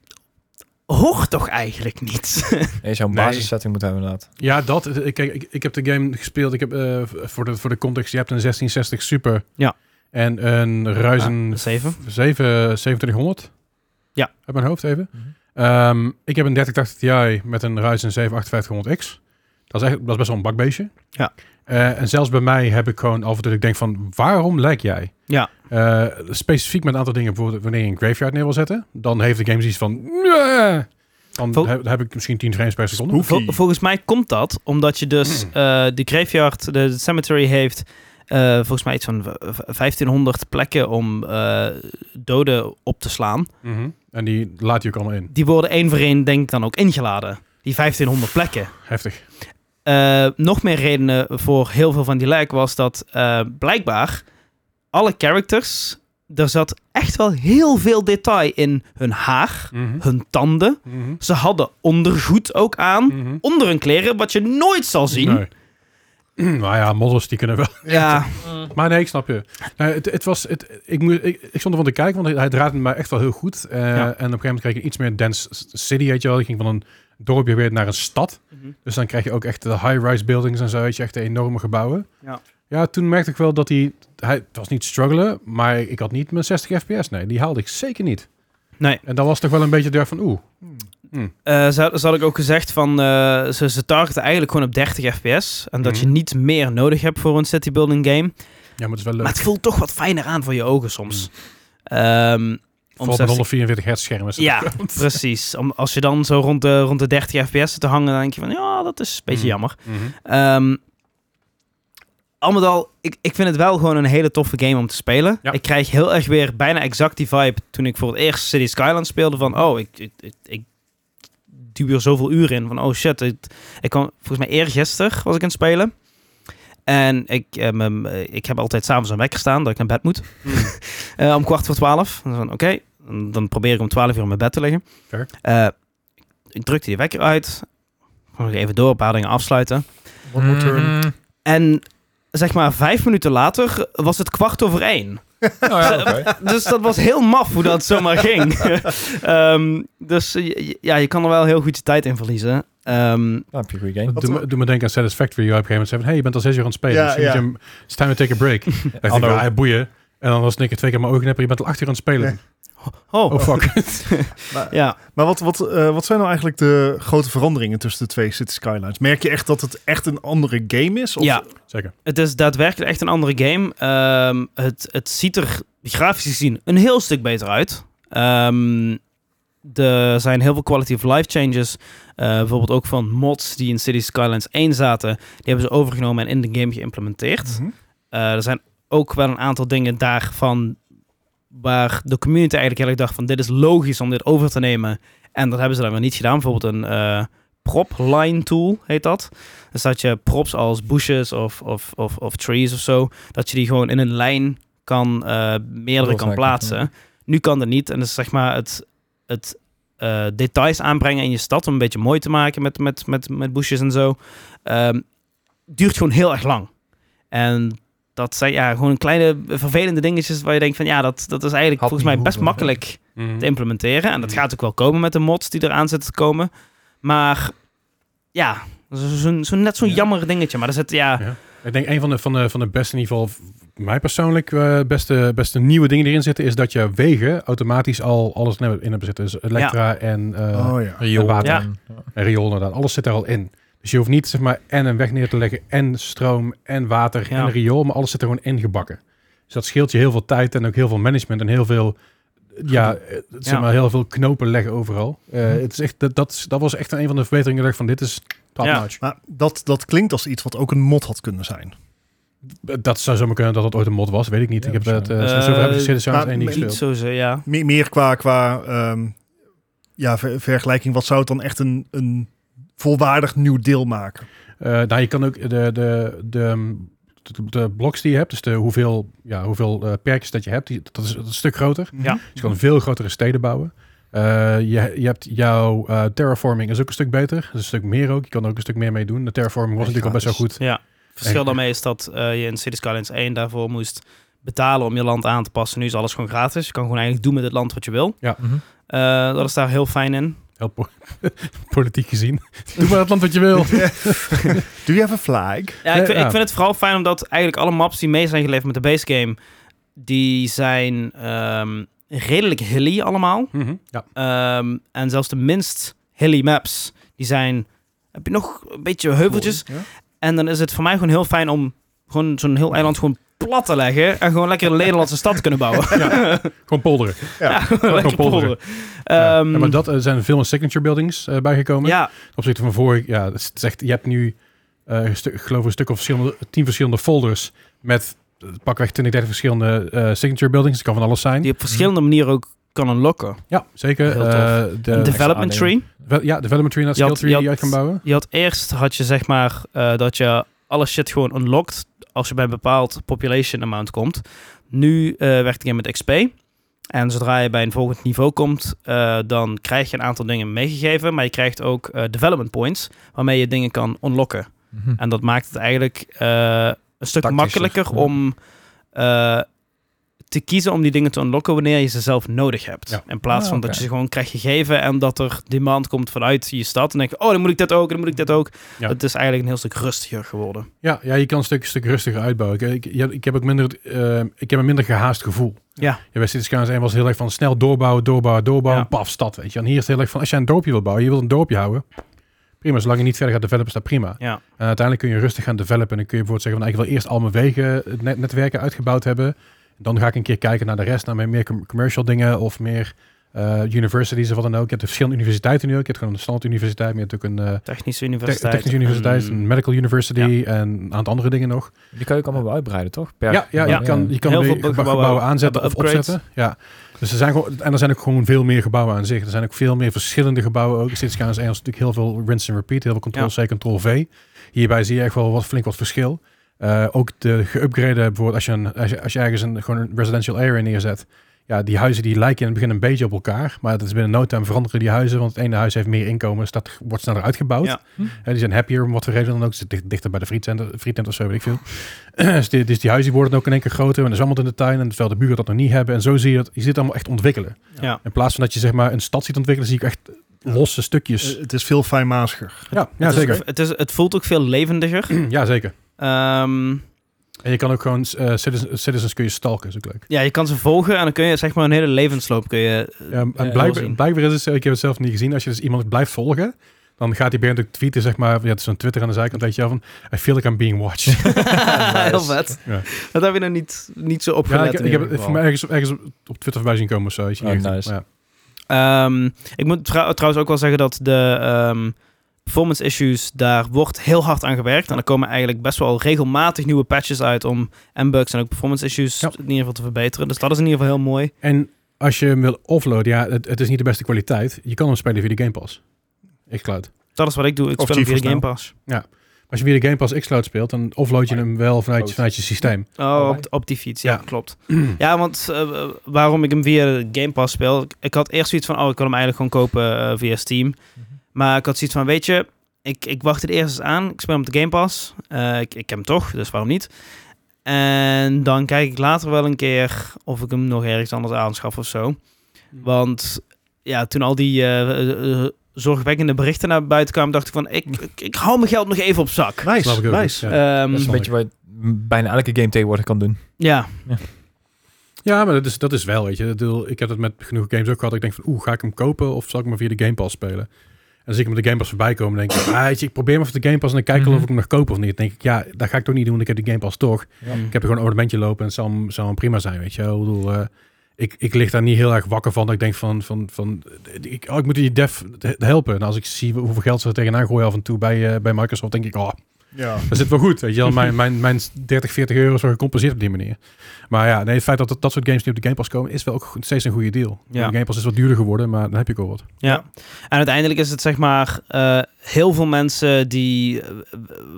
Speaker 1: hoort toch eigenlijk niet?
Speaker 3: Nee, zo'n
Speaker 2: Nee.
Speaker 3: basissetting moet hebben inderdaad.
Speaker 2: Ja, dat. eh, Kijk, ik, ik heb de game gespeeld. Ik heb, eh, voor, de, voor de context, je hebt een 1660 Super.
Speaker 1: Ja.
Speaker 2: En een Ryzen
Speaker 1: Ja, zeven.
Speaker 2: 7, 2700.
Speaker 1: Ja.
Speaker 2: Uit mijn hoofd even.
Speaker 3: Mhm.
Speaker 2: Ehm, ik heb een 3080 Ti met een Ryzen 7 5800X. Dat is, echt, dat is best wel een bakbeestje.
Speaker 1: Ja.
Speaker 2: Eh, en zelfs bij mij heb ik gewoon af en toe dat ik denk van, waarom lijk jij?
Speaker 1: Ja.
Speaker 2: Eh, specifiek met een aantal dingen, bijvoorbeeld wanneer je een graveyard neer wil zetten, dan heeft de game zoiets van, "Nee." dan
Speaker 1: Vol-
Speaker 2: heb, heb ik misschien 10 frames per seconde.
Speaker 4: Spooky.
Speaker 1: Vol- volgens mij komt dat omdat je dus eh de graveyard, de, de cemetery heeft eh, volgens mij iets van v- v- 1500 plekken om eh, doden op te slaan.
Speaker 2: Mhm. En die laat je ook allemaal in.
Speaker 1: Die worden één voor één denk ik dan ook ingeladen. Die 1500 plekken.
Speaker 2: Heftig.
Speaker 1: Eh, nog meer redenen voor heel veel van die lijk was dat eh, blijkbaar alle characters, er zat echt wel heel veel detail in hun haar, hun tanden.
Speaker 2: Mhm.
Speaker 1: Ze hadden ondergoed ook aan.
Speaker 2: Mhm.
Speaker 1: Onder hun kleren, wat je nooit zal zien.
Speaker 2: Nee. nou ja, models die kunnen wel.
Speaker 1: Ja,
Speaker 2: Maar nee, ik snap je. Nee, het, het was, het, ik, moe- ik, ik stond ervan te kijken, want hij- hij draaide mij echt wel heel goed. Eh, En op een gegeven moment kreeg ik iets meer dense city, weet je wel. Ik ging van een dorpje weer naar een stad.
Speaker 1: Mhm.
Speaker 2: Dus dan krijg je ook echt de high-rise buildings en zo, weet je. Echt de enorme gebouwen.
Speaker 1: Ja.
Speaker 2: ja, toen merkte ik wel dat hij... Hij het was niet struggelen, maar ik had niet mijn 60 fps. Nee, die haalde ik zeker niet.
Speaker 1: Nee.
Speaker 2: En dat was toch wel een beetje de dag van, oeh.
Speaker 4: Hmm.
Speaker 1: eh, zo, zo had ik ook gezegd van eh, ze, ze targeten eigenlijk gewoon op 30 fps. En dat
Speaker 2: Mhm.
Speaker 1: je niet meer nodig hebt voor een city building game.
Speaker 2: Ja, maar het is wel leuk.
Speaker 1: Maar het voelt toch wat fijner aan voor je ogen soms.
Speaker 2: Mhm.
Speaker 1: Ehm, om
Speaker 2: Vooral
Speaker 1: 60
Speaker 2: met 144 hertz scherm is het
Speaker 1: Ja, precies. Om, als je dan zo rond de, rond de 30 fps te hangen, dan denk je van ja, dat is een beetje
Speaker 2: Mhm.
Speaker 1: jammer.
Speaker 2: Mhm.
Speaker 1: Ehm al met al, ik, ik vind het wel gewoon een hele toffe game om te spelen.
Speaker 2: Ja.
Speaker 1: Ik krijg heel erg weer bijna exact die vibe toen ik voor het eerst City Skyline speelde. Van, oh, ik, ik, ik, ik duw er zoveel uren in. Van, oh shit. Ik, ik kwam, volgens mij eergisteren was ik aan het spelen. En ik, ehm, ehm, eh, ik heb altijd s'avonds een wekker staan dat ik naar bed moet.
Speaker 2: Hmm.
Speaker 1: Eh, om kwart voor twaalf. Dan van, oké. Dan- Dan probeer ik om twaalf uur in mijn bed te liggen.
Speaker 2: Fair.
Speaker 1: Eh, ik drukte die wekker uit. Nog even door, een paar dingen afsluiten.
Speaker 4: One more turn.
Speaker 1: Hmm.
Speaker 3: Mhm.
Speaker 1: En zeg maar vijf minuten later was het kwart over één.
Speaker 3: Nou ja, oké.
Speaker 1: Dus dat was heel maf hoe dat zomaar ging. Ehm, dus eh, je- ja, je kan er wel heel goed je tijd in verliezen. Ehm,
Speaker 3: Dan heb je een goede game.
Speaker 2: Doe, me, doe me denken aan Satisfactory. Je op een gegeven moment zei van, hey, je bent al zes uur aan het spelen.
Speaker 4: Ja,
Speaker 2: Misschien moet
Speaker 4: ja.
Speaker 2: je hem- it's time to take a break. Dan dacht ik,
Speaker 3: Hallo.
Speaker 2: ah, ja, boeien. En dan was Nick er twee keer mijn ogen knippen. Je bent al acht uur aan het spelen.
Speaker 1: oh,
Speaker 2: Oh, fuck.
Speaker 4: Maar,
Speaker 1: ja.
Speaker 4: maar wat, wat, eh, wat zijn nou eigenlijk de grote veranderingen tussen de twee City Skylines? Merk je echt dat het echt een andere game is? Of
Speaker 1: ja,
Speaker 2: Zeker.
Speaker 1: het is daadwerkelijk echt een andere game. Ehm, het, het ziet er grafisch gezien een heel stuk beter uit. Ehm, er zijn heel veel quality of life changes. Eh, bijvoorbeeld ook van mods die in City Skylines 1 zaten. Die hebben ze overgenomen en in de game geïmplementeerd.
Speaker 4: Mhm.
Speaker 1: Eh, er zijn ook wel een aantal dingen daarvan waar de community eigenlijk heel erg dacht van dit is logisch om dit over te nemen. En dat hebben ze dan weer niet gedaan. Bijvoorbeeld een eh, prop line tool heet dat. Dus dat je props als bushes of, of, of, of trees of zo, dat je die gewoon in een lijn kan, eh, meerdere kan
Speaker 3: Doorwerken,
Speaker 1: plaatsen.
Speaker 3: ja.
Speaker 1: Nu kan dat niet. En dus zeg maar het, het eh, details aanbrengen in je stad om een beetje mooi te maken met, met, met, met bushes en zo. ehm, duurt gewoon heel erg lang. En dat zijn ja, gewoon kleine vervelende dingetjes waar je denkt van ja, dat, dat is eigenlijk
Speaker 3: Had
Speaker 1: volgens mij
Speaker 3: niet
Speaker 1: best
Speaker 3: hoeven,
Speaker 1: makkelijk te
Speaker 2: Mhm.
Speaker 1: implementeren. En dat
Speaker 2: Mm.
Speaker 1: gaat ook wel komen met de mods die eraan zitten te komen. Maar ja, zo, zo, zo- net zo'n
Speaker 2: Ja.
Speaker 1: jammer dingetje. Maar er zit, ja,
Speaker 2: Ja. Ik denk een van de, van de, van de beste, in ieder geval v- mij persoonlijk, eh, beste, beste nieuwe dingen die erin zitten, is dat je wegen automatisch al alles in hebben- in hebt zitten. Dus elektra en, eh
Speaker 4: Oh ja.
Speaker 2: en water
Speaker 1: Ja.
Speaker 2: en riool inderdaad. Alles zit er al in. Dus je hoeft niet zeg maar en een weg neer te leggen en stroom en water
Speaker 1: Ja.
Speaker 2: en riool, maar alles zit er gewoon ingebakken. Dus dat scheelt je heel veel tijd en ook heel veel management en heel veel, ja, eh, zeg
Speaker 1: Ja.
Speaker 2: maar heel veel knopen leggen overal. Eh, het is echt, dat, dat, is- dat was echt een van de verbeteringen. dat Ik dacht van dit is top
Speaker 1: Ja.
Speaker 2: notch.
Speaker 4: Maar dat, dat klinkt als iets wat ook een mod had kunnen zijn.
Speaker 2: Dat zou zomaar kunnen dat het ooit een mod was, weet ik niet.
Speaker 3: Ja,
Speaker 2: ik heb dat, eh
Speaker 3: waarschijnlijk.
Speaker 2: zo- zover heb ik
Speaker 1: Eh,
Speaker 2: Citizen
Speaker 4: maar
Speaker 2: 1 niet
Speaker 4: met-
Speaker 1: niet
Speaker 2: gespeeld.
Speaker 1: zo, ze- ja.
Speaker 4: Meer, meer qua, qua ehm, ja, ver- vergelijking, wat zou het dan echt een, een volwaardig nieuw deel maken?
Speaker 2: Eh, nou, je kan ook de, de, de, ehm, de, de blocks die je hebt, dus de hoeveel, ja, hoeveel eh, perkjes dat je hebt, die, dat, is, dat is een stuk groter.
Speaker 1: Ja.
Speaker 2: Dus je kan veel grotere steden bouwen. Eh, je, je hebt jouw eh, terraforming is ook een stuk beter. Dat is een stuk meer ook. Je kan er ook een stuk meer mee doen. De terraforming was
Speaker 4: Echt
Speaker 2: natuurlijk al best wel
Speaker 4: gratis.
Speaker 2: goed.
Speaker 1: Ja. Verschil
Speaker 2: En-
Speaker 1: daarmee is dat eh, je in City Skylines 1 daarvoor moest betalen om je land aan te passen. Nu is alles gewoon gratis. Je kan gewoon eigenlijk doen met het land wat je wil.
Speaker 3: Mhm.
Speaker 1: Eh, dat is daar heel fijn in.
Speaker 2: Heel po- politiek gezien. Doe maar het land wat je wil.
Speaker 4: Do you have a
Speaker 1: Ja,
Speaker 4: flag?
Speaker 1: ik,
Speaker 2: Ja,
Speaker 1: vind-
Speaker 2: Eh, ja.
Speaker 1: ik vind het vooral fijn omdat eigenlijk alle maps die mee zijn geleverd met de base game, die zijn ehm, redelijk hilly allemaal.
Speaker 2: Mhm, ja.
Speaker 1: Ehm, en zelfs de minst hilly maps, die zijn, heb je nog een beetje heuveltjes.
Speaker 4: Ja.
Speaker 1: En dan is het voor mij gewoon heel fijn om gewoon zo'n heel eiland gewoon plat te leggen en gewoon lekker een Nederlandse stad te kunnen bouwen.
Speaker 2: Gewoon polderen.
Speaker 4: Ja,
Speaker 1: lekker
Speaker 2: gewoon polderen.
Speaker 1: polderen.
Speaker 2: Ja.
Speaker 1: Ehm,
Speaker 2: Ja, maar dat, er zijn veel meer signature buildings eh, bijgekomen.
Speaker 1: ja,
Speaker 2: Ten opzichte van vorig ja, het is het is echt, je hebt nu, eh, een stuk- ik geloof een stuk of verschillende, tien verschillende folders met eh, pakweg 20, 30 verschillende eh, signature buildings. Dat kan van alles zijn.
Speaker 1: die op verschillende manieren ook kan unlocken.
Speaker 2: Ja, zeker.
Speaker 1: Heel tof.
Speaker 2: Eh, de,
Speaker 1: Een development
Speaker 3: extra
Speaker 1: tree.
Speaker 2: wel- ja, development tree en dat
Speaker 1: Je
Speaker 2: skill
Speaker 1: had-
Speaker 2: tree die
Speaker 1: je had-
Speaker 2: je uit kan bouwen.
Speaker 1: Je had eerst, had je zeg maar, eh, dat je alle shit gewoon unlockt als je bij een bepaald population amount komt. Nu eh werkt hij met XP. En zodra je bij een volgend niveau komt, eh, dan krijg je een aantal dingen meegegeven. Maar je krijgt ook eh, development points, waarmee je dingen kan unlocken.
Speaker 3: Mhm.
Speaker 1: En dat maakt het eigenlijk eh, een stuk
Speaker 3: Tactischer,
Speaker 1: makkelijker
Speaker 3: ja.
Speaker 1: om eh, te kiezen om die dingen te unlocken wanneer je ze zelf nodig hebt.
Speaker 2: Ja.
Speaker 1: In plaats
Speaker 3: Ah,
Speaker 1: van dat
Speaker 3: oké.
Speaker 1: je ze gewoon krijgt gegeven en dat er demand komt vanuit je stad. En denk je, oh, dan moet ik dat ook, dan moet ik dat ook.
Speaker 2: Ja.
Speaker 1: Het is eigenlijk een heel stuk rustiger geworden.
Speaker 2: Ja, ja, je kan een stuk, stuk rustiger uitbouwen. Ik, ik, je hebt- ik heb ook minder, eh, ik heb een minder gehaast gevoel.
Speaker 1: Ja.
Speaker 2: Ja, bij Cities Skylines 1 was het heel erg van snel doorbouwen, doorbouwen, doorbouwen,
Speaker 1: Ja.
Speaker 2: paf, stad. Weet je. En hier is het heel erg van, als je een dorpje wil bouwen, je wilt een dorpje houden. Prima, zolang je niet verder gaat developen, is dat prima.
Speaker 1: Ja.
Speaker 2: En uiteindelijk kun je rustig gaan developen. En dan kun je bijvoorbeeld zeggen van, nou, ik wil eerst al mijn wegen, het net- netwerken uitgebouwd hebben. Dan ga ik een keer kijken naar de rest, naar mijn meer com- commercial dingen of meer eh, universities of wat dan ook. Je hebt verschillende universiteiten nu ook. Je hebt gewoon een standaard universiteit, maar je hebt ook een eh, te-
Speaker 1: Technische Mm. universiteit.
Speaker 2: technische universiteit, een medical university en een aantal andere dingen nog.
Speaker 3: Die kan je ook allemaal wel uitbreiden, toch? Per-
Speaker 2: Ja, ja,
Speaker 1: Ja.
Speaker 2: je kan, je kan
Speaker 1: Heel
Speaker 2: die
Speaker 1: veel
Speaker 2: gebou-
Speaker 1: gebouwen
Speaker 2: gebouwen aanzetten of
Speaker 1: hebben upgrades.
Speaker 2: opzetten. Ja. Dus er zijn gewoon, en er zijn ook gewoon veel meer gebouwen aan zich. Er zijn ook veel meer verschillende gebouwen. Ook Cities Skylines 1 was natuurlijk heel veel rinse and repeat. Heel veel
Speaker 1: Ja.
Speaker 2: Ctrl-C, Ctrl-V. Hierbij zie je echt wel wat, flink wat verschil. Eh, ook de geüpgraden, bijvoorbeeld als je, een, als je, als je ergens een, gewoon een residential area neerzet. Ja, die huizen die lijken in het begin een beetje op elkaar. Maar dat is binnen no time veranderen die huizen. Want het ene huis heeft meer inkomen, dus dat wordt sneller uitgebouwd.
Speaker 1: Ja.
Speaker 3: Hm.
Speaker 2: En die zijn happier om wat voor reden dan ook. Ze zitten dicht- dichter bij de frietent frietent of zo, weet ik veel. dus, die, dus die huizen worden ook in één keer groter. En er is allemaal in de tuin. En terwijl de buren dat nog niet hebben. En zo zie je het. Je ziet het allemaal echt ontwikkelen.
Speaker 1: Ja.
Speaker 2: In plaats van dat je zeg maar een stad ziet ontwikkelen, zie ik echt losse stukjes.
Speaker 4: Eh, het is veel fijnmaziger.
Speaker 2: ja, ja,
Speaker 1: Het is-
Speaker 2: zeker.
Speaker 1: het, is, het voelt ook veel levendiger.
Speaker 2: ja, zeker.
Speaker 1: Ehm,
Speaker 2: En je kan ook gewoon eh, citizen- citizens kun je stalken. Dat is ook leuk.
Speaker 1: ja, je kan ze volgen en dan kun je zeg maar een hele levensloop kun je...
Speaker 2: Ja, en
Speaker 1: heel
Speaker 2: blijkbaar,
Speaker 1: Eh, zien.
Speaker 2: blijkbaar is het, zo, ik heb het zelf niet gezien, als je dus iemand blijft volgen, dan gaat hij bij natuurlijk tweeten, zeg maar, ja, het is zo'n Twitter aan de zijkant, weet je wel, van, I feel like I'm being watched.
Speaker 1: heel vet.
Speaker 2: Ja.
Speaker 1: Dat heb je nog niet, niet zo
Speaker 2: ja,
Speaker 1: opgelet.
Speaker 2: ik,
Speaker 1: in
Speaker 2: ik
Speaker 1: ieder
Speaker 2: heb het voor
Speaker 1: geval.
Speaker 2: mij ergens, ergens op- op Twitter voorbij zien komen of zo. weet je,
Speaker 3: Oh,
Speaker 2: niet echt.
Speaker 3: nice.
Speaker 2: Maar
Speaker 1: Ehm, ik moet trou- trouwens ook wel zeggen dat de ehm, performance issues, daar wordt heel hard aan gewerkt. En er komen eigenlijk best wel regelmatig nieuwe patches uit om en bugs en ook performance issues
Speaker 2: Ja.
Speaker 1: in ieder geval te verbeteren. Dus dat is in ieder geval heel mooi.
Speaker 2: En als je hem wil offloaden, ja, het, het is niet de beste kwaliteit. Je kan hem spelen via de Game Pass. Xcloud.
Speaker 1: Dat is wat ik doe. Ik
Speaker 4: Of
Speaker 1: speel hem via de Game
Speaker 4: GeForce
Speaker 1: Pass.
Speaker 2: Als je via de Game Pass Xcloud speelt, dan offload je hem wel vanuit, je- vanuit je systeem.
Speaker 1: Oh, op,
Speaker 3: Alright.
Speaker 1: op die fiets. Ja,
Speaker 2: Ja.
Speaker 1: klopt. Ja, want eh, waarom ik hem via de Game Pass speel... ik- Ik had eerst zoiets van, oh, ik wil hem eigenlijk gewoon kopen eh, via Steam.
Speaker 2: Mhm.
Speaker 1: Maar ik had zoiets van, weet je... Ik, ik wacht het eerst eens aan. Ik speel hem op de Game Pass. Eh, ik, ik heb hem toch, dus waarom niet? En dan kijk ik later wel een keer of ik hem nog ergens anders aanschaf of zo.
Speaker 2: Mhm.
Speaker 1: Want ja, toen al die eh, eh, zorgwekkende berichten naar buiten kwamen... dacht ik van, ik, ik, ik hou mijn geld nog even op zak.
Speaker 2: Mhm. Snap
Speaker 4: Nice,
Speaker 2: ik ook,
Speaker 4: nice.
Speaker 2: ja.
Speaker 1: Ehm,
Speaker 3: Dat is een
Speaker 2: Snap
Speaker 3: beetje wat bijna elke game tegenwoordig kan doen.
Speaker 1: ja,
Speaker 2: Ja, maar dat is, dat is wel, weet je. Ik bedoel, Ik heb dat met genoeg games ook gehad. Ik denk van, oeh, ga ik hem kopen of zal ik hem via de Game Pass spelen? En dan zie ik hem op de Game Pass voorbij komen en denk ik, ah, weet je, ik probeer hem even de Game Pass en dan kijk ik wel of ik hem nog koop of niet. Dan denk ik, ja, dat ga ik toch niet doen, want ik heb de Game Pass toch. Ik heb er gewoon een abonnementje lopen en het zal, hem- zal hem prima zijn, weet je wel. Ik bedoel, eh, ik, ik lig daar niet heel erg wakker van. Dat ik denk van, van, van ik, oh, ik moet die dev helpen. En als ik zie hoeveel geld ze er tegenaan gooien af en toe bij, eh, bij Microsoft, denk ik, oh,
Speaker 4: Ja.
Speaker 2: Dat zit wel goed, weet je wel. Mijn, mijn, mijn 30, 40 euro is wel gecompenseerd op die manier. Maar ja, nee, het feit dat dat, dat soort games die op de Game Pass komen, is wel ook goed- steeds een goede deal.
Speaker 1: Ja.
Speaker 2: De Game Pass is wat duurder geworden, maar dan heb je ook al wat.
Speaker 1: Ja. En uiteindelijk is het zeg maar eh, heel veel mensen die eh,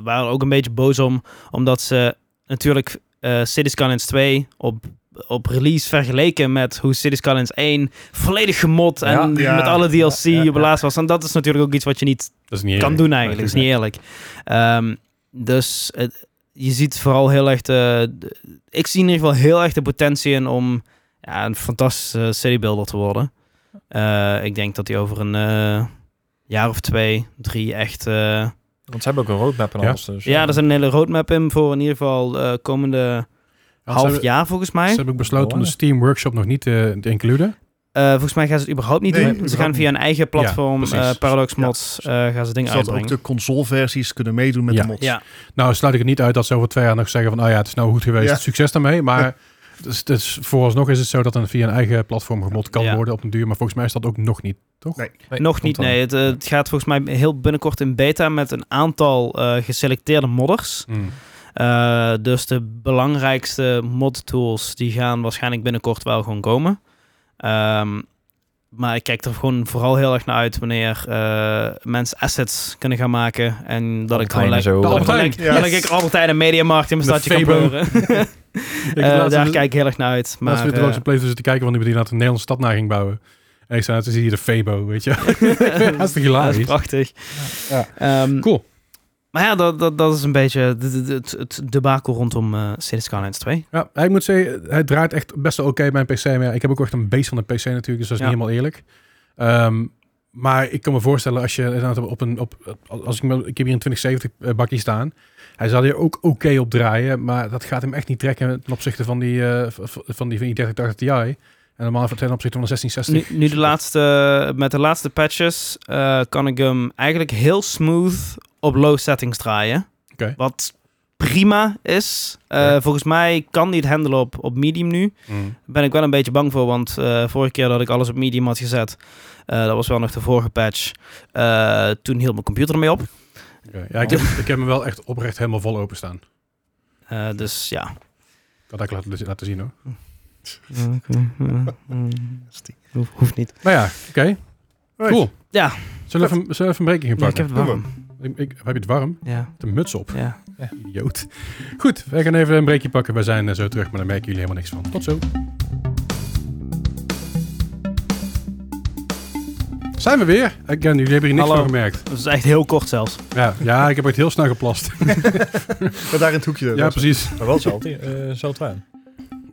Speaker 1: waren ook een beetje boos om, omdat ze natuurlijk eh Cities Skylines 2 op, op release vergeleken met hoe Cities Skylines 1 volledig gemot en
Speaker 3: Ja,
Speaker 4: ja.
Speaker 1: met alle DLC
Speaker 3: Ja, ja,
Speaker 1: op laatst was. En dat is natuurlijk ook iets wat je niet
Speaker 2: Dat is niet
Speaker 1: kan doen eigenlijk. Dat is niet eerlijk. Ehm, dus het- je ziet vooral heel erg de, de- Ik zie in ieder geval heel erg de potentie in om ja, een fantastische citybuilder te worden. Eh, ik denk dat die over een eh, jaar of twee, drie echt... eh,
Speaker 3: Want ze hebben ook een roadmap en
Speaker 2: Ja.
Speaker 3: alles. Dus,
Speaker 1: ja, er zit een hele roadmap in voor in ieder geval eh, komende half jaar volgens mij.
Speaker 2: Dus heb ik besloten om de Steam Workshop nog niet te, te includen.
Speaker 1: Eh, volgens mij gaan ze het überhaupt niet
Speaker 4: Nee,
Speaker 1: doen. Ze
Speaker 4: überhaupt
Speaker 1: gaan via een eigen platform, eh
Speaker 2: precies.
Speaker 1: Paradox Mods, eh, gaan ze dingen
Speaker 4: Zodat ook
Speaker 1: uitbrengen.
Speaker 4: de consoleversies kunnen meedoen met
Speaker 2: Ja.
Speaker 4: de mods.
Speaker 1: Ja,
Speaker 2: Nou, sluit ik het niet uit dat ze over twee jaar nog zeggen van, nou ja, het is nou goed geweest,
Speaker 4: Ja.
Speaker 2: succes daarmee. Maar dus, dus vooralsnog is het zo dat dan via een eigen platform gemod kan
Speaker 1: Ja.
Speaker 2: worden op een duur. Maar volgens mij is dat ook nog niet.
Speaker 3: Nee,
Speaker 1: Nog niet,
Speaker 2: dan.
Speaker 1: nee. Het, eh, het gaat volgens mij heel binnenkort in beta met een aantal eh, geselecteerde modders. Eh, dus de belangrijkste mod tools die gaan waarschijnlijk binnenkort wel gewoon komen. Ehm, maar ik kijk er gewoon vooral heel erg naar uit wanneer eh, mensen assets kunnen gaan maken. En dat ik gewoon
Speaker 3: Kleine
Speaker 1: lekker...
Speaker 2: De
Speaker 3: zo.
Speaker 1: Dat ik
Speaker 2: Albert
Speaker 1: gewoon
Speaker 2: Heijn.
Speaker 1: lekker- ja, dat ik altijd een mediamarkt in mijn
Speaker 2: De
Speaker 1: stadje kan
Speaker 2: Febo.
Speaker 1: boren. Eh, daar kijk ik heel erg naar uit.
Speaker 2: Maar als
Speaker 1: Maar,
Speaker 2: we de
Speaker 1: eh,
Speaker 2: langs de PlayStation te kijken, want die inderdaad een Nederlandse stad na ging bouwen. En ik zei, nou, het is hier de Febo, weet je. Hartstikke
Speaker 1: dat is
Speaker 2: hilarisch.
Speaker 1: prachtig.
Speaker 2: Ja.
Speaker 1: Ehm,
Speaker 2: Cool.
Speaker 1: Maar ja, dat, dat, dat is een beetje het, het, het, het debakel rondom eh Cities Skylines 2.
Speaker 2: Ja, ik moet zeggen, hij draait echt best wel oké bij mijn PC. Maar ja, ik heb ook echt een base van een PC natuurlijk, dus dat is
Speaker 1: Ja.
Speaker 2: niet helemaal eerlijk. Ehm, maar ik kan me voorstellen als je inderdaad op een op als ik me, ik heb hier een 2070 eh, bakje staan. Hij zal hier ook oké op draaien, maar dat gaat hem echt niet trekken ten opzichte van die eh, v- v- van die van die 3080 Ti en normaal ten opzichte van de 1660.
Speaker 1: Nu, nu de laatste, met de laatste patches eh, kan ik hem eigenlijk heel smooth op low settings draaien.
Speaker 2: Oké.
Speaker 1: Wat prima is. Eh,
Speaker 2: Oké.
Speaker 1: Volgens mij kan die het handelen op, op medium nu.
Speaker 2: Mm.
Speaker 1: Daar ben ik wel een beetje bang voor, want eh, vorige keer dat ik alles op medium had gezet, eh, dat was wel nog de vorige patch, eh, toen hield mijn computer ermee op.
Speaker 2: Oké. Ja, ik heb, ik heb hem wel echt oprecht helemaal vol openstaan.
Speaker 1: Eh, dus ja.
Speaker 2: Ik had eigenlijk laten, laten zien hoor.
Speaker 1: Hoeft- Hoeft niet.
Speaker 2: Maar ja, oké.
Speaker 4: Right.
Speaker 2: Cool.
Speaker 1: Ja.
Speaker 2: Zullen we even, zullen we even een breking in
Speaker 1: Ja, ik
Speaker 2: pakken?
Speaker 1: heb het warm.
Speaker 2: ik, ik, heb je het warm?
Speaker 1: Ja,
Speaker 2: De muts op.
Speaker 1: ja.
Speaker 2: Idioot. Goed, wij gaan even een breekje pakken. We zijn eh, zo terug, maar daar merken jullie helemaal niks van. Tot zo. Zijn we weer? Again, jullie hebben hier niks
Speaker 1: Hallo.
Speaker 2: van gemerkt.
Speaker 1: Dat is echt heel kort zelfs.
Speaker 2: Ja, ja, ik heb het heel snel geplast.
Speaker 4: Maar daar in het hoekje.
Speaker 2: ja,
Speaker 4: dat-
Speaker 2: precies.
Speaker 3: Maar wel hetzelfde. eh, Hetzelfde aan.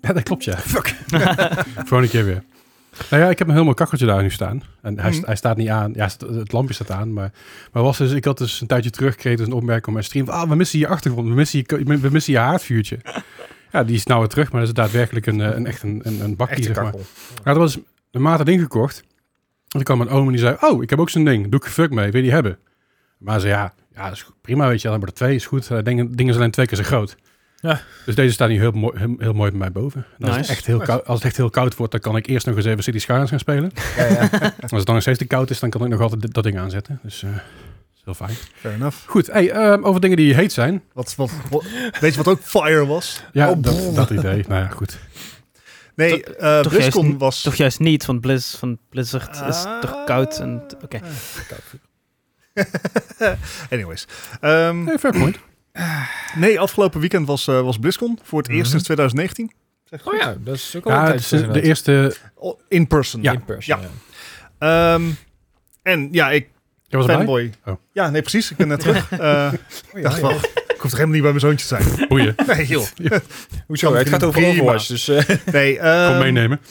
Speaker 2: Ja, dat klopt, ja. Fuck. Volgende keer weer. Nou ja, ik heb een helemaal kacheltje daar nu staan. En hij,
Speaker 4: Mhm.
Speaker 2: st- hij staat niet aan. Ja, st- het lampje staat aan. Maar, maar was dus, ik had dus een tijdje terug, kreeg dus een opmerking op mijn stream. van, Ah, we missen je achtergrond. We missen je, ko- we missen je haardvuurtje. Ja, die is nou weer terug. Maar dat is daadwerkelijk een, eh, een echt een, een, een bakkie,
Speaker 3: Echte
Speaker 2: zeg maar.
Speaker 3: kakkel.
Speaker 2: Ja, Nou, dat was een maat had ingekocht. En toen kwam mijn oom en die zei, oh, ik heb ook zo'n ding. Doe ik fuck mee, wil je die hebben? Maar ze ja, ja is goed, prima, weet je, dan hebben we er twee, is goed. Eh, Dingen, dingen zijn twee keer zo groot.
Speaker 3: Ja.
Speaker 2: Dus deze staan nu heel mooi, heel, heel mooi bij mij boven. En Als, het
Speaker 1: Nice.
Speaker 2: echt heel koud, als het echt heel koud wordt, dan kan ik eerst nog eens even City Skylines gaan spelen.
Speaker 3: Ja, ja.
Speaker 2: als het dan nog steeds te koud is, dan kan ik nog altijd dit- dat ding aanzetten. Dus eh, is heel fijn.
Speaker 4: Fair enough.
Speaker 2: Goed, hey, ehm, over dingen die heet zijn.
Speaker 4: Wat, wat, wat- weet je wat ook fire was?
Speaker 2: Ja,
Speaker 4: Oh,
Speaker 2: dat,
Speaker 4: brrr.
Speaker 2: dat idee. Nou ja, goed.
Speaker 4: Nee, eh
Speaker 1: toch
Speaker 4: BlizzCon
Speaker 1: juist-
Speaker 4: was... Ah.
Speaker 1: Toch juist niet, want Blizz, van Blizzard is
Speaker 2: Ah.
Speaker 1: toch koud en... Oké.
Speaker 4: Ah. Anyways. Ehm,
Speaker 2: Nee, fair point.
Speaker 4: nee, afgelopen weekend was, eh, was BlizzCon. Voor het
Speaker 3: Mhm.
Speaker 4: eerst sinds 2019.
Speaker 3: Oh ja, dat is ook al een
Speaker 2: Ja, het
Speaker 3: tijdje
Speaker 2: is, eh, de
Speaker 3: terug inderdaad. eh.
Speaker 2: eerste...
Speaker 4: O- In person.
Speaker 2: Ja.
Speaker 3: In person,
Speaker 4: Ja.
Speaker 3: ja.
Speaker 4: Ehm, en ja, ik
Speaker 2: Jij was erbij?
Speaker 4: fanboy.
Speaker 2: Oh.
Speaker 4: Ja, nee, precies. Ik ben net terug. Eh,
Speaker 3: Oh,
Speaker 4: ik
Speaker 3: ja,
Speaker 4: dacht
Speaker 3: ja.
Speaker 4: wel, ik hoef toch helemaal niet bij mijn zoontje te zijn.
Speaker 2: Boeien.
Speaker 4: Nee, joh.
Speaker 3: Hoezo? Het gaat over
Speaker 4: Prima.
Speaker 3: Overwatch, dus... eh,
Speaker 4: Nee,
Speaker 2: Kom
Speaker 4: ehm,
Speaker 2: meenemen.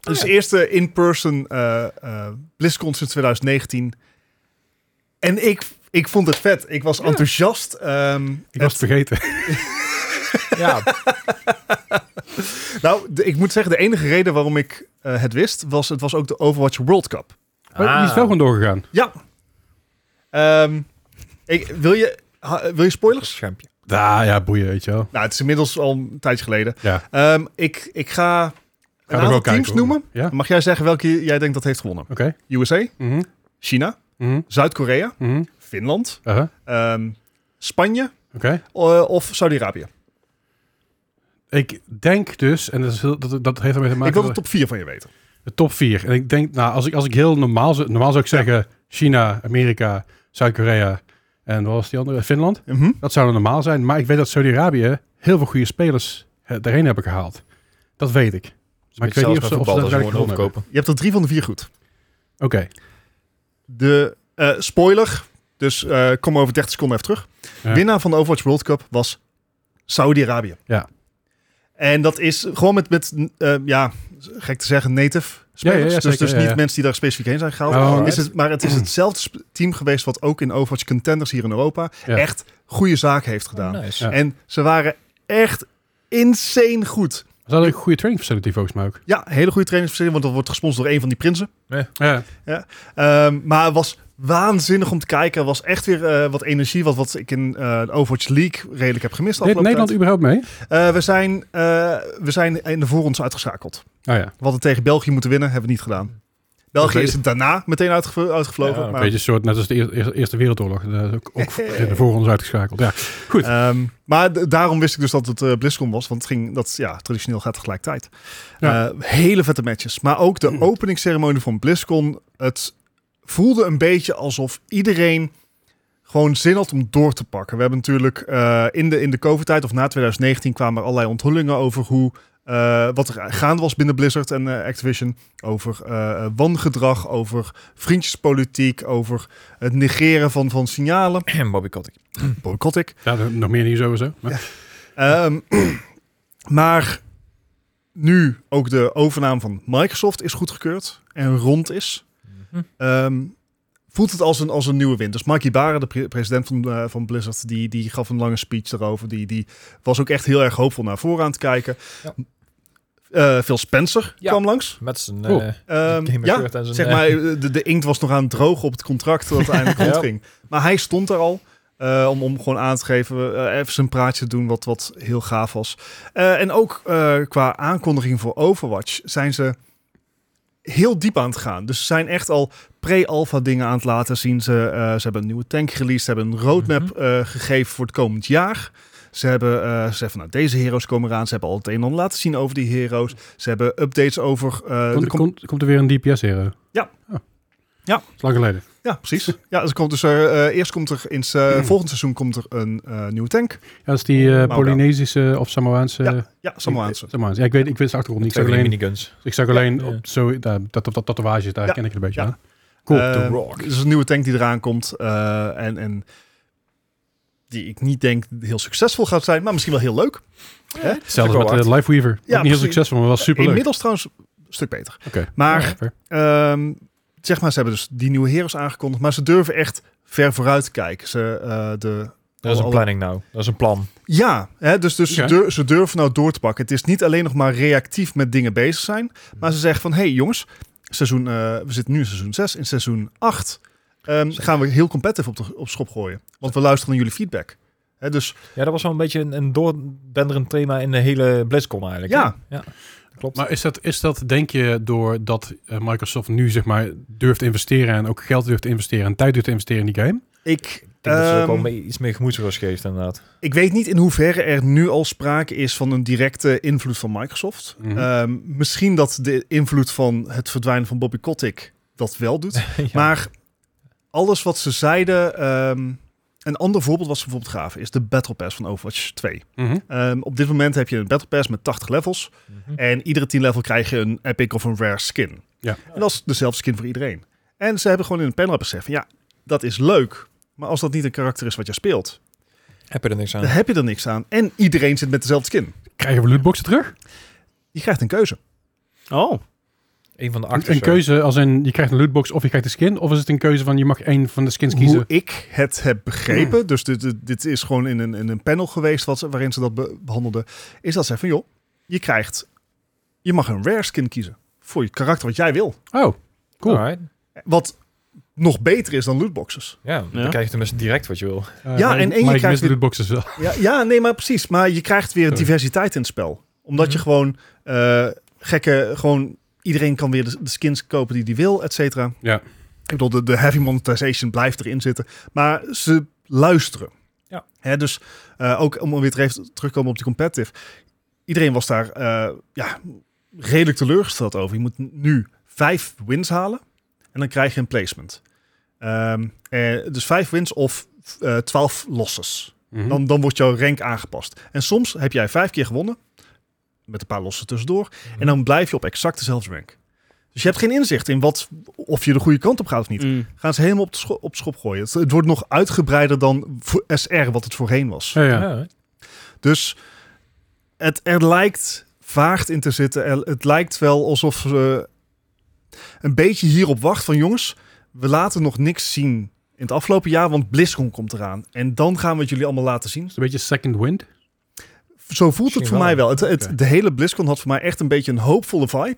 Speaker 4: Dus de eerste in-person eh eh BlizzCon sinds 2019. En ik, ik vond het vet. Ik was enthousiast. Ehm,
Speaker 2: Ik was het vergeten.
Speaker 3: ja,
Speaker 4: het- nou, de- ik moet zeggen, de enige reden waarom ik eh, het wist, was het was ook de Overwatch World Cup.
Speaker 2: Oh,
Speaker 4: Ah.
Speaker 2: die is wel gewoon doorgegaan.
Speaker 4: Ehm, ik, wil, je, ha- wil je spoilers?
Speaker 3: schermpje.
Speaker 2: Ah, ja, boeien, weet je wel.
Speaker 4: Nou, het is inmiddels al een tijdje geleden.
Speaker 2: Ja.
Speaker 4: Ehm, ik, ik ga een
Speaker 2: Ga er
Speaker 4: aantal
Speaker 2: wel
Speaker 4: teams
Speaker 2: kijken. hoor.
Speaker 4: noemen.
Speaker 2: Ja, oké.
Speaker 4: Mag jij zeggen welke jij denkt dat heeft gewonnen? USA,
Speaker 2: Mhm,
Speaker 4: China,
Speaker 2: mhm,
Speaker 4: Zuid-Korea,
Speaker 2: mhm,
Speaker 4: Finland,
Speaker 2: aha,
Speaker 4: ehm, Spanje, eh, of Saudi-Arabië.
Speaker 2: Ik denk dus, en dat, is heel, dat, dat heeft ermee te maken...
Speaker 4: Ik wil de
Speaker 2: dat-
Speaker 4: top 4 van je weten.
Speaker 2: de top 4. En ik denk, nou, als ik, als ik heel normaal... zou- Normaal zou ik zeggen China, Amerika, Zuid-Korea en wat was die andere? Finland.
Speaker 4: Mhm.
Speaker 2: Dat zou dan normaal zijn. Maar ik weet dat Saudi-Arabië heel veel goede spelers eh, daarheen hebben gehaald. Dat weet ik. Maar ik weet niet of ze, of ze daadwerkelijk gewonnen hebben.
Speaker 4: Je hebt er drie van de vier goed.
Speaker 2: Oké.
Speaker 4: De eh, spoiler, dus eh, kom over 30 seconden even terug.
Speaker 2: Ja.
Speaker 4: Winnaar van de Overwatch World Cup was Saudi-Arabië.
Speaker 2: Ja.
Speaker 4: En dat is gewoon met, met eh, ja, gek te zeggen, native spelers.
Speaker 2: ja,
Speaker 4: dus
Speaker 2: zeker,
Speaker 4: dus
Speaker 2: ja,
Speaker 4: niet
Speaker 2: ja.
Speaker 4: mensen die daar specifiek heen zijn gehaald.
Speaker 2: Oh,
Speaker 4: is
Speaker 2: alright.
Speaker 4: het, maar het is hetzelfde sp- team geweest wat ook in Overwatch Contenders hier in Europa
Speaker 2: Ja. Oh, nou.
Speaker 4: echt goede zaak heeft gedaan.
Speaker 3: nice.
Speaker 2: Ja.
Speaker 4: En ze waren echt insane goed.
Speaker 2: Ze hadden ook een goede training facility volgens mij ook.
Speaker 4: Ja, hele goede trainingsverschillen, want dat wordt gesponsord door een van die prinsen.
Speaker 2: Ja.
Speaker 4: Ehm, maar het was waanzinnig om te kijken. Er was echt weer eh, wat energie, wat, wat ik in eh, de Overwatch League redelijk heb gemist. de
Speaker 2: Deed Nederland
Speaker 4: afgelopen tijd.
Speaker 2: überhaupt mee?
Speaker 4: Eh, we, zijn, eh, we zijn in de voorrondes uitgeschakeld.
Speaker 2: Oh ja.
Speaker 4: We hadden tegen België moeten winnen, hebben we niet gedaan. België
Speaker 2: Oké.
Speaker 4: is het daarna meteen uitgevo- uitgevlogen.
Speaker 3: Ja,
Speaker 2: Een
Speaker 4: maar,
Speaker 2: beetje soort, net als de Eer- Eer- Eerste Wereldoorlog. De, ook, ook in de voorrondes uitgeschakeld. Ja. goed.
Speaker 4: ehm, maar d- daarom wist ik dus dat het eh BlizzCon was. Want het ging, dat, ja, traditioneel gaat tegelijkertijd.
Speaker 2: Ja.
Speaker 4: Eh, hele vette matches. Maar ook de openingsceremonie van BlizzCon. Het voelde een beetje alsof iedereen gewoon zin had om door te pakken. We hebben natuurlijk eh, in de, in de COVID-tijd of na 2019 kwamen er allerlei onthullingen over hoe... eh, wat er gaande was binnen Blizzard en eh, Activision. Over eh, wangedrag, over vriendjespolitiek, over het negeren van, van signalen.
Speaker 3: En Bobby Kotick.
Speaker 4: Boycott ik.
Speaker 2: Ja, er- nog meer niet sowieso. Maar,
Speaker 4: Ehm, maar nu ook de overname van Microsoft is goedgekeurd en rond is,
Speaker 3: Mhm.
Speaker 4: ehm, voelt het als een, als een nieuwe wind. Dus Mike Barra, de pre- president van, eh, van Blizzard, die, die gaf een lange speech daarover. Die, die was ook echt heel erg hoopvol naar voren aan het kijken.
Speaker 3: Ja.
Speaker 4: Eh, Phil Spencer
Speaker 3: Ja.
Speaker 4: kwam langs.
Speaker 3: Met zijn...
Speaker 2: Cool.
Speaker 3: eh,
Speaker 4: Ehm,
Speaker 3: Game of
Speaker 4: ja,
Speaker 3: Earth en zijn,
Speaker 4: zeg
Speaker 3: eh,
Speaker 4: maar, de, de inkt was nog aan het drogen op het contract dat uiteindelijk
Speaker 3: Ja.
Speaker 4: rondging. Maar hij stond er al eh, om, om gewoon aan te geven, eh, even zijn praatje te doen, wat, wat heel gaaf was. Eh, en ook eh, qua aankondiging voor Overwatch zijn ze heel diep aan het gaan. Dus ze zijn echt al pre-alpha dingen aan het laten zien. Ze, eh, ze hebben een nieuwe tank released, ze hebben een roadmap
Speaker 3: Mhm.
Speaker 4: eh, gegeven voor het komend jaar. Ze hebben eh, ze zeggen, nou, deze heroes komen eraan. Ze hebben al het een en ander laten zien over die heroes. Ze hebben updates over eh,
Speaker 2: komt,
Speaker 4: de com-
Speaker 2: komt, komt er weer een DPS-hero?
Speaker 4: Ja.
Speaker 2: Oh.
Speaker 4: Ja.
Speaker 2: Dat is lang geleden.
Speaker 4: Ja, precies. Ja, dus er komt dus, eh, eh, eerst komt er in het eh, volgend seizoen komt er een eh, nieuwe tank.
Speaker 2: Ja, dat is die eh,
Speaker 4: Mauro.
Speaker 2: Polynesische of Samoaanse...
Speaker 4: Ja, Samoaanse.
Speaker 2: Samoaanse. Ja, ik weet, ik weet de achtergrond niet. Ik
Speaker 3: twee
Speaker 2: zag
Speaker 3: van die
Speaker 2: alleen,
Speaker 3: miniguns.
Speaker 2: ik zag alleen
Speaker 3: Ja.
Speaker 2: op zo, daar, dat, dat, dat tatoeage, daar
Speaker 4: Ja.
Speaker 2: ken ik het een beetje
Speaker 4: Ja.
Speaker 2: aan. Cool.
Speaker 4: Eh,
Speaker 2: Doe.
Speaker 3: Rock.
Speaker 4: Dus een nieuwe tank die eraan komt. eh, en, en die ik niet denk heel succesvol gaat zijn, maar misschien wel heel leuk.
Speaker 2: Hetzelfde
Speaker 3: wel
Speaker 2: met de
Speaker 3: waard.
Speaker 2: Lifeweaver. Ook niet heel
Speaker 4: precies. Eh,
Speaker 2: succesvol, maar wel superleuk.
Speaker 4: Inmiddels trouwens een stuk beter.
Speaker 2: Oké.
Speaker 4: Maar
Speaker 2: Ja, fair.
Speaker 4: Ehm, zeg maar, ze hebben dus die nieuwe heroes aangekondigd, maar ze durven echt ver vooruit te kijken. Ze, eh, de,
Speaker 3: Dat is een
Speaker 4: alle-
Speaker 3: planning nou. Dat is een plan.
Speaker 4: Ja, hè, dus, dus
Speaker 2: Oké.
Speaker 4: ze, dur- ze durven nou door te pakken. Het is niet alleen nog maar reactief met dingen bezig zijn, maar ze zeggen van, hé hey, jongens, seizoen, eh, we zitten nu in seizoen 6, in seizoen 8 ehm, gaan we heel competitive op, de, op schop gooien, want we luisteren naar jullie feedback. Hè, dus
Speaker 3: Ja, dat was wel een beetje een, een doordenderend thema in de hele BlizzCon eigenlijk. hè?
Speaker 4: Ja.
Speaker 3: ja. Klopt.
Speaker 2: Maar is dat, is dat, denk je, doordat eh, Microsoft nu zeg maar durft te investeren en ook geld durft te investeren en tijd durft te investeren in die game?
Speaker 4: ik,
Speaker 3: ik denk dat ze ook
Speaker 4: ehm,
Speaker 3: wel mee- iets meer gemoedsrust geeft inderdaad.
Speaker 4: Ik weet niet in hoeverre er nu al sprake is van een directe invloed van Microsoft.
Speaker 2: Mhm.
Speaker 4: Ehm, misschien dat de invloed van het verdwijnen van Bobby Kotick dat wel doet.
Speaker 3: Ja.
Speaker 4: Maar alles wat ze zeiden. ehm, een ander voorbeeld wat ze bijvoorbeeld gaven is de Battle Pass van Overwatch 2.
Speaker 2: Mhm.
Speaker 4: Ehm, op dit moment heb je een Battle Pass met 80 levels.
Speaker 3: Mhm.
Speaker 4: En iedere 10 level krijg je een epic of een rare skin.
Speaker 2: Ja.
Speaker 4: En dat is dezelfde skin voor iedereen. En ze hebben gewoon in een panel beseft van ja, dat is leuk. Maar als dat niet een karakter is wat je speelt,
Speaker 3: Heb je er niks
Speaker 4: dan
Speaker 3: aan?
Speaker 4: heb je er niks aan. En iedereen zit met dezelfde skin.
Speaker 2: Krijgen we lootboxen terug?
Speaker 4: Je krijgt een keuze.
Speaker 1: Oh,
Speaker 3: Een van de eh. acht.
Speaker 2: Een, een
Speaker 3: of zo.
Speaker 2: keuze als in, je krijgt een lootbox of je krijgt een skin? Of is het een keuze van, je mag één van de skins kiezen?
Speaker 4: Hoe ik het heb begrepen, dus dit, dit, dit is gewoon in een, in een panel geweest wat, ze- waarin ze dat be- behandelden, is dat ze van joh, je krijgt, je mag een rare skin kiezen voor je karakter wat jij wil.
Speaker 2: Oh, Cool.
Speaker 3: Alright.
Speaker 4: Wat nog beter is dan lootboxes.
Speaker 3: Ja, dan krijg je tenminste direct wat je wil.
Speaker 2: Eh,
Speaker 4: Ja,
Speaker 2: maar-
Speaker 4: en één, je
Speaker 2: maar ik
Speaker 4: krijgt
Speaker 2: mis de
Speaker 4: weer-
Speaker 2: lootboxes wel.
Speaker 4: Ja, ja nee, maar precies. Maar je krijgt weer
Speaker 2: Sorry.
Speaker 4: diversiteit in het spel. Omdat je
Speaker 3: Mhm.
Speaker 4: gewoon eh, gekke, gewoon iedereen kan weer de, de skins kopen die die wil, et cetera.
Speaker 2: Ja.
Speaker 4: Ik bedoel, de, de heavy monetization blijft erin zitten. Maar ze luisteren.
Speaker 3: Ja.
Speaker 4: Hè, dus eh, ook om weer terug terug te komen op die competitive. Iedereen was daar eh, ja, redelijk teleurgesteld over. Je moet nu vijf wins halen en dan krijg je een placement. Ehm, eh, dus vijf wins of eh, twaalf losses.
Speaker 2: Mhm.
Speaker 4: Dan, dan wordt jouw rank aangepast. En soms heb jij vijf keer gewonnen. Met een paar lossen tussendoor. En dan blijf je op exact dezelfde rank. Dus je hebt geen inzicht in wat, of je de goede kant op gaat of niet.
Speaker 1: Mm.
Speaker 4: Gaan ze helemaal op de, scho- op de schop gooien. Het, het wordt nog uitgebreider dan voor SR wat het voorheen was.
Speaker 2: Ja, ja.
Speaker 3: Ja.
Speaker 4: Dus het, er lijkt vaagt in te zitten. Er- het lijkt wel alsof ze een beetje hierop wacht van jongens, we laten nog niks zien in het afgelopen jaar, want BlizzCon komt eraan. En dan gaan we het jullie allemaal laten zien
Speaker 2: Is het een beetje second wind?
Speaker 4: zo voelt het
Speaker 3: Misschien
Speaker 4: voor mij wel.
Speaker 3: wel.
Speaker 4: Het, het,
Speaker 2: Oké.
Speaker 4: De hele BlizzCon had voor mij echt een beetje een hoopvolle vibe.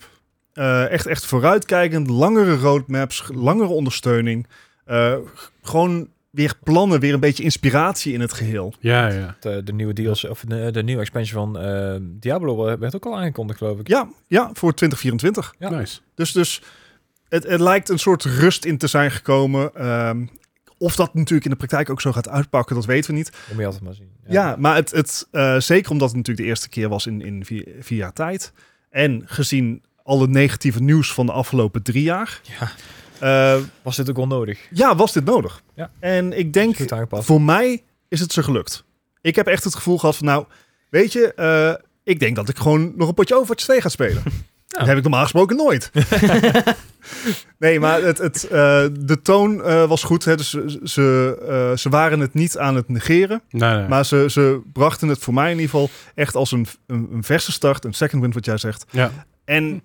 Speaker 4: Eh, echt, echt vooruitkijkend, langere roadmaps, g- langere ondersteuning. Eh, g- gewoon weer plannen, weer een beetje inspiratie in het geheel.
Speaker 2: Ja, ja.
Speaker 3: eh, De, de nieuwe deals, of de, de nieuwe expansion van eh, Diablo werd ook al aangekondigd, geloof ik.
Speaker 4: Ja, ja voor 2024.
Speaker 3: Ja.
Speaker 2: Nice.
Speaker 4: Dus, dus het, het lijkt een soort rust in te zijn gekomen. Ehm, of dat natuurlijk in de praktijk ook zo gaat uitpakken, dat weten we niet.
Speaker 3: Dat moet je altijd maar zien.
Speaker 4: Ja, maar het, het, eh, zeker omdat het natuurlijk de eerste keer was in, in vier, vier jaar tijd. En gezien alle negatieve nieuws van de afgelopen drie jaar.
Speaker 3: Ja.
Speaker 4: eh,
Speaker 3: Was dit ook onnodig?
Speaker 4: ja, was dit nodig.
Speaker 3: Ja.
Speaker 4: En ik denk,
Speaker 3: Goed aangepast.
Speaker 4: voor mij is het ze gelukt. Ik heb echt het gevoel gehad van, nou, weet je, eh, ik denk dat ik gewoon nog een potje Overwatch 2 ga spelen. Dat heb ik normaal gesproken nooit. nee, maar het, het, eh, de toon eh, was goed. Hè? Dus ze, ze, eh, ze waren het niet aan het negeren.
Speaker 2: Nee, nee.
Speaker 4: Maar ze, ze brachten het voor mij in ieder geval echt als een, een, een verse start, een second wind wat jij zegt.
Speaker 2: ja.
Speaker 4: En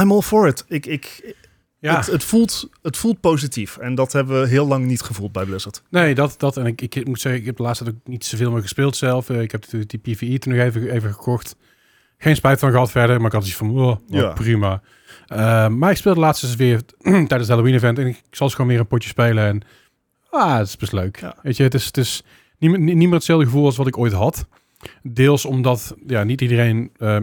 Speaker 4: I'm all for it. Ik, ik,
Speaker 2: Ja.
Speaker 4: het, het, voelt, het voelt positief en dat hebben we heel lang niet gevoeld bij Blizzard.
Speaker 2: Nee, dat, dat. En ik, ik moet zeggen, ik heb de laatste tijd ook niet zoveel meer gespeeld zelf. Eh, Ik heb die, die PvE toen nog even, even gekocht. Geen spijt van gehad verder, maar ik had iets van, oh, oh,
Speaker 4: Ja.
Speaker 2: prima. Eh, maar ik speelde laatst eens weer tijdens het Halloween event en ik zal ze gewoon weer een potje spelen. En ah, het is best leuk.
Speaker 4: Ja.
Speaker 2: Weet je, het is, het is niet, niet, niet meer hetzelfde gevoel als wat ik ooit had. Deels omdat ja, niet iedereen eh,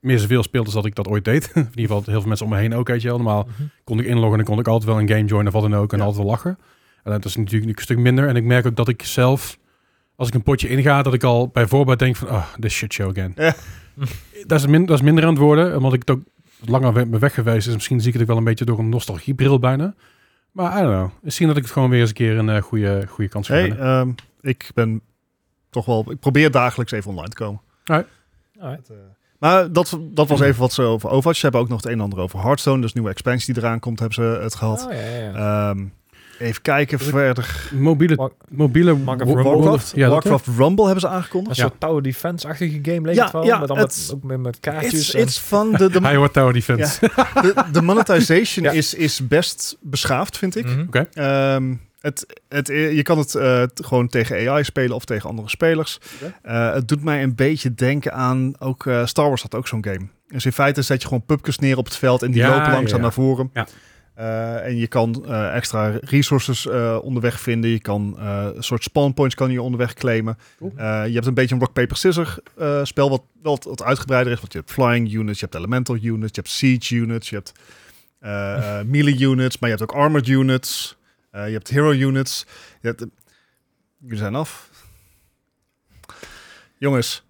Speaker 2: meer zoveel speelt als dat ik dat ooit deed. In ieder geval heel veel mensen om me heen ook, weet je wel. Normaal
Speaker 3: Mhm.
Speaker 2: kon ik inloggen en dan kon ik altijd wel een game joinen of wat dan ook. En
Speaker 4: Ja.
Speaker 2: altijd wel lachen. En dat is natuurlijk een stuk minder. En ik merk ook dat ik zelf, als ik een potje inga, dat ik al bij voorbaat denk van, oh, this shit show again.
Speaker 4: Ja.
Speaker 2: dat, is min, dat is minder aan het worden, omdat ik het ook langer we- ben weg geweest. Dus misschien zie ik het ook wel een beetje door een nostalgiebril bijna. Maar I don't know. Misschien dat ik het gewoon weer eens een keer een eh, goede, goede kans ga
Speaker 4: Hey,
Speaker 2: hey,
Speaker 4: ehm, ik ben toch wel, ik probeer dagelijks even online te komen.
Speaker 3: Alright.
Speaker 4: Maar dat, dat was even wat ze over Overwatch. Ze hebben ook nog het een en ander over Hearthstone, dus nieuwe expansie die eraan komt, hebben ze het gehad.
Speaker 3: Oh, ja, ja, ja.
Speaker 4: Ehm, even kijken verder.
Speaker 2: Mobiele...
Speaker 3: Mark-
Speaker 2: mobiele
Speaker 3: Mark of
Speaker 2: wo-
Speaker 3: Rumble.
Speaker 2: wo-
Speaker 4: Warcraft,
Speaker 2: Ja, dat
Speaker 4: Warcraft Rumble hebben ze aangekondigd.
Speaker 3: Een
Speaker 2: Ja.
Speaker 3: soort tower defense-achtige game leek
Speaker 4: Ja,
Speaker 3: het wel.
Speaker 4: ja,
Speaker 3: maar dan met,
Speaker 4: het-
Speaker 3: ook met, met kaartjes.
Speaker 4: It's,
Speaker 3: en-
Speaker 4: it's fun. De, de,
Speaker 2: Hij hoort Tower Defense.
Speaker 4: De, de monetization
Speaker 3: Ja.
Speaker 4: is, is best beschaafd, vind ik.
Speaker 3: Mhm.
Speaker 4: Ehm, het, het, je kan het eh, t- gewoon tegen AI spelen of tegen andere spelers.
Speaker 2: Oké.
Speaker 4: Eh, het doet mij een beetje denken aan... Ook eh, Star Wars had ook zo'n game. Dus in feite zet je gewoon pupkes neer op het veld... en die
Speaker 2: Ja,
Speaker 4: lopen langzaam
Speaker 2: ja.
Speaker 4: naar voren.
Speaker 2: Ja.
Speaker 4: Eh, en je kan eh, extra resources eh, onderweg vinden. Je kan eh, een soort spawn points kan je onderweg claimen.
Speaker 2: Cool.
Speaker 4: Eh, je hebt een beetje een rock, paper, scissors eh, spel... wat wel wat, wat uitgebreider is. Want je hebt flying units, je hebt elemental units... je hebt siege units, je hebt eh, eh, melee units... maar je hebt ook armored units... Eh, je hebt hero units. Je hebt, jullie zijn af. Jongens,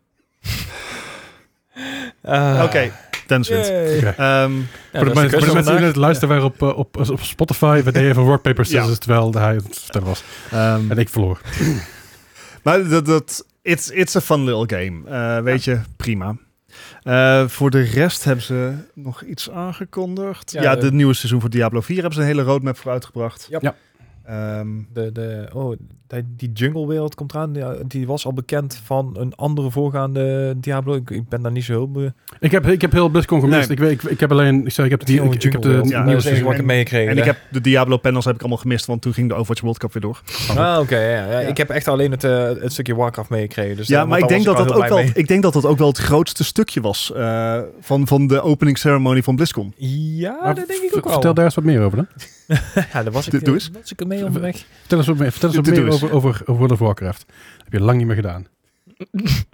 Speaker 3: Ah.
Speaker 4: oké. Dennis wint.
Speaker 3: Yay.
Speaker 2: Oké.
Speaker 4: Ehm,
Speaker 3: Ja,
Speaker 2: voor de,
Speaker 3: dat is
Speaker 2: mensen- voor de
Speaker 3: keuze
Speaker 2: mensen die
Speaker 3: vandaag.
Speaker 2: het luisteren waren op, eh, op, op Spotify, we deden even Rock Paper Scissors, terwijl hij het stem was.
Speaker 4: ehm,
Speaker 2: En ik verloor.
Speaker 4: maar dat, dat, it's, it's a fun little game. Eh, weet je, prima. Eh, voor de rest hebben ze nog iets aangekondigd. Ja,
Speaker 3: Ja,
Speaker 4: het
Speaker 3: de-
Speaker 4: nieuwe seizoen voor Diablo 4 hebben ze een hele roadmap voor uitgebracht.
Speaker 3: Yep.
Speaker 2: Ja.
Speaker 4: Ehm,
Speaker 3: De, de, oh, die, die junglewereld komt eraan. Die, die was al bekend van een andere voorgaande Diablo. Ik, ik ben daar niet zo heel... Be
Speaker 2: Ik heb, ik heb heel BlizzCon gemist.
Speaker 4: Nee.
Speaker 2: Ik, weet- ik, ik heb alleen, ik, zei, ik heb, die, ik, ik heb de
Speaker 3: junglewereld.
Speaker 4: ja,
Speaker 3: dat
Speaker 2: nieuwe
Speaker 3: is het enige wat ik heb meegekregen.
Speaker 4: en ik
Speaker 3: hè.
Speaker 4: heb de Diablo panels heb ik allemaal gemist, want toen ging de Overwatch World Cup weer door.
Speaker 3: Ah, oké. ja, ja.
Speaker 4: Ja.
Speaker 3: Ik heb echt alleen het, eh, het stukje Warcraft meegekregen. Dus
Speaker 4: ja,
Speaker 3: daar-
Speaker 4: maar ik
Speaker 3: want
Speaker 4: denk
Speaker 3: daar
Speaker 4: dat
Speaker 3: was
Speaker 4: dat, ook
Speaker 3: blij
Speaker 4: wel,
Speaker 3: mee.
Speaker 4: ik denk dat dat ook wel het grootste stukje was eh, van, van de opening ceremony van BlizzCon.
Speaker 3: Ja,
Speaker 2: Maar
Speaker 3: dat denk
Speaker 2: v-
Speaker 3: ik ook wel.
Speaker 2: Vertel daar eens wat meer over. Hè?
Speaker 3: Ja, daar was ik, eh,
Speaker 4: Doe- doe eens.
Speaker 3: was ik mee onderweg.
Speaker 2: Vertel eens wat meer, vertel eens wat
Speaker 4: Doe- doe
Speaker 2: meer
Speaker 4: eens.
Speaker 2: over, over, over World of Warcraft. Dat heb je lang niet meer gedaan.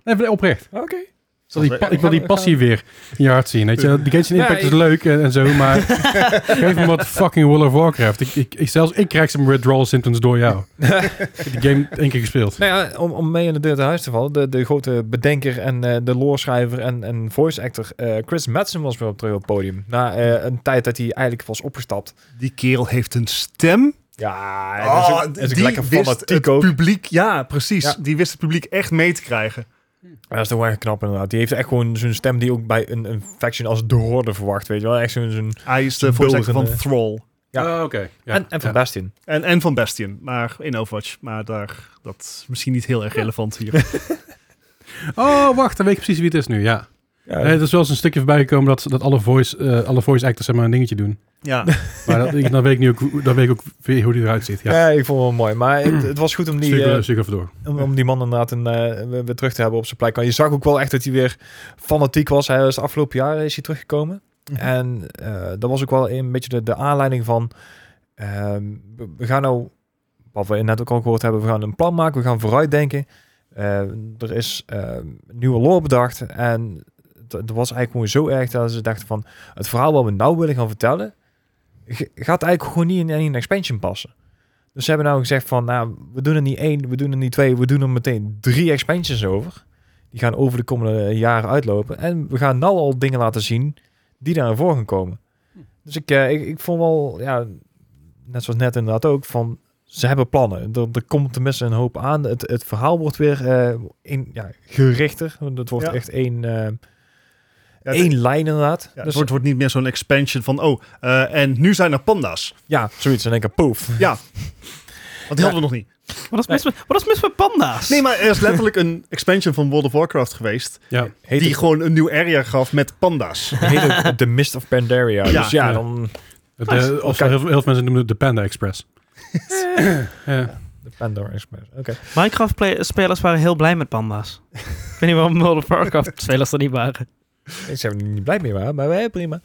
Speaker 2: Even oprecht.
Speaker 3: Oké.
Speaker 2: Ik wil die, pa- ik wil die passie weer in je hart zien. Weet je? Die Genshin Impact is leuk en, en zo, maar geef me wat fucking World of Warcraft. Ik, ik, ik- zelfs ik krijg some withdrawal symptoms door jou. ik heb die game één keer gespeeld.
Speaker 3: Nou ja, om, om mee in de deur te huis te vallen, de, de grote bedenker en eh, de loorschrijver en, en voice actor eh, Chris Madsen was weer op terug op het podium. Na eh, een tijd dat hij eigenlijk was opgestapt.
Speaker 4: Die kerel heeft een stem.
Speaker 3: Ja, en
Speaker 4: Ah,
Speaker 3: dat is ook, dat is ook
Speaker 4: die
Speaker 3: lekker
Speaker 4: wist
Speaker 3: fanatiek
Speaker 4: het
Speaker 3: ook.
Speaker 4: publiek. Ja, precies.
Speaker 3: Ja.
Speaker 4: Die wist het publiek echt mee te krijgen.
Speaker 3: Dat is toch wel erg knap inderdaad. Die heeft echt gewoon zo'n stem die ook bij een, een faction als de horde verwacht, weet je wel. Echt zo'n... zo'n
Speaker 4: Hij is eh, de voorzitter van
Speaker 3: Bulgende.
Speaker 4: Thrall.
Speaker 3: Ja.
Speaker 2: Ah, oké. Ja,
Speaker 3: en, en van
Speaker 2: ja.
Speaker 3: Bastion.
Speaker 4: En, en van Bastion, maar in Overwatch. Maar daar, dat is misschien niet heel erg relevant hier.
Speaker 2: Oh, wacht, dan weet ik precies wie het is nu, ja.
Speaker 3: Ja,
Speaker 2: Nee, er is wel eens een stukje voorbij gekomen dat, dat alle, voice, eh, alle voice actors zeg maar een dingetje doen.
Speaker 4: ja.
Speaker 2: Maar dat, ik, dan, weet ik nu ook, hoe- dan weet ik ook weer hoe die eruit ziet. Ja.
Speaker 3: Ja, ik vond het wel mooi. Maar het, het was goed om die,
Speaker 2: Stuk,
Speaker 3: eh,
Speaker 2: eh, stuk even door.
Speaker 3: om, om die man inderdaad een, eh, weer- weer terug te hebben op zijn plek. Maar je zag ook wel echt dat hij weer fanatiek was. Hij is afgelopen jaar is hij teruggekomen.
Speaker 4: Mhm.
Speaker 3: En eh, dat was ook wel een beetje de, de aanleiding van... ehm, we- we gaan nou, wat we net ook al gehoord hebben, we gaan een plan maken. We gaan vooruitdenken. Eh, er is eh, nieuwe lore bedacht. En het het was eigenlijk gewoon zo erg dat ze dachten van... Het verhaal wat we nou willen gaan vertellen... g- gaat eigenlijk gewoon niet in, in een expansion passen. Dus ze hebben nou gezegd van, nou, we doen er niet één, we doen er niet twee, we doen er meteen drie expansions over. Die gaan over de komende jaren uitlopen. En we gaan nou al dingen laten zien die daarin voor gaan komen. Dus ik, eh, ik, ik vond wel, ja, net zoals net inderdaad ook, van ze hebben plannen. Er, er komt tenminste een hoop aan. Het, het verhaal wordt weer eh, in, ja, gerichter. Want Het wordt
Speaker 4: Ja.
Speaker 3: echt één, eh,
Speaker 4: Ja, het-
Speaker 3: één lijn inderdaad.
Speaker 4: Ja, het
Speaker 3: dus,
Speaker 4: wordt, wordt niet meer zo'n expansion van, oh, eh, en nu zijn er panda's.
Speaker 3: ja, zoiets. En denk ik, poef.
Speaker 4: Ja. Want die hadden we nog niet.
Speaker 1: Wat is mis met, wat is mis met panda's?
Speaker 4: Nee, maar er is letterlijk een expansion van World of Warcraft geweest.
Speaker 2: Ja.
Speaker 3: Heet
Speaker 4: die
Speaker 3: die
Speaker 4: gewoon een nieuw area gaf met panda's.
Speaker 3: heet ook The Mist of Pandaria.
Speaker 4: Ja.
Speaker 3: dus ja,
Speaker 2: Ja.
Speaker 3: dan...
Speaker 2: Het, eh, of
Speaker 3: oké.
Speaker 2: heel, veel- heel veel mensen noemen het de Panda Express. ja.
Speaker 3: De Pandora Express. Oké.
Speaker 1: Minecraft-spelers waren heel blij met panda's. ik weet niet waarom World of Warcraft-spelers er niet waren.
Speaker 3: Ik zijn er niet blij mee waren, maar wij prima.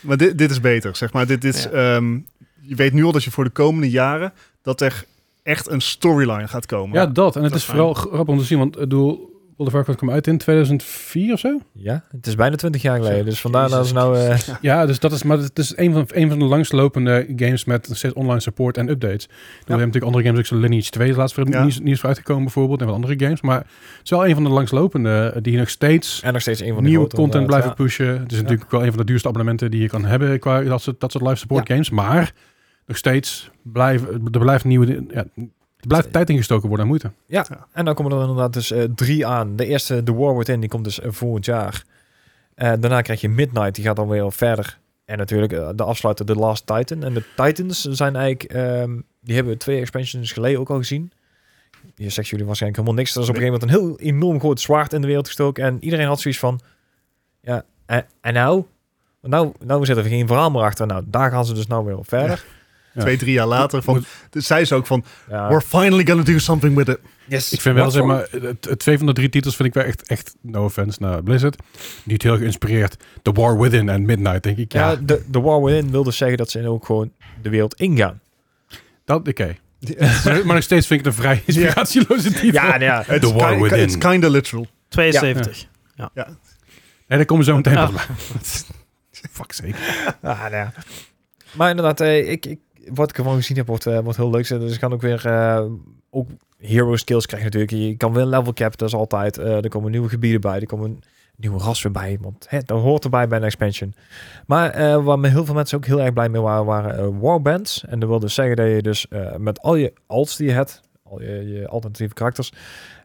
Speaker 4: Maar dit, dit is beter, zeg maar. Dit is,
Speaker 1: Ja.
Speaker 4: ehm, je weet nu al dat je voor de komende jaren... dat er echt een storyline gaat komen.
Speaker 2: ja, dat. En het
Speaker 4: Dat
Speaker 2: is
Speaker 4: is
Speaker 2: vooral grappig om te zien, want ik bedoel, World of Warcraft kwam uit in 2004 of zo?
Speaker 3: Ja, het is bijna 20 jaar geleden, dus vandaar dat
Speaker 4: Jezus
Speaker 3: ze nou... eh,
Speaker 2: Ja, dus dat is, maar het is een van, een van de langslopende games met nog steeds online support en updates. We hebben natuurlijk andere games, ook zo Lineage 2 is laatst weer
Speaker 4: Ja.
Speaker 2: nieuws, nieuws voor uitgekomen bijvoorbeeld, en wat andere games. Maar het is wel een van de langslopende eh, die nog steeds
Speaker 3: en nog steeds een van de
Speaker 2: nieuwe
Speaker 3: grote
Speaker 2: content
Speaker 3: inderdaad,
Speaker 2: blijven pushen. Het is natuurlijk ook wel een van de duurste abonnementen die je kan hebben qua dat soort, dat soort live support games. Maar nog steeds blijven, er blijft nieuwe, ja, er blijft tijd ingestoken worden en moeite.
Speaker 3: ja. En dan komen er inderdaad dus eh, drie aan. De eerste, The War Within, die komt dus eh, volgend jaar. Eh, daarna krijg je Midnight, die gaat dan weer verder. En natuurlijk eh, de afsluiter, The Last Titan. En de Titans zijn eigenlijk... ehm, die hebben we twee expansions geleden ook al gezien. Je zegt jullie waarschijnlijk helemaal niks. Er is op een gegeven moment een heel enorm groot zwaard in de wereld gestoken. En iedereen had zoiets van... Ja, en, en nou? Want nou, nou zitten we geen verhaal meer achter. Nou, daar gaan ze dus nou weer op verder.
Speaker 2: Ja.
Speaker 4: Twee, drie jaar later. Van, dus zij ze ook van,
Speaker 3: Ja.
Speaker 4: we're finally gonna do something with it.
Speaker 3: Yes.
Speaker 2: Ik vind wel,
Speaker 3: Wat
Speaker 2: zeg
Speaker 3: voor-
Speaker 2: maar, het, het twee van de drie titels vind ik wel echt, echt no offense naar Blizzard. Niet heel geïnspireerd. The War Within en Midnight, denk ik. Ja,
Speaker 3: Ja, Eh, de, de War Within wil dus zeggen dat ze ook gewoon de wereld ingaan.
Speaker 2: dat, oké. maar, maar nog steeds vind ik het een vrij inspiratieloze titel.
Speaker 3: nou ja.
Speaker 4: It's
Speaker 2: The war
Speaker 4: ki-
Speaker 2: within.
Speaker 4: It's kinda literal.
Speaker 1: 72.
Speaker 2: Nee, daar komen we zo meteen
Speaker 1: Ah.
Speaker 2: op. Fuck zeker.
Speaker 3: Ah, nou ja. Maar inderdaad, eh, ik, ik, wat ik ervan gezien heb, wordt, eh, wordt heel leuk. Dus ik kan ook weer... eh, ook hero skills krijgen natuurlijk. Je kan weer een level cap, dat is altijd. Eh, er komen nieuwe gebieden bij. Er komen nieuwe rassen bij. Want hè, dat hoort erbij bij een expansion. Maar eh, waar me heel veel mensen ook heel erg blij mee waren, waren eh, warbands. En dat wil dus zeggen dat je dus eh, met al je alts die je hebt, al je, je alternatieve karakters,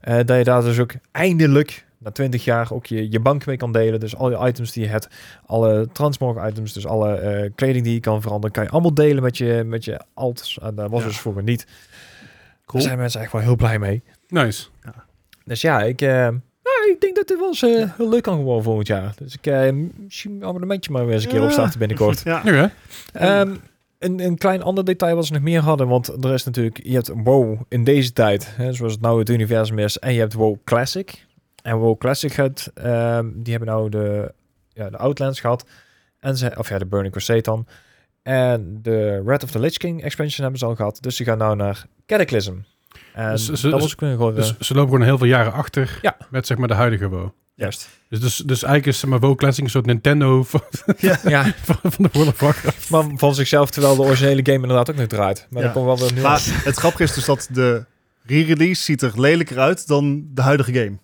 Speaker 3: eh, dat je daar dus ook eindelijk na 20 jaar ook je, je bank mee kan delen. Dus al je items die je hebt, alle transmog items, dus alle eh, kleding die je kan veranderen, kan je allemaal delen met je, met je alts. En dat was
Speaker 4: Ja.
Speaker 3: dus vroeger niet.
Speaker 4: Cool.
Speaker 3: Daar zijn mensen eigenlijk wel heel blij mee.
Speaker 2: Nice.
Speaker 3: Dus ja, ik, eh, nou, ik denk dat dit wel eens eh, heel leuk kan worden volgend jaar. Dus ik eh, misschien een abonnementje maar weer eens een keer
Speaker 4: Ja.
Speaker 3: opstarten binnenkort.
Speaker 4: Ja.
Speaker 2: Nu hè?
Speaker 3: Ehm, een, een klein ander detail wat ze nog meer hadden, want er is natuurlijk, je hebt WoW in deze tijd, hè, zoals het nou het universum is, en je hebt WoW Classic. En WoW Classic had, ehm, die hebben nou de, ja, de Outlands gehad, en ze, of ja, de Burning Crusade dan. En de Red of the Lich King expansion hebben ze al gehad, dus die gaan nou naar Cataclysm. En
Speaker 2: Dus ze-
Speaker 3: dat
Speaker 2: ze-
Speaker 3: was ook weer gewoon...
Speaker 2: Dus
Speaker 3: eh,
Speaker 2: ze lopen gewoon heel veel jaren achter
Speaker 3: Ja.
Speaker 2: met zeg maar de huidige WoW.
Speaker 3: Juist.
Speaker 2: Dus, dus, dus eigenlijk is zeg maar, WoW Classic een soort Nintendo van,
Speaker 3: Ja,
Speaker 2: van, van de World of Warcraft.
Speaker 3: maar van zichzelf, terwijl de originele game inderdaad ook nog draait. Maar
Speaker 4: Ja.
Speaker 3: dan komt wel weer
Speaker 4: Maar
Speaker 3: nu.
Speaker 4: het grappige is dus dat de re-release ziet er lelijker uit dan de huidige game.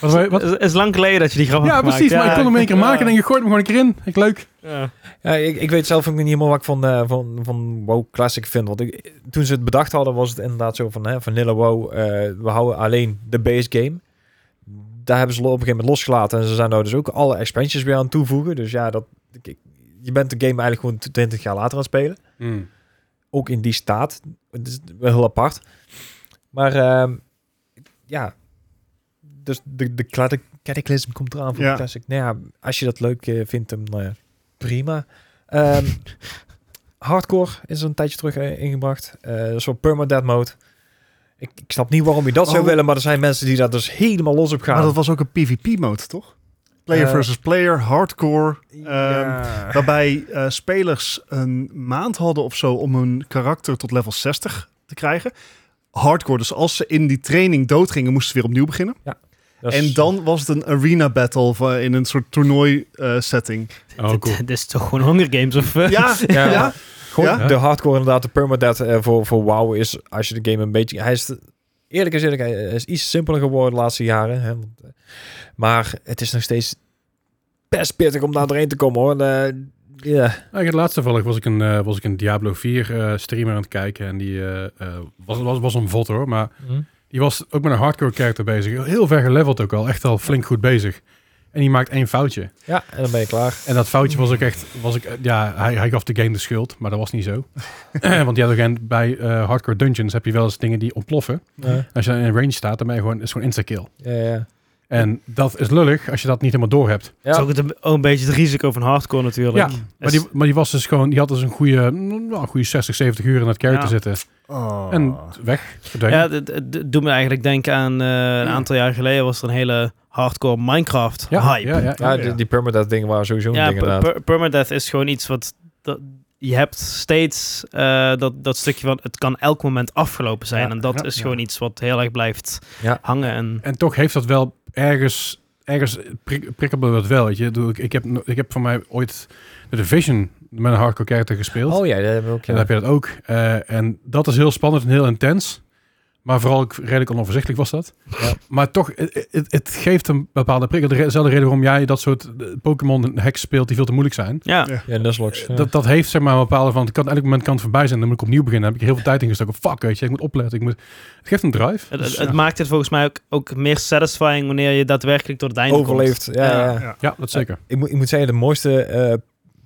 Speaker 2: Wat, wij- wat,
Speaker 1: Het is lang geleden dat je die grap
Speaker 2: ja,
Speaker 1: hebt
Speaker 2: precies. maar ik kon hem een keer maken en denk ik, gooi hem gewoon een keer in. Ik leuk.
Speaker 3: Ja, ik, ik weet zelf ook niet helemaal wat ik van, eh, van, van WoW Classic vind. Want ik, toen ze het bedacht hadden, was het inderdaad zo van... Hè, vanilla WoW, eh, we houden alleen de base game. Daar hebben ze op een gegeven moment losgelaten. En ze zijn nou dus ook alle expansions weer aan het toevoegen. Dus ja, dat, ik- ik- je bent de game eigenlijk gewoon 20 jaar later aan het spelen. Ook in die staat. Het is wel heel apart. Maar ehm, ja... Dus de, de cata- Cataclysm komt eraan voor
Speaker 4: Ja.
Speaker 3: de Classic. Nou ja, als je dat leuk eh, vindt, dan eh, prima. Ehm, hardcore is er een tijdje terug eh, ingebracht. Eh, Een soort permadeath mode. Ik, ik snap niet waarom je dat zou
Speaker 4: Oh.
Speaker 3: willen, maar er zijn mensen die daar dus helemaal los op gaan.
Speaker 4: Maar dat was ook een PvP-mode, toch? Player
Speaker 3: Eh,
Speaker 4: versus player, hardcore.
Speaker 3: Ja.
Speaker 4: Waarbij eh, spelers een maand hadden of zo om hun karakter tot level 60 te krijgen. Hardcore, dus als ze in die training doodgingen, moesten ze weer opnieuw beginnen.
Speaker 3: Dat is-
Speaker 4: En dan was het een arena battle van- in een soort toernooi eh, setting.
Speaker 2: Oh, cool.
Speaker 1: Dit is toch gewoon Hunger Games of... eh,
Speaker 4: Ja,
Speaker 3: Ja.
Speaker 4: ja.
Speaker 3: Gewoon
Speaker 4: Ja?
Speaker 3: de hardcore inderdaad, de permadeath eh, voor, voor WoW is, als je de game een beetje... Hij is, eerlijk is eerlijk, hij is iets simpeler geworden de laatste jaren. Hè, want, eh, maar het is nog steeds best pittig om daar doorheen te komen, hoor. Eh, ja.
Speaker 2: Eigenlijk het laatste toevallig was Nou, ik een, eh, was ik een Diablo 4 eh, streamer aan het kijken. En die eh, eh, was, was, was een vod hoor. Maar die was ook met een hardcore character bezig. Heel ver geleveld ook al. Echt al flink goed bezig. En die maakt één foutje.
Speaker 3: ja, en dan ben je klaar.
Speaker 2: En dat foutje was ook echt... Was ik, eh, ja, hij, hij gaf de game de schuld. Maar dat was niet zo. Want die had ook een, bij eh, hardcore dungeons heb je wel eens dingen die ontploffen.
Speaker 3: Ja,
Speaker 2: Als je dan in range staat, dan ben je gewoon, is gewoon insta-kill.
Speaker 3: ja, ja.
Speaker 2: En dat is lullig als je dat niet helemaal door hebt.
Speaker 1: Dat
Speaker 3: Ja.
Speaker 1: is ook, het, ook een beetje het risico van hardcore natuurlijk.
Speaker 2: Ja,
Speaker 1: Dus-
Speaker 2: Maar die, maar die was dus gewoon, die had dus een goede, mm, nou, een goede 60, 70 uur in dat character
Speaker 1: Ja.
Speaker 2: zitten.
Speaker 4: Oh.
Speaker 2: En weg. verdwenen.
Speaker 1: Ja, dit- dit- dit doet me eigenlijk denken aan eh, een aantal jaar geleden was er een hele hardcore Minecraft
Speaker 2: ja,
Speaker 1: hype.
Speaker 2: ja, ja.
Speaker 4: Oh,
Speaker 3: Ja, die, die permadeath dingen waren sowieso een
Speaker 1: Ja,
Speaker 3: ding inderdaad.
Speaker 1: per- per- permadeath is gewoon iets wat... dat- je hebt steeds eh, dat, dat stukje van het kan elk moment afgelopen zijn.
Speaker 2: Ja,
Speaker 1: en dat
Speaker 2: ja,
Speaker 1: is
Speaker 2: ja.
Speaker 1: gewoon iets wat heel erg blijft
Speaker 3: Ja.
Speaker 1: hangen. En,
Speaker 2: En toch heeft dat wel ergens, ergens prik, prikkelde dat wel. Weet je. Ik bedoel, Ik, ik, heb, no- ik heb van mij ooit de Division met een hardcore character gespeeld.
Speaker 3: Oh ja, dat hebben we ook.
Speaker 2: En
Speaker 3: Ja.
Speaker 2: dan heb je dat ook. Eh, en dat is heel spannend en heel intens. Maar vooral ook redelijk onoverzichtelijk was dat.
Speaker 3: Ja.
Speaker 2: Maar toch, het- het het geeft een bepaalde prikkel. De re- Dezelfde reden waarom jij dat soort eh, Pokémon-hacks speelt die veel te moeilijk zijn. Eh,
Speaker 1: ja,
Speaker 4: Ja.
Speaker 3: Ja, Nuzlocke. Ja.
Speaker 2: Dat, dat heeft zeg maar een bepaalde van, het kan elk moment kan het voorbij zijn, dan moet ik opnieuw beginnen. Dan heb ik heel veel tijd ingestoken. Fuck, weet je, ik moet opletten. Ik moet, het geeft een drive.
Speaker 1: het,
Speaker 2: Dus,
Speaker 1: het- het
Speaker 2: ja.
Speaker 1: maakt het volgens mij ook, ook meer satisfying wanneer je daadwerkelijk tot het einde
Speaker 3: Overleefd. Ja, ja. ja.
Speaker 4: Ja.
Speaker 2: ja, dat zeker.
Speaker 3: Ik, moet, ik moet zeggen, de mooiste eh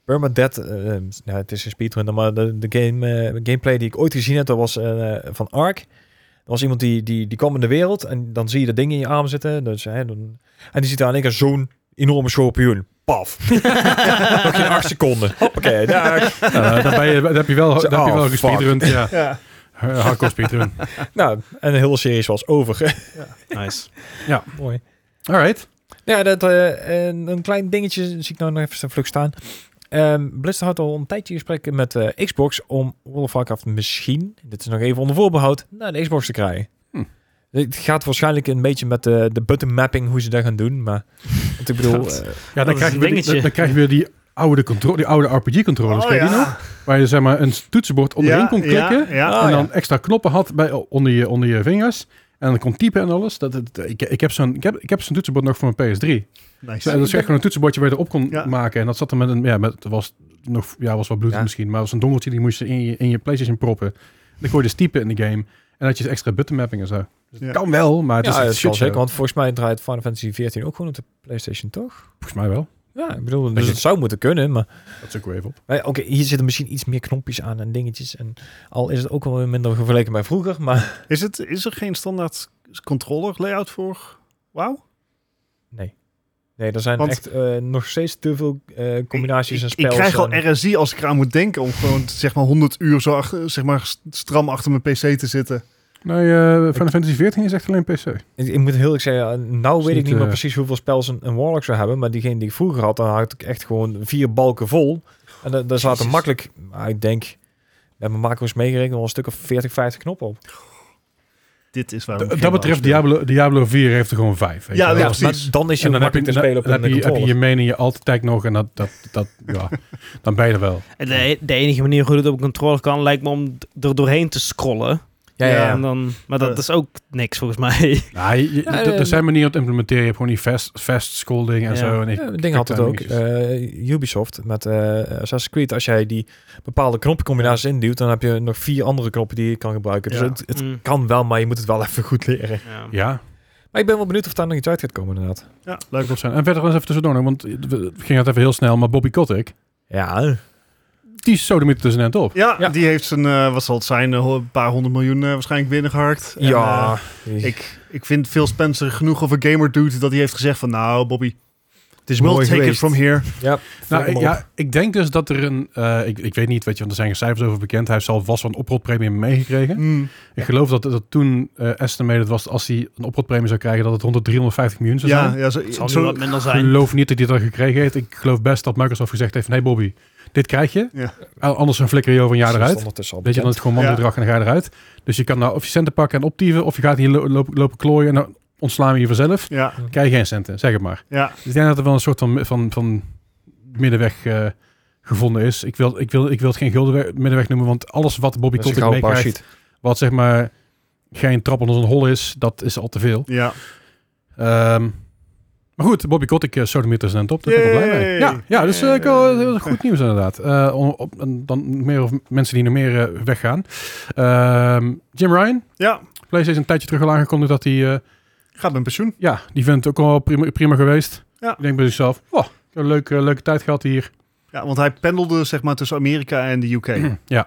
Speaker 3: permadeath... eh, nou, het is een speedrun, maar de, de game, eh, gameplay die ik ooit gezien heb, dat was eh, van Ark. Er was iemand die, die, die kwam in de wereld en dan zie je dat ding in je arm zitten. Dus, hè, dan, en die ziet daar in één keer zo'n enorme schorpioen. Paf. Nog geen acht seconden. Hoppakee, daar.
Speaker 2: Eh, daar, ben je, daar heb je wel, daar heb je wel
Speaker 3: Oh,
Speaker 2: gespeedrund. Ja.
Speaker 4: Ja.
Speaker 2: Eh, Hardcore speedrun.
Speaker 3: Nou, en de hele serie was over.
Speaker 1: komt. Nice.
Speaker 3: Mooi.
Speaker 2: Alright.
Speaker 3: Ja, dat, eh, een, een klein dingetje zie ik nou nog even vlug staan. Ehm Blizzard had al een tijdje gesprekken met eh, Xbox om World of Warcraft misschien, dit is nog even onder voorbehoud, naar de Xbox te krijgen.
Speaker 2: Hm.
Speaker 3: Het gaat waarschijnlijk een beetje met eh, de, de button mapping hoe ze dat gaan doen, maar want ik bedoel,
Speaker 1: Dat-
Speaker 3: eh,
Speaker 2: Ja,
Speaker 1: Dat
Speaker 2: dan
Speaker 1: is
Speaker 2: krijg, je
Speaker 1: een
Speaker 2: weer die,
Speaker 1: dingetje.
Speaker 2: dan krijg je weer die oude, contro- die oude RPG-controllers.
Speaker 4: Oh,
Speaker 2: Ken je die
Speaker 4: ja.
Speaker 2: nog? Waar je zeg maar, een toetsenbord onderin
Speaker 4: Ja,
Speaker 2: kon
Speaker 4: ja,
Speaker 2: klikken.
Speaker 4: ja.
Speaker 3: Ah,
Speaker 2: en dan extra knoppen had bij, onder, je, onder je vingers. En dan kon typen en alles. Dat, dat, ik, ik heb zo'n ik heb, ik heb zo'n toetsenbord nog voor mijn PS3.
Speaker 4: Nice.
Speaker 2: Ja, dat is echt gewoon een toetsenbordje waar je erop kon
Speaker 4: Ja.
Speaker 2: maken. En dat zat er met een, ja, met, het was nog, ja, was wel bloed
Speaker 3: Ja.
Speaker 2: misschien, maar het was een dongeltje die moest je in je, in je PlayStation proppen. Dan kon je dus typen in de game. En had je dus extra button mapping en zo. Dus het
Speaker 4: Ja.
Speaker 2: Kan wel, maar het is
Speaker 3: ja,
Speaker 2: een
Speaker 3: dat zal
Speaker 2: shit
Speaker 3: zeker,
Speaker 2: show.
Speaker 3: want volgens mij draait Final Fantasy 14 ook gewoon op de PlayStation, toch?
Speaker 2: Volgens mij wel.
Speaker 3: Ja, ik bedoel, dus
Speaker 2: Beetje-
Speaker 3: het zou moeten kunnen, maar
Speaker 2: Dat is ook weer even op.
Speaker 3: maar oké, hier zitten misschien iets meer knopjes aan en dingetjes en al is het ook wel weer minder vergeleken met vroeger, maar
Speaker 4: Is, het, is er geen standaard controller layout voor? Wauw.
Speaker 3: Nee. Nee, er zijn
Speaker 4: Want-
Speaker 3: echt eh, nog steeds te veel eh, combinaties
Speaker 4: Ik-
Speaker 3: en
Speaker 4: ik-
Speaker 3: spels.
Speaker 4: Ik krijg al
Speaker 3: en-
Speaker 4: RSI als ik eraan moet denken om gewoon zeg maar 100 uur zo achter, zeg maar st- stram achter mijn PC te zitten.
Speaker 2: Nee, eh Final Fantasy 14 is echt alleen PC.
Speaker 3: Ik, ik moet heel eerlijk zeggen, nou
Speaker 2: Is
Speaker 3: weet ik
Speaker 2: niet,
Speaker 3: niet meer
Speaker 2: eh,
Speaker 3: precies hoeveel spels een, een Warlock zou hebben. Maar diegene die ik vroeger had, dan had ik echt gewoon vier balken vol. En da- daar zaten
Speaker 4: Jezus.
Speaker 3: makkelijk, maar ik denk, met mijn macro's meegerekend, wel een stuk of 40, 50 knoppen op.
Speaker 4: dit is waarom.
Speaker 2: D-
Speaker 4: ik
Speaker 2: dat
Speaker 4: geen
Speaker 2: betreft,
Speaker 4: wou spelen.
Speaker 2: Diablo, Diablo 4 heeft er gewoon 5.
Speaker 4: Ja,
Speaker 3: Ja,
Speaker 4: ja,
Speaker 3: maar
Speaker 4: precies.
Speaker 3: dan is je
Speaker 2: En dan heb je,
Speaker 3: makkelijk te
Speaker 2: dan-
Speaker 3: spelen op
Speaker 2: dan heb
Speaker 3: een
Speaker 2: je, heb je je
Speaker 3: controller.
Speaker 2: main en je alt tag nog en dat, dat, dat ja, dan ben je er wel.
Speaker 1: En De, de enige manier hoe het op een controller kan, lijkt me om d- er doorheen te scrollen.
Speaker 3: Ja, ja, ja.
Speaker 1: En dan, maar dat
Speaker 4: Eh.
Speaker 1: is ook niks volgens mij.
Speaker 2: Nou, je- je-
Speaker 3: Ja,
Speaker 2: d-
Speaker 3: ja,
Speaker 2: er zijn manieren om te implementeren. Je hebt gewoon die fast, fast scolding en
Speaker 1: Ja.
Speaker 2: zo. En ik-
Speaker 3: Ja, dingen had het ook. Eh, Ubisoft met eh, Assassin's Creed. Als jij die bepaalde knoppencombinaties induwt, dan heb je nog vier andere knoppen die je kan gebruiken. Dus
Speaker 4: Ja.
Speaker 3: het, het
Speaker 1: Mm,
Speaker 3: kan wel, maar je moet het wel even goed leren.
Speaker 1: ja.
Speaker 2: ja,
Speaker 3: Maar ik ben wel benieuwd of daar nog iets uit gaat komen inderdaad.
Speaker 4: Ja,
Speaker 2: dat
Speaker 4: leuk.
Speaker 2: klopt zijn. En verder eens even tussendoor, nog, want we gingen het even heel snel. Maar Bobby Kotick,
Speaker 3: Ja,
Speaker 2: die sodemiet tussen net op.
Speaker 4: Ja,
Speaker 3: Ja.
Speaker 4: die heeft zijn, eh, wat zal het zijn, eh, een paar honderd miljoen eh, waarschijnlijk binnengeharkt. En, eh,
Speaker 3: ja.
Speaker 4: ik, ik vind Phil Spencer genoeg of een gamer dude dat hij heeft gezegd van, nou Bobby,
Speaker 3: het is
Speaker 4: we'll
Speaker 3: mooi
Speaker 4: take
Speaker 3: geweest.
Speaker 4: it from here.
Speaker 3: Ja,
Speaker 2: Nou,
Speaker 3: flikker
Speaker 2: ik,
Speaker 3: maar op.
Speaker 2: ja, ik denk dus dat er een... eh, ik, ik weet niet, weet je, want er zijn geen cijfers over bekend. Hij heeft zelf vast wel een oprotpremie meegekregen.
Speaker 4: Mm.
Speaker 2: Ik geloof dat, dat toen eh estimated was, als hij een oprotpremie zou krijgen, dat het 100, 350 miljoen zou zijn.
Speaker 4: Ja, ja, zo,
Speaker 1: Het zal nu
Speaker 4: zo-
Speaker 1: wat minder
Speaker 2: Ik
Speaker 1: zijn.
Speaker 2: geloof niet dat hij dat gekregen heeft. Ik geloof best dat Microsoft gezegd heeft van... Hey Bobby, dit krijg je.
Speaker 4: Ja.
Speaker 2: A- Anders een flikker je over een jaar
Speaker 3: Ze is
Speaker 2: eruit.
Speaker 3: ondertussen al
Speaker 2: Weet je, dan is
Speaker 3: bekend.
Speaker 2: het gewoon
Speaker 4: Ja.
Speaker 2: manbedrag en dan ga je eruit. Dus je kan nou of je centen pakken en optieven... of je gaat hier lo- lopen, lopen klooien en dan ontslaan we je vanzelf.
Speaker 4: ja,
Speaker 2: Krijg je geen centen, zeg het maar.
Speaker 4: ja,
Speaker 2: Dus ik denk dat er wel een soort van, van, van middenweg eh, gevonden is. Ik wil, ik, wil, ik wil het geen gulden we- middenweg noemen... want alles wat Bobby
Speaker 3: Dat is een
Speaker 2: Kotick
Speaker 3: gouden
Speaker 2: meekrijgt...
Speaker 3: parachute.
Speaker 2: wat zeg maar geen trap onder zijn hol is... dat is al te veel.
Speaker 4: ja.
Speaker 2: Ehm, maar goed, Bobby Kotick, uh, Sodomieters en top. Daar ben ik wel blij mee.
Speaker 4: Yay!
Speaker 2: Ja, ja dus eh, ik wil- dat is goed nieuws inderdaad. Eh, on- op- en dan meer over mensen die nog meer eh, weggaan. Ehm, Jim Ryan,
Speaker 4: ja.
Speaker 2: PlayStation is een tijdje terug al aangekondigd dat hij... eh,
Speaker 4: Gaat met pensioen.
Speaker 2: ja, die vindt het ook al prima, prima geweest.
Speaker 4: Ja.
Speaker 2: Ik denk bij zichzelf, oh, ik heb een leuke, leuke tijd gehad hier.
Speaker 4: Ja, want hij pendelde zeg maar tussen Amerika en de UK.
Speaker 2: Ja.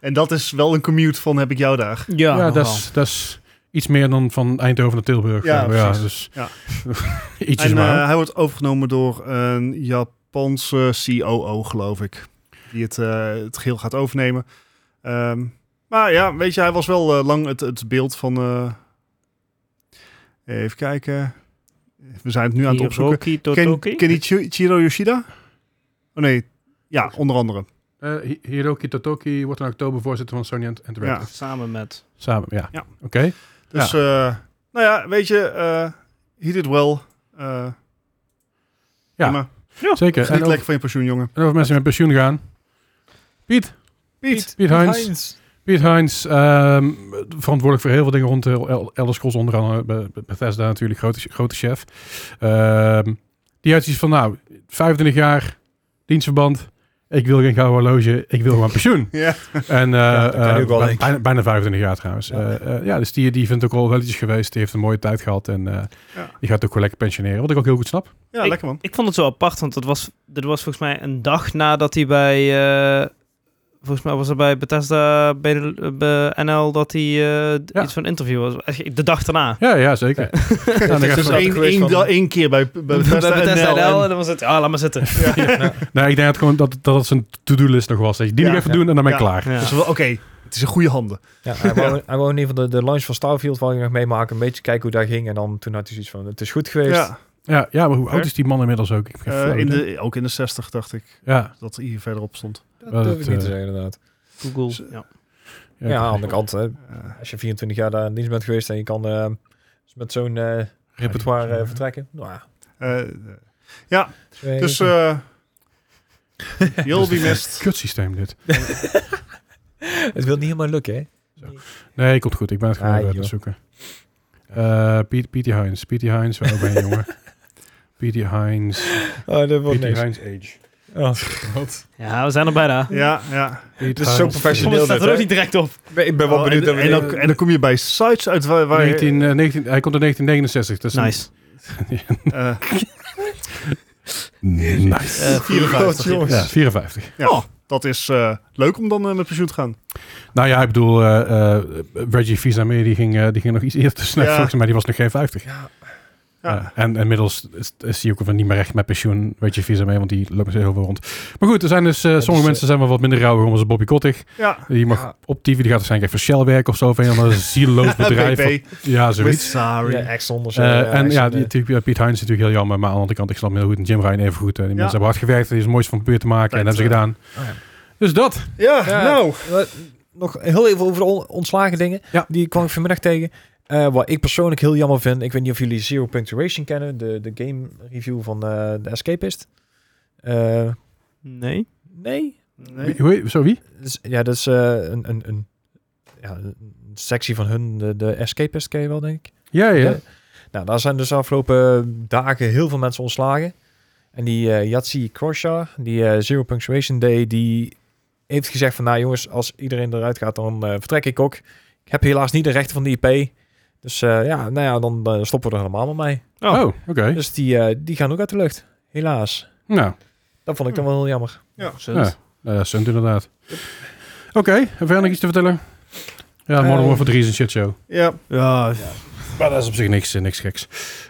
Speaker 4: En dat is wel een commute van heb ik jou daar.
Speaker 1: Ja,
Speaker 2: ja,
Speaker 1: nogal.
Speaker 2: dat is- dat is iets meer dan van Eindhoven naar Tilburg.
Speaker 4: Ja,
Speaker 2: zeg maar. ja
Speaker 4: precies.
Speaker 2: dus
Speaker 4: Ja.
Speaker 2: ietsjes
Speaker 4: En
Speaker 2: maar.
Speaker 4: eh, hij wordt overgenomen door een Japanse COO, geloof ik. Die het, eh, het geheel gaat overnemen. Ehm, maar ja, weet je, hij was wel eh, lang het, het beeld van... eh, even kijken. We zijn het nu aan het opzoeken.
Speaker 1: Hiroki
Speaker 4: Ken,
Speaker 1: Totoki?
Speaker 4: Kenichiro Yoshida? Oh nee, ja, onder andere.
Speaker 2: Eh, Hi- Hiroki Totoki wordt in oktober voorzitter van Sony Ent- Interactive.
Speaker 4: Ja.
Speaker 1: Samen met...
Speaker 2: Samen, ja.
Speaker 4: Ja.
Speaker 2: Oké.
Speaker 4: Dus, eh, nou ja, weet je, eh he did well. Eh,
Speaker 2: Ja.
Speaker 4: maar
Speaker 2: Zeker.
Speaker 4: geniet
Speaker 2: En over,
Speaker 4: lekker van je pensioen, jongen.
Speaker 2: en over mensen die met pensioen gaan. Piet,
Speaker 4: Piet.
Speaker 2: Piet Heinz. Piet Heinz, ehm, verantwoordelijk voor heel veel dingen rond de El- Elder Scrolls, onder andere Be- Be- Bethesda natuurlijk, grote, grote chef. Ehm, die had iets van, nou, 25 jaar, dienstverband, ik wil geen gouden horloge, ik wil gewoon pensioen.
Speaker 4: Ja.
Speaker 2: En eh,
Speaker 3: dat kan hij ook wel,
Speaker 2: eh,
Speaker 3: denk ik.
Speaker 2: bijna, bijna 25 jaar trouwens. Eh, eh, Ja, dus die, die vindt ook al welletjes geweest, die heeft een mooie tijd gehad en eh,
Speaker 4: Ja.
Speaker 2: die gaat ook wel lekker pensioneren, wat ik ook heel goed snap.
Speaker 4: Ja,
Speaker 1: Ik-
Speaker 4: lekker man.
Speaker 1: Ik vond het zo apart, want dat was, dat was volgens mij een dag nadat hij bij... eh, volgens mij was er bij Bethesda bij, de- bij NL dat hij eh, d-
Speaker 2: Ja.
Speaker 1: iets van een interview was. Echt, De dag daarna.
Speaker 2: Ja, ja, zeker. Ja, dan
Speaker 3: Het is
Speaker 2: gaat
Speaker 4: Dus
Speaker 3: dus
Speaker 2: ze-
Speaker 3: altijd
Speaker 4: één,
Speaker 3: geweest
Speaker 4: één,
Speaker 3: van-
Speaker 4: da- één keer bij, bij Bethesda,
Speaker 1: bij Bethesda
Speaker 4: NL.
Speaker 1: NL,
Speaker 4: en-
Speaker 1: en dan was het... Ah, laat maar zitten.
Speaker 2: Nee, ik denk dat gewoon dat, dat het zijn to-do-list nog was. Dat je die
Speaker 4: Ja.
Speaker 2: nog even
Speaker 3: Ja.
Speaker 2: doen en dan ben ik
Speaker 4: Ja.
Speaker 2: klaar.
Speaker 1: Ja.
Speaker 4: Dus wel, oké, het is in goede handen.
Speaker 3: Ja, hij wou, hij wou in ieder geval de, de launch van Starfield wou je nog meemaken. Een beetje kijken hoe dat ging. En dan toen had hij zoiets van, het is goed geweest.
Speaker 4: Ja,
Speaker 2: Ja, ja maar hoe oud is die man inmiddels ook? Ik heb geen
Speaker 4: eh,
Speaker 2: flauw
Speaker 4: in
Speaker 2: idee.
Speaker 4: de, ook in de 60 dacht ik
Speaker 2: Ja,
Speaker 4: dat hier verderop stond.
Speaker 3: Dat
Speaker 2: Wel,
Speaker 3: durf
Speaker 2: dat,
Speaker 3: ik niet te
Speaker 2: eh,
Speaker 3: zeggen, inderdaad.
Speaker 1: Google.
Speaker 4: dus-
Speaker 1: Ja.
Speaker 3: Ja, aan de andere kant, hè,
Speaker 4: Eh,
Speaker 3: als je 24 jaar daar in dienst bent geweest en je kan eh, dus met zo'n eh, repertoire eh, vertrekken. Nou ja.
Speaker 4: eh,
Speaker 3: twee-
Speaker 4: dus, eh you'll be missed.
Speaker 2: Kutsysteem dit.
Speaker 3: het wil niet helemaal lukken, hè?
Speaker 2: Nee, komt goed. Ik ben het gewoon
Speaker 3: Ah,
Speaker 2: weer aan
Speaker 3: joh.
Speaker 2: het zoeken. Eh Piet, Pietie Heinz. Pietie Heinz, waar ook ben je, jongen? Pietie Heinz.
Speaker 3: Oh, dat wordt
Speaker 2: Pietie Heinz
Speaker 3: niks.
Speaker 2: Age.
Speaker 3: Oh,
Speaker 1: ja, we zijn er bijna.
Speaker 4: Ja, ja.
Speaker 2: Piet
Speaker 3: is zo
Speaker 2: Heinz.
Speaker 3: professioneel.
Speaker 1: Soms staat
Speaker 3: dit,
Speaker 1: er ook
Speaker 3: hè?
Speaker 1: niet direct op.
Speaker 3: ik ben wel
Speaker 4: Oh,
Speaker 3: benieuwd.
Speaker 4: en,
Speaker 3: dat we
Speaker 4: en,
Speaker 3: dit-
Speaker 4: dan, en dan kom je bij sites uit waar... waar
Speaker 2: 19, eh, 19, hij komt in dus 1969. Dat is een-
Speaker 1: Nice.
Speaker 4: eh,
Speaker 2: nice.
Speaker 1: Eh,
Speaker 4: 54.
Speaker 3: God, Oh, jongens.
Speaker 2: Ja, 54.
Speaker 4: Ja, dat is eh, leuk om dan eh, met pensioen te gaan.
Speaker 2: Nou ja, ik bedoel, eh, eh, Reggie Fils-Aimé, die, ging, eh, die ging nog iets eerder te snel,
Speaker 4: Ja.
Speaker 2: volgens mij. Die was nog geen 50.
Speaker 4: Ja.
Speaker 2: Ja, en inmiddels is, is hij ook wel niet meer echt met pensioen. Weet je, visa mee, want die loopt dus heel veel rond. Maar goed, er zijn dus, eh,
Speaker 3: dus,
Speaker 2: sommige
Speaker 3: eh,
Speaker 2: mensen zijn wel wat minder rauw, als Bobby Kotick.
Speaker 4: Ja.
Speaker 2: Die mag
Speaker 3: Ja.
Speaker 2: op TV, die gaat waarschijnlijk even Shell werken of zo. Of een of ander zieloos bedrijf.
Speaker 4: PP.
Speaker 2: ja,
Speaker 4: With
Speaker 2: zoiets.
Speaker 4: sorry.
Speaker 3: Ja, Exxon of zo,
Speaker 2: Eh,
Speaker 3: ja,
Speaker 2: en ja,
Speaker 3: Exxon,
Speaker 2: die,
Speaker 3: eh.
Speaker 2: natuurlijk, eh, Piet Heinz is natuurlijk heel jammer. Maar aan de andere kant, ik snap hem heel goed. En Jim Ryan even goed. die mensen
Speaker 3: eh,
Speaker 2: hebben hard gewerkt. Er is het mooiste van proberen te maken. en dat
Speaker 4: Tijd,
Speaker 2: hebben ze gedaan.
Speaker 3: oh ja.
Speaker 2: Dus dat.
Speaker 4: Ja,
Speaker 3: Ja,
Speaker 4: nou.
Speaker 3: wat- nog heel even over de on- ontslagen dingen.
Speaker 2: Ja.
Speaker 3: Die kwam ik vanmiddag tegen. Eh, wat ik persoonlijk heel jammer vind. Ik weet niet of jullie Zero Punctuation kennen. De, de game review van eh, de Escapist. Eh,
Speaker 1: Nee.
Speaker 3: nee.
Speaker 2: Wie- hoe heet- Zo wie?
Speaker 3: Dat is- Ja, dat is eh, een, een, een, ja, een sectie van hun. De, de Escapist ken je wel, denk ik.
Speaker 2: Ja, ja.
Speaker 3: Ja. Nou, daar zijn dus de afgelopen dagen heel veel mensen ontslagen. En die eh Yatsi Krosha, die eh, Zero Punctuation Day, die heeft gezegd van... Nou jongens, als iedereen eruit gaat, dan eh, vertrek ik ook. Ik heb helaas niet de rechten van de IP. Dus eh, ja, nou ja, dan eh, stoppen we er helemaal maar mee.
Speaker 2: Oh, oké.
Speaker 3: Dus die, eh, die gaan ook uit de lucht. Helaas.
Speaker 2: Nou,
Speaker 3: Dat vond ik dan wel heel jammer.
Speaker 2: ja. eh Sunt inderdaad. Oké, hebben wij nog iets te vertellen? Ja, Modern
Speaker 3: Eh,
Speaker 2: Warfare 3 is een shitshow.
Speaker 4: Ja,
Speaker 1: Ja,
Speaker 2: Maar dat is op zich niks, eh, niks geks.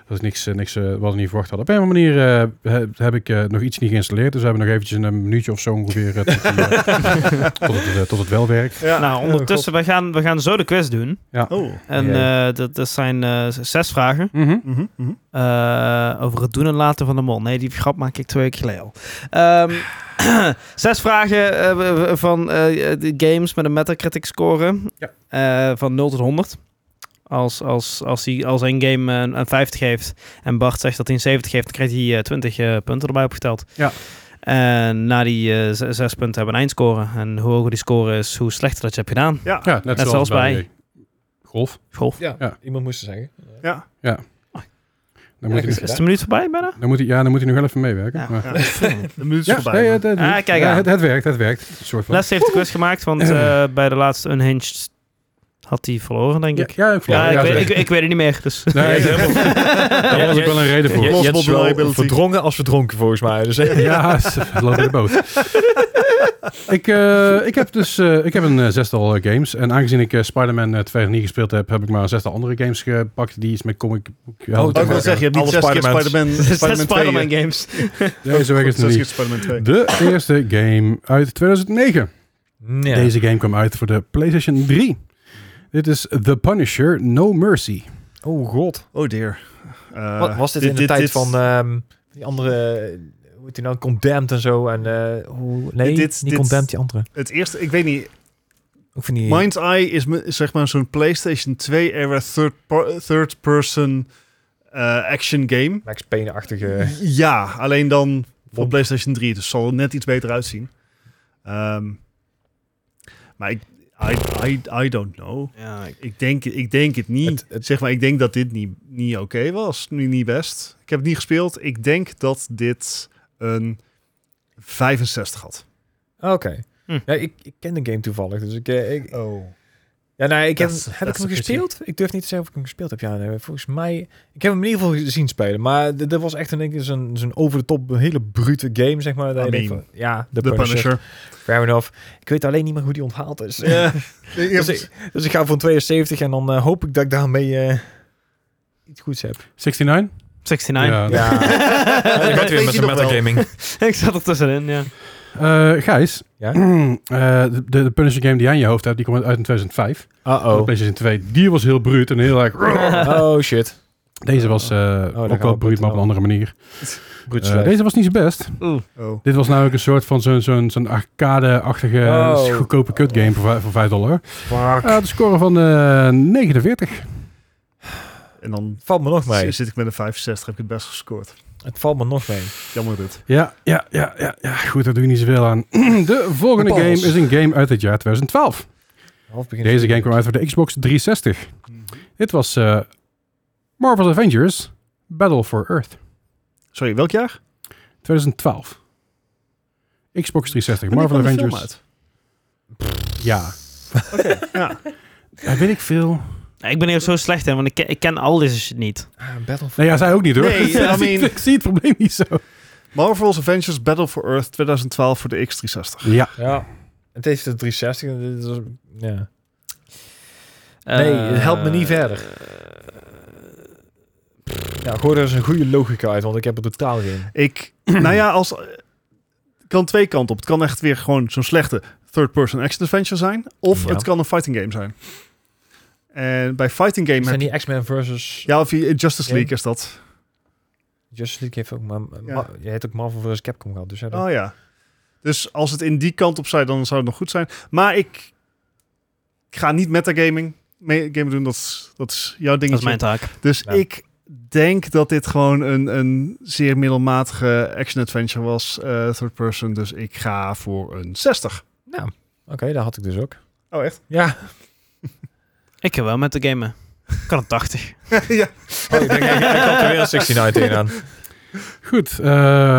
Speaker 2: Dat is niks, eh, niks eh, wat we niet verwacht hadden. Op een manier eh, he- heb ik eh, nog iets niet geïnstalleerd. Dus we hebben nog eventjes een minuutje of zo ongeveer eh, tot, die, eh, tot, het, eh, tot het wel werkt.
Speaker 4: ja.
Speaker 1: nou, ondertussen, we gaan, we gaan zo de quiz doen.
Speaker 4: Oh.
Speaker 1: En eh, dat, dat zijn eh, z- zes vragen.
Speaker 2: Mhm.
Speaker 4: Mhm, mhm.
Speaker 1: Eh, over het doen en laten van de mol. Nee, die grap maak ik twee weken geleden al. Ehm, zes vragen eh, w- w- van eh, de games met een Metacritic score
Speaker 2: Ja.
Speaker 1: Eh, van 0 tot 100. Als, als, als hij als een game eh, een, een 50 heeft en Bart zegt dat hij een 70 heeft, dan krijgt hij eh, 20 eh, punten erbij opgeteld.
Speaker 2: Ja.
Speaker 1: En na die eh, z- zes punten hebben we een eindscore. En hoe hoger die score is, hoe slechter dat je hebt gedaan.
Speaker 4: Ja.
Speaker 2: Ja, net, zoals,
Speaker 1: zoals
Speaker 2: bij,
Speaker 1: bij-
Speaker 2: golf.
Speaker 1: Golf.
Speaker 3: Ja,
Speaker 2: Ja.
Speaker 3: iemand moest het zeggen.
Speaker 4: ja.
Speaker 2: Dan moet,
Speaker 3: Ja,
Speaker 2: hij,
Speaker 1: Is de minuut voorbij bijna?
Speaker 2: dan, moet hij, ja, dan moet hij nog wel even meewerken.
Speaker 1: Ja.
Speaker 2: Maar-
Speaker 4: ja. De minuut is
Speaker 2: Ja,
Speaker 4: voorbij.
Speaker 2: nee,
Speaker 4: man.
Speaker 2: het, het,
Speaker 1: Ah, kijk
Speaker 2: ja,
Speaker 1: aan.
Speaker 2: het, het werkt, het werkt. Een soort van.
Speaker 1: Les heeft de quiz gemaakt, want eh, bij de laatste Unhinged had hij verloren, denk
Speaker 2: ja,
Speaker 1: ik.
Speaker 2: ja, ik
Speaker 1: Ja,
Speaker 2: geloof- ja,
Speaker 1: ik,
Speaker 2: zeker.
Speaker 1: weet, ik, ik weet het niet meer. Dus.
Speaker 2: Nee, daar was ook wel een reden voor.
Speaker 4: Ja,
Speaker 3: Je,
Speaker 4: Lost
Speaker 3: je hebt zowel
Speaker 4: vulnerability.
Speaker 3: verdrongen als verdronken volgens mij. Dus, eh,
Speaker 2: Ja, het loopt in de boot. ik, eh, ik heb dus eh, ik heb een eh, zestal eh, games. En aangezien ik eh, Spider-Man eh, 2 nog niet gespeeld heb, heb ik maar een zestal andere games gepakt. Die iets met comic book
Speaker 3: Oh,
Speaker 4: Wou ik wil
Speaker 3: Oké.
Speaker 4: zeggen, je hebt niet
Speaker 3: Alle
Speaker 4: zes keer
Speaker 3: Spider-Mans.
Speaker 4: Spider-Man
Speaker 1: Zes
Speaker 4: Spider
Speaker 1: Spider-Man games.
Speaker 2: Nee, zo werkt het
Speaker 4: Zes keer
Speaker 2: niet.
Speaker 4: Spider-Man 2.
Speaker 2: De eerste game uit 2009.
Speaker 3: nee.
Speaker 2: Deze game kwam uit voor de PlayStation 3. Dit is The Punisher No Mercy.
Speaker 3: Oh god.
Speaker 4: Oh dear. Eh,
Speaker 3: Wat was dit, in de tijd van ehm, die andere, eh, hoe heet die nou, Condemned en zo? En, eh, hoe, nee,
Speaker 4: Dit- dit-
Speaker 3: niet
Speaker 4: dit-
Speaker 3: Condemned, die andere.
Speaker 4: Het eerste, ik weet niet.
Speaker 3: Ik vind die...
Speaker 4: Mind's Eye is me- zeg maar zo'n PlayStation 2-era third-person third person, eh, action game.
Speaker 3: Max Payne-achtige...
Speaker 4: Hmm. Ja, alleen dan voor
Speaker 3: Bom.
Speaker 4: PlayStation 3. Dus zal er net iets beter uitzien. Ehm, maar ik, I, I, I don't know. Ik denk, ik denk het niet.
Speaker 3: Het- het-
Speaker 4: zeg maar, ik denk dat dit niet, niet oké was. Niet, niet best. Ik heb het niet gespeeld. Ik denk dat dit een 65 had.
Speaker 3: Oh, Oké.
Speaker 1: Hm.
Speaker 3: Ja, ik, ik ken de game toevallig, dus ik... eh, ik
Speaker 4: Oh.
Speaker 3: ja, nou, ik heb,
Speaker 4: That's-
Speaker 3: heb ik
Speaker 4: that's
Speaker 3: hem
Speaker 4: a pity.
Speaker 3: gespeeld? Ik durf niet te zeggen of ik hem gespeeld heb. Ja, nee, volgens mij... Ik heb hem in ieder geval gezien spelen, maar d- dat was echt een, zo'n, zo'n over-de-top, hele brute game, zeg maar. dat je
Speaker 4: I
Speaker 3: denkt
Speaker 4: mean,
Speaker 3: van, ja, de
Speaker 4: The
Speaker 3: Punisher.
Speaker 4: Punisher.
Speaker 3: Fair enough. Ik weet alleen niet meer hoe die onthaald is. Dus,
Speaker 4: Dus ik-
Speaker 3: ik, dus ik ga voor een 72 en dan eh, hoop ik dat ik daarmee eh, iets goeds heb.
Speaker 2: 69?
Speaker 1: 69.
Speaker 2: Ja.
Speaker 3: Ja.
Speaker 4: Dat
Speaker 3: gaat
Speaker 4: weet je nog wel.
Speaker 1: ik zat er tussenin, ja.
Speaker 2: Eh, Gijs,
Speaker 3: Ja?
Speaker 2: eh, de, de Punisher game die jij in je hoofd hebt, die kwam uit in 2005. De
Speaker 3: Uh-oh.
Speaker 2: PlayStation 2, die was heel bruut en heel erg...
Speaker 3: Oh shit.
Speaker 2: Deze was eh,
Speaker 3: gaan
Speaker 2: ook
Speaker 3: we
Speaker 2: wel
Speaker 3: bruut
Speaker 2: bruut, maar op een
Speaker 3: wel.
Speaker 2: andere manier.
Speaker 3: Bruut
Speaker 2: Eh, deze was niet zo best.
Speaker 4: Oh.
Speaker 2: Dit was namelijk een soort van zo'n zo'n zo'n arcade-achtige dus
Speaker 3: Oh.
Speaker 2: goedkope kutgame voor, vijf- voor 5 dollar.
Speaker 3: Fuck.
Speaker 2: Eh, de score van eh 49.
Speaker 4: En dan
Speaker 3: Valt me nog mee.
Speaker 4: zit ik met een 65. Heb ik het best gescoord.
Speaker 3: Het valt me nog mee.
Speaker 4: Jammer dit.
Speaker 2: Ja, ja, ja, ja, ja. Goed, daar doe je niet zoveel aan. De volgende
Speaker 3: De
Speaker 2: game
Speaker 3: balls.
Speaker 2: is een game uit het jaar 2012.
Speaker 3: Half begin.
Speaker 2: Deze game kwam uit voor de Xbox 360. Dit was eh Marvel's Avengers Battle for Earth
Speaker 4: Sorry, welk jaar?
Speaker 2: 2012. Xbox 360,
Speaker 4: Wanneer
Speaker 2: Marvel
Speaker 4: kwam de film
Speaker 2: Avengers.
Speaker 4: uit?
Speaker 2: Ja.
Speaker 4: Ja.
Speaker 2: ja, weet ik veel.
Speaker 1: Nou, Ik ben hier zo slecht in, want ik ken, ik ken al deze shit niet.
Speaker 3: Ah, Battlefield.
Speaker 2: Nee, Nou ja, zij ook niet hoor.
Speaker 4: Nee, I mean-
Speaker 2: ik zie het probleem niet zo.
Speaker 4: Marvel's Avengers Battle for Earth 2012 voor de X360.
Speaker 2: Ja,
Speaker 3: Ja. Het heeft de 360 en dit is... Ja.
Speaker 1: Eh,
Speaker 3: Nee, het helpt me niet verder. Ja, gooi er eens een goede logica uit, want ik heb er totaal geen.
Speaker 4: Ik, nou ja, als kan twee kanten op. Het kan echt weer gewoon zo'n slechte third-person action adventure zijn, of
Speaker 3: Ja.
Speaker 4: het kan een fighting game zijn. En bij fighting game
Speaker 3: Zijn
Speaker 4: heb je,
Speaker 3: die X-Men versus...
Speaker 4: ja, of je- Justice
Speaker 3: Game?
Speaker 4: League is dat.
Speaker 3: Justice League heeft ook... Maar,
Speaker 4: Ja.
Speaker 3: maar- je hebt ook Marvel versus Capcom gehad, dus... Ja, dat-
Speaker 4: Oh ja. Dus als het in die kant op zou, dan zou het nog goed zijn. Maar ik ik ga niet metagaming mee, game doen. Dat is, dat is jouw
Speaker 1: Dat is
Speaker 4: dingetje.
Speaker 1: mijn taak.
Speaker 4: Dus
Speaker 3: Ja.
Speaker 4: ik denk dat dit gewoon een, een zeer middelmatige action-adventure was, eh, third person. Dus ik ga voor een 60.
Speaker 3: Nou, oké, daar had ik dus ook.
Speaker 4: Oh, echt?
Speaker 3: Ja.
Speaker 1: Ik ga wel met de gamen. Ik Kan een 80.
Speaker 4: ja.
Speaker 3: Oh, ik denk, ik, ik had er weer een 1619 aan.
Speaker 2: Goed, eh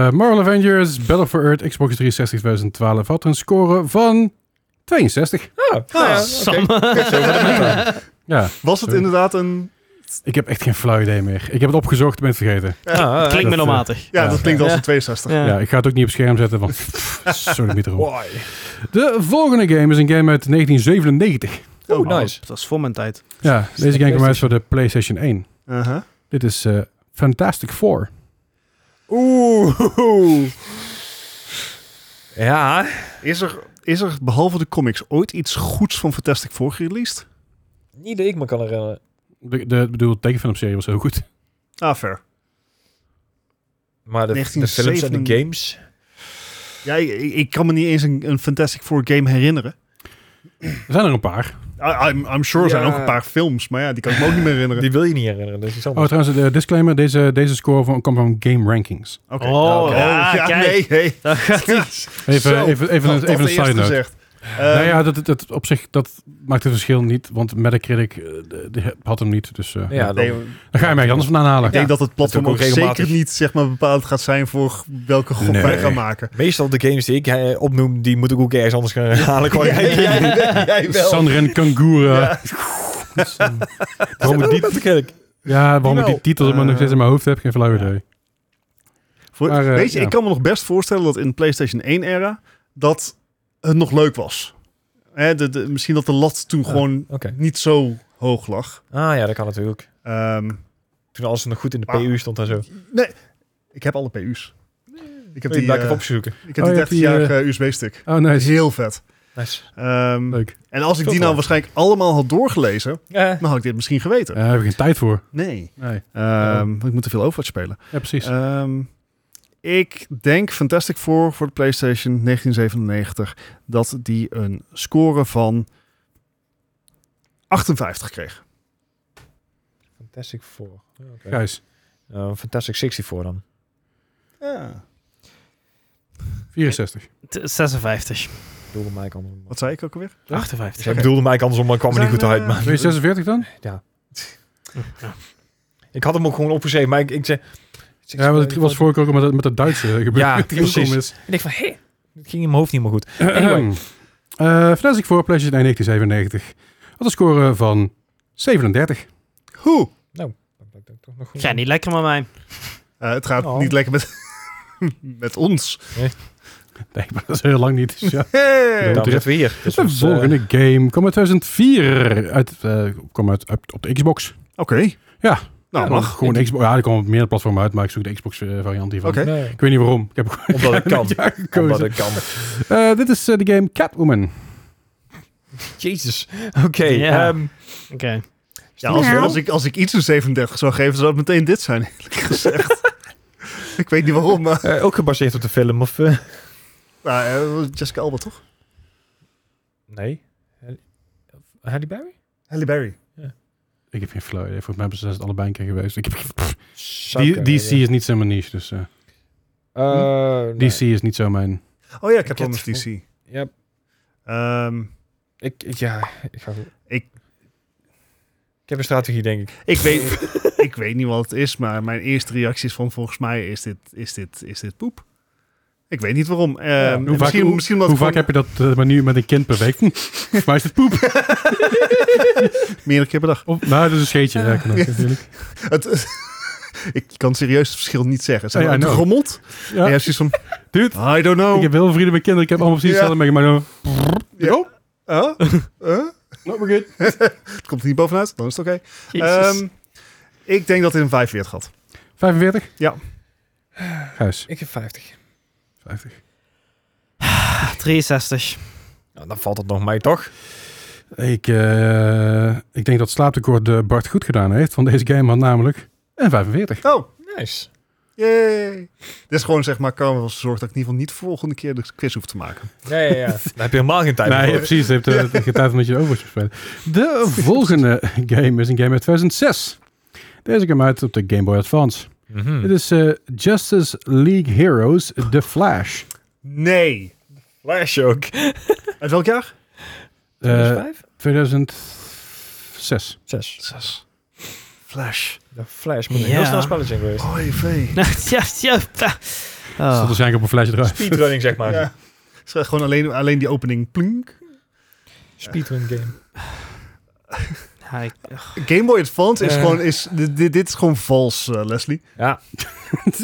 Speaker 2: Marvel Avengers, Battle for Earth, Xbox 360 2012 had een score van 62.
Speaker 3: Ah, nou ja, oké.
Speaker 2: Ja,
Speaker 4: Was het
Speaker 2: Sorry.
Speaker 4: inderdaad een...
Speaker 2: ik heb echt geen flauw idee meer. Ik heb het opgezocht, ben het vergeten.
Speaker 3: Ah, ah,
Speaker 1: Klinkt
Speaker 2: dat,
Speaker 1: middelmatig.
Speaker 4: Ja,
Speaker 2: Ja.
Speaker 4: dat klinkt als
Speaker 1: Ja.
Speaker 4: een 62.
Speaker 1: Ja.
Speaker 2: Ja, ik ga het ook niet op scherm zetten, want sorry, niet erop.
Speaker 3: Why?
Speaker 2: De volgende game is een game uit 1997.
Speaker 3: Oh, nice.
Speaker 1: Dat is voor mijn tijd.
Speaker 2: Ja, deze game kwam uit voor de PlayStation 1.
Speaker 4: Uh-huh.
Speaker 2: Dit is eh, Fantastic Four.
Speaker 3: Oeh. Ja.
Speaker 4: Is, er, is er behalve de comics ooit iets goeds van Fantastic Four gereleased?
Speaker 3: Niet dat ik me kan herinneren.
Speaker 2: De, de, ik bedoel, de tekenfilmserie was heel goed.
Speaker 4: Ah, fair.
Speaker 3: Maar de, de films en
Speaker 4: 1977.
Speaker 3: de games.
Speaker 4: Ja, ik, ik kan me niet eens een, een Fantastic Four game herinneren.
Speaker 2: Er zijn er een paar.
Speaker 4: I- I'm, I'm sure er zijn
Speaker 3: Ja.
Speaker 4: ook een paar films, maar ja, die kan ik me ook niet meer herinneren.
Speaker 3: Die wil je niet herinneren. Dus ik zal
Speaker 2: Oh,
Speaker 3: maar-
Speaker 2: trouwens, de disclaimer. Deze, deze score van, komt van Game Rankings.
Speaker 4: Oké.
Speaker 1: Oh,
Speaker 4: Nou,
Speaker 1: ja, kijk.
Speaker 4: nee.
Speaker 1: Dat gaat
Speaker 4: hey.
Speaker 2: Even,
Speaker 4: Zo,
Speaker 2: even, even,
Speaker 4: dat-
Speaker 2: een, even
Speaker 4: dat
Speaker 2: een side
Speaker 4: eerst
Speaker 2: note.
Speaker 4: gezegd. Eh,
Speaker 2: nou ja, dat, dat, dat op zich dat maakt het verschil niet. Want Metacritic eh, de- de- had hem niet. Dus eh,
Speaker 3: Ja, dan-
Speaker 4: Oh, nee, ik
Speaker 2: daar ga je mij anders vandaan halen.
Speaker 4: denk dat het platform
Speaker 3: ook
Speaker 4: ook
Speaker 3: regelmatig.
Speaker 4: zeker niet zeg maar, bepaald gaat zijn voor welke gok
Speaker 2: Nee.
Speaker 4: wij gaan maken.
Speaker 3: Meestal de games die ik eh, opnoem, die moet ik ook ergens anders gaan halen. Qua
Speaker 4: Jij- jij- jij wel.
Speaker 2: Sanren Kangura. Dus, eh, waarom ik die, ja, waarom ik die
Speaker 3: Jawel.
Speaker 2: titels maar nog steeds in mijn hoofd heb, geen flauw idee.
Speaker 4: Voor-
Speaker 2: Maar, eh,
Speaker 4: Weet je,
Speaker 2: ja.
Speaker 4: ik kan me nog best voorstellen dat in de PlayStation 1-era dat het nog leuk was. Hè, de, de- misschien dat de lat toen
Speaker 3: Ja.
Speaker 4: gewoon
Speaker 3: Oké.
Speaker 4: niet zo hoog lag.
Speaker 3: Ah ja, dat kan natuurlijk.
Speaker 4: Ehm,
Speaker 3: Toen alles nog goed in de
Speaker 4: Ah.
Speaker 3: PU stond en zo.
Speaker 4: ik heb alle PU's. Ik heb
Speaker 3: die
Speaker 4: die,
Speaker 3: blijkt
Speaker 4: eh,
Speaker 3: even opzoeken.
Speaker 4: ik
Speaker 2: Oh,
Speaker 4: heb die
Speaker 2: je hebt die,
Speaker 4: 30-jarige USB-stick.
Speaker 2: Oh,
Speaker 4: Dat is
Speaker 2: nice.
Speaker 4: heel vet.
Speaker 3: Nice.
Speaker 4: Ehm,
Speaker 2: Leuk.
Speaker 4: en als ik
Speaker 3: Toch
Speaker 4: die
Speaker 3: wel.
Speaker 4: nou waarschijnlijk allemaal had doorgelezen,
Speaker 3: Ja.
Speaker 4: dan had ik dit misschien geweten.
Speaker 2: Daar heb ik geen tijd voor.
Speaker 4: Nee.
Speaker 2: Nee.
Speaker 4: Ehm, want ik moet te veel Overwatch spelen.
Speaker 2: Ja, precies.
Speaker 4: Ehm, ik denk Fantastic Four voor de PlayStation 1997 dat die een score van 58 kreeg.
Speaker 3: Fantastic Four. Ja, oké.
Speaker 2: Gijs,
Speaker 3: Eh, Fantastic 64 dan.
Speaker 4: Ja.
Speaker 2: 64.
Speaker 1: T- 56.
Speaker 3: Ik bedoelde mij andersom.
Speaker 4: Wat zei ik ook alweer?
Speaker 3: Dus
Speaker 1: 58.
Speaker 3: Hij bedoelde mij andersom, maar ik kwam er niet goed
Speaker 4: Zijn,
Speaker 3: uit.
Speaker 4: eh,
Speaker 3: Maar.
Speaker 2: Ben je 46 dan?
Speaker 3: Ik had hem ook gewoon opgeschreven, maar ik, ik zei... ik
Speaker 2: Ja,
Speaker 3: zei-
Speaker 2: want het was vorige keer ook met het, met het Duitse gebeurd.
Speaker 3: Ja,
Speaker 2: Wat heel stom
Speaker 3: precies.
Speaker 2: is.
Speaker 3: En ik van, hé, het ging in mijn hoofd niet meer goed.
Speaker 2: Ehm, eh, Fantastic Four, PlayStation 1 1997. Had een score eh, van 37.
Speaker 4: Hoe?
Speaker 3: Dat blijkt ook toch nog goed.
Speaker 1: Ga niet lekker met mij.
Speaker 4: Eh, het gaat
Speaker 3: Oh.
Speaker 4: niet lekker met, met ons.
Speaker 2: Nee, maar dat is heel lang niet. Dus ja.
Speaker 4: Hey!
Speaker 2: Ja.
Speaker 3: Daarom zitten we hier. Dus
Speaker 2: de
Speaker 3: ons, eh,
Speaker 2: volgende game kwam uit 2004. Uit, eh, kwam uit, uit op de Xbox.
Speaker 4: Oké.
Speaker 2: Ja.
Speaker 4: Nou,
Speaker 2: Ja,
Speaker 4: mag.
Speaker 2: Gewoon Xbox. Ja, er kwam op meerdere platformen uit, maar ik zoek de Xbox eh, variant hiervan.
Speaker 4: Oké.
Speaker 3: nee,
Speaker 2: Ik weet niet waarom. Ik heb gewoon
Speaker 3: omdat ik kan.
Speaker 2: ja
Speaker 3: Omdat
Speaker 2: gekozen.
Speaker 3: ik kan.
Speaker 2: Eh, dit is eh, de game Catwoman.
Speaker 3: Jezus. Oké.
Speaker 1: Ja.
Speaker 3: ehm,
Speaker 1: Oké.
Speaker 4: Ja, als, als, ik, als ik iets een 37 zou geven, zou het meteen dit zijn, eerlijk gezegd. ik weet niet waarom, maar...
Speaker 3: eh, ook gebaseerd op de film, of... eh,
Speaker 4: Nou, eh, Jessica Alba, toch?
Speaker 3: Nee. Halle- Halle Berry?
Speaker 4: Halle Berry.
Speaker 2: Ik heb geen flauw idee. Volgens mij zijn ze het allebei een keer geweest. Ik heb, geen-
Speaker 3: Zou
Speaker 2: Die-
Speaker 3: kunnen,
Speaker 2: DC
Speaker 3: ja.
Speaker 2: is niet zo mijn niche, dus eh,
Speaker 3: Eh, nee.
Speaker 2: DC is niet zo mijn...
Speaker 4: Oh ja, ik heb
Speaker 3: Ik
Speaker 4: wel
Speaker 3: heb-
Speaker 4: met DC.
Speaker 3: Ja,
Speaker 4: Ehm,
Speaker 3: ik, ik- ja, ik ga goed.
Speaker 4: Ik-
Speaker 3: Ik heb een strategie, denk ik.
Speaker 4: ik, weet, ik weet niet wat het is, maar mijn eerste reactie is van volgens mij is dit, is dit, is dit poep. Ik weet niet waarom. Ehm,
Speaker 3: Ja, hoe
Speaker 2: Hoe
Speaker 4: misschien,
Speaker 2: vaak, hoe,
Speaker 4: misschien
Speaker 2: hoe
Speaker 4: omdat
Speaker 2: vaak
Speaker 4: ik
Speaker 2: heb je dat eh, maar nu met een kind per week? Hm, Volgens mij is het poep.
Speaker 4: gewoon meerdere keer per dag.
Speaker 2: Of- nou, dat is een scheetje. Ja, kan ook, natuurlijk.
Speaker 4: Het, ik kan serieus het verschil niet zeggen. Zijn
Speaker 2: Oh Ja, I
Speaker 4: we
Speaker 2: know.
Speaker 4: gerommeld?
Speaker 2: Ja.
Speaker 4: Ja, precies van,
Speaker 2: Dude,
Speaker 4: I don't know.
Speaker 2: ik heb heel veel vrienden met kinderen. Ik heb allemaal precies
Speaker 4: Ja. Nou,
Speaker 2: hetzelfde meegemaakt.
Speaker 4: Ja. Huh? Huh?
Speaker 2: Nou, maar goed.
Speaker 4: Het komt er niet bovenuit, dan is het oké.
Speaker 1: Jezus.
Speaker 4: Ehm, ik denk dat dit een 45 had.
Speaker 2: 45?
Speaker 4: Ja.
Speaker 2: Gijs,
Speaker 3: Ik heb 50.
Speaker 2: 50.
Speaker 1: Ah, 63.
Speaker 3: Nou, dan valt het nog mij toch?
Speaker 2: Ik, eh, ik denk dat slaaptekort eh, Bart goed gedaan heeft. Want deze game had namelijk een 45.
Speaker 4: Oh,
Speaker 3: Nice.
Speaker 4: Yay. Dit is gewoon zeg maar karma was zorg dat ik in ieder geval niet de volgende keer de quiz hoef te maken.
Speaker 3: Ja, ja, ja. Daar heb je helemaal geen tijd
Speaker 2: Nee,
Speaker 3: voor.
Speaker 2: precies. Je hebt eh, geen tijd om met je Overwatch te spelen. De volgende game is een game uit 2006. Deze kwam uit op de Game Boy Advance.
Speaker 3: Mhm.
Speaker 2: Dit is eh, Justice League Heroes The Flash. Eh,
Speaker 4: Nee.
Speaker 3: Flash ook.
Speaker 4: Uit welk jaar?
Speaker 2: Eh,
Speaker 3: vijf?
Speaker 2: 2006.
Speaker 3: Zes.
Speaker 4: Zes. Flash.
Speaker 3: De Flash moet een
Speaker 1: Ja.
Speaker 3: heel snel spelletje zijn geweest.
Speaker 4: Oei, vee.
Speaker 1: ja, ja, ja.
Speaker 2: Dat
Speaker 1: Oh.
Speaker 2: stond waarschijnlijk op een flesje drive.
Speaker 3: Speedrunning, zeg maar.
Speaker 4: Ja. Het is Gewoon alleen, alleen die opening. Plink.
Speaker 3: Speedrun game.
Speaker 1: Ja, ik-
Speaker 4: Game Boy Advance is
Speaker 3: Eh.
Speaker 4: gewoon... Is, dit, dit, dit is gewoon vals, eh, Leslie.
Speaker 3: Ja.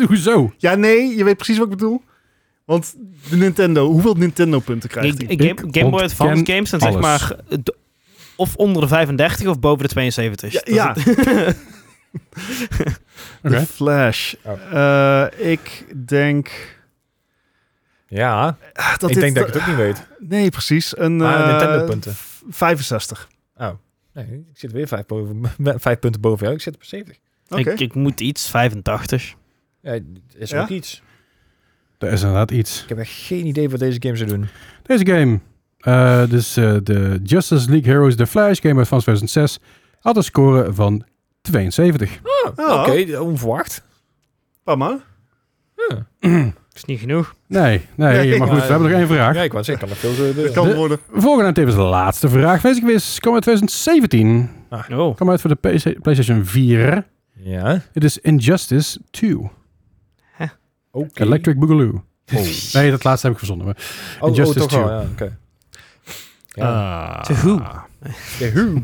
Speaker 2: Hoezo?
Speaker 4: Ja, nee. Je weet precies wat ik bedoel. Want de Nintendo... Hoeveel Nintendo-punten krijgt
Speaker 1: Ik-
Speaker 4: hij?
Speaker 1: ik- Game,
Speaker 2: Ik
Speaker 1: Game Boy
Speaker 2: ontken
Speaker 1: Advance games zijn zeg
Speaker 2: alles.
Speaker 1: maar eh, d- of onder de 35 of boven de 72.
Speaker 4: Ja,
Speaker 1: Dat is
Speaker 4: ja
Speaker 1: het.
Speaker 2: Oké.
Speaker 4: The Flash.
Speaker 3: Oh.
Speaker 4: Eh, ik denk...
Speaker 3: Ja,
Speaker 4: ah, dat
Speaker 3: ik
Speaker 4: dit- eh,
Speaker 3: denk dat ik het ook niet weet.
Speaker 4: Nee, precies. Een,
Speaker 3: Maar
Speaker 4: eh,
Speaker 3: Nintendo-punten.
Speaker 4: v- 65.
Speaker 3: Oh. Nee, ik zit weer vijf, boven, vijf punten boven jou. Ik zit op 70.
Speaker 4: Oké.
Speaker 1: ik, ik moet iets, 85.
Speaker 3: Ja, is
Speaker 4: Ja?
Speaker 3: ook iets.
Speaker 2: Dat is inderdaad iets.
Speaker 3: Ik heb echt geen idee wat deze game zou doen.
Speaker 2: Deze game, eh, dus eh, de Justice League Heroes The Flash, game uit van 2006, had een score van 72.
Speaker 4: Oh.
Speaker 3: Oké, onverwacht.
Speaker 4: Mama?
Speaker 3: Ja.
Speaker 1: Is niet genoeg.
Speaker 2: Nee, nee,
Speaker 4: Nee,
Speaker 2: maar goed, we
Speaker 3: maar-
Speaker 2: hebben nog één vraag.
Speaker 3: ja, ik wou zeggen, ik kan nog veel
Speaker 4: Dat
Speaker 3: gebeuren.
Speaker 4: kan
Speaker 2: De-
Speaker 4: worden.
Speaker 2: Volgende en tevens de laatste vraag. Deze quiz kwam uit 2017.
Speaker 1: Oh.
Speaker 2: Kwam uit voor de PC PlayStation 4.
Speaker 3: Ja,
Speaker 2: Het is Injustice 2.
Speaker 3: oké.
Speaker 2: Electric Boogaloo.
Speaker 3: Oh.
Speaker 2: Nee, dat laatste heb ik verzonnen. maar-
Speaker 3: Oh, oh,
Speaker 2: Injustice
Speaker 3: toch wel,
Speaker 2: 2.
Speaker 3: ja, oké.
Speaker 4: Ah.
Speaker 3: Ja. Ah.
Speaker 1: To who?
Speaker 3: De Who.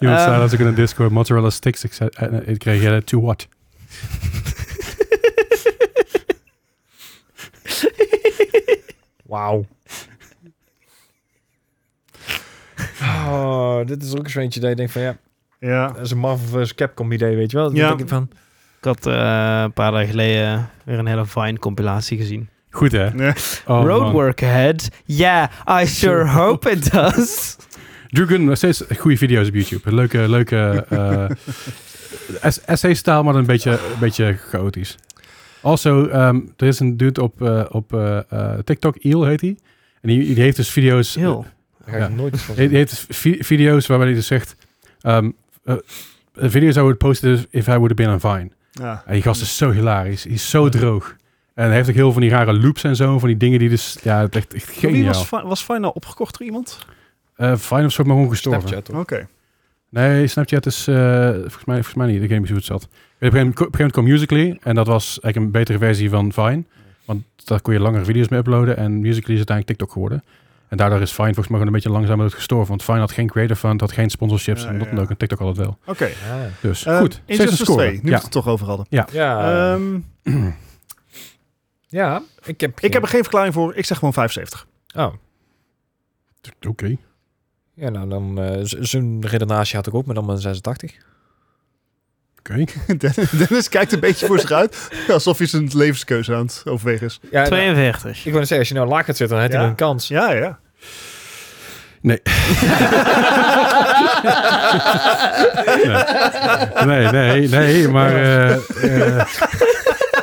Speaker 2: Iemand zei
Speaker 3: Eh.
Speaker 1: Ehm.
Speaker 2: dat ik in een Discord mozzarella sticks. Ik, zei, eh, eh, ik kreeg eh, to what?
Speaker 3: Wauw. Oh, dit is ook zo'n eentje dat je denkt van ja,
Speaker 4: Ja.
Speaker 3: dat is een Marvel vs. Capcom idee, weet je wel. Dan
Speaker 4: Ja.
Speaker 3: denk ik van,
Speaker 1: Ik had eh, een paar dagen geleden weer een hele fine compilatie gezien.
Speaker 2: Goed hè?
Speaker 4: Nee.
Speaker 2: Oh, man.
Speaker 1: Roadwork ahead. Yeah, I sure hope it does.
Speaker 2: Drew Gunn, nog steeds goede video's op YouTube. Leuke, leuke eh es- essay-stijl, maar dan een beetje, een beetje chaotisch. Also, ehm, er is een dude op, eh, op eh, eh, TikTok, Eel heet hij. En die, die heeft dus video's...
Speaker 1: Heel.
Speaker 3: daar ga ik
Speaker 2: Ja.
Speaker 3: nooit iets van
Speaker 2: Hij
Speaker 3: zien.
Speaker 2: hij heeft dus vi- video's waarbij hij dus zegt... ehm eh, video's I would post if I would have been on Vine.
Speaker 4: Ja.
Speaker 2: En die gast is zo hilarisch. Hij is zo droog. En hij heeft ook heel veel van die rare loops en zo. Van die dingen die dus... Ja, het is echt, echt
Speaker 4: Wie
Speaker 2: geniaal.
Speaker 4: was, Fi- was Final opgekocht door iemand?
Speaker 2: Eh, Vine of zo, maar gewoon gestorven.
Speaker 3: Snapchat, toch?
Speaker 4: Oké.
Speaker 2: Nee, Snapchat is eh, volgens, mij, volgens mij niet. Ik weet niet precies hoe het zat. Op een gegeven moment- op een gegeven moment kwam Musical.ly. En dat was eigenlijk een betere versie van Vine. Want daar kon je langere video's mee uploaden. En Musical.ly is uiteindelijk TikTok geworden. En daardoor is Vine volgens mij gewoon een beetje langzamer gestorven. Want Vine had geen creator fund, had geen sponsorships.
Speaker 4: Ja,
Speaker 2: en dat
Speaker 4: ja.
Speaker 2: dan ook. En TikTok had het wel.
Speaker 4: Oké.
Speaker 3: Ja.
Speaker 2: Dus
Speaker 4: Ehm,
Speaker 2: goed, steeds een
Speaker 4: Injustice
Speaker 2: score.
Speaker 4: 2, nu we
Speaker 2: ja.
Speaker 4: het er toch over hadden.
Speaker 3: Ja.
Speaker 4: Ehm,
Speaker 3: ja, ik heb
Speaker 4: ik heb er
Speaker 3: geen-
Speaker 4: geen verklaring voor. Ik zeg gewoon 75.
Speaker 3: Oh,
Speaker 2: Oké.
Speaker 3: ja, nou dan, eh, z- zo'n redenatie had ik ook, maar dan maar 86.
Speaker 2: Oké.
Speaker 4: Dennis kijkt een beetje voor zich uit. Alsof hij zijn levenskeuze aan het overwegen is.
Speaker 3: Ja, nou,
Speaker 1: 42.
Speaker 3: ik wil zeggen, als je nou laag gaat zitten, dan heb je
Speaker 4: Ja.
Speaker 3: een kans.
Speaker 4: Ja, ja.
Speaker 2: Nee, nee, nee. Maar eh, eh,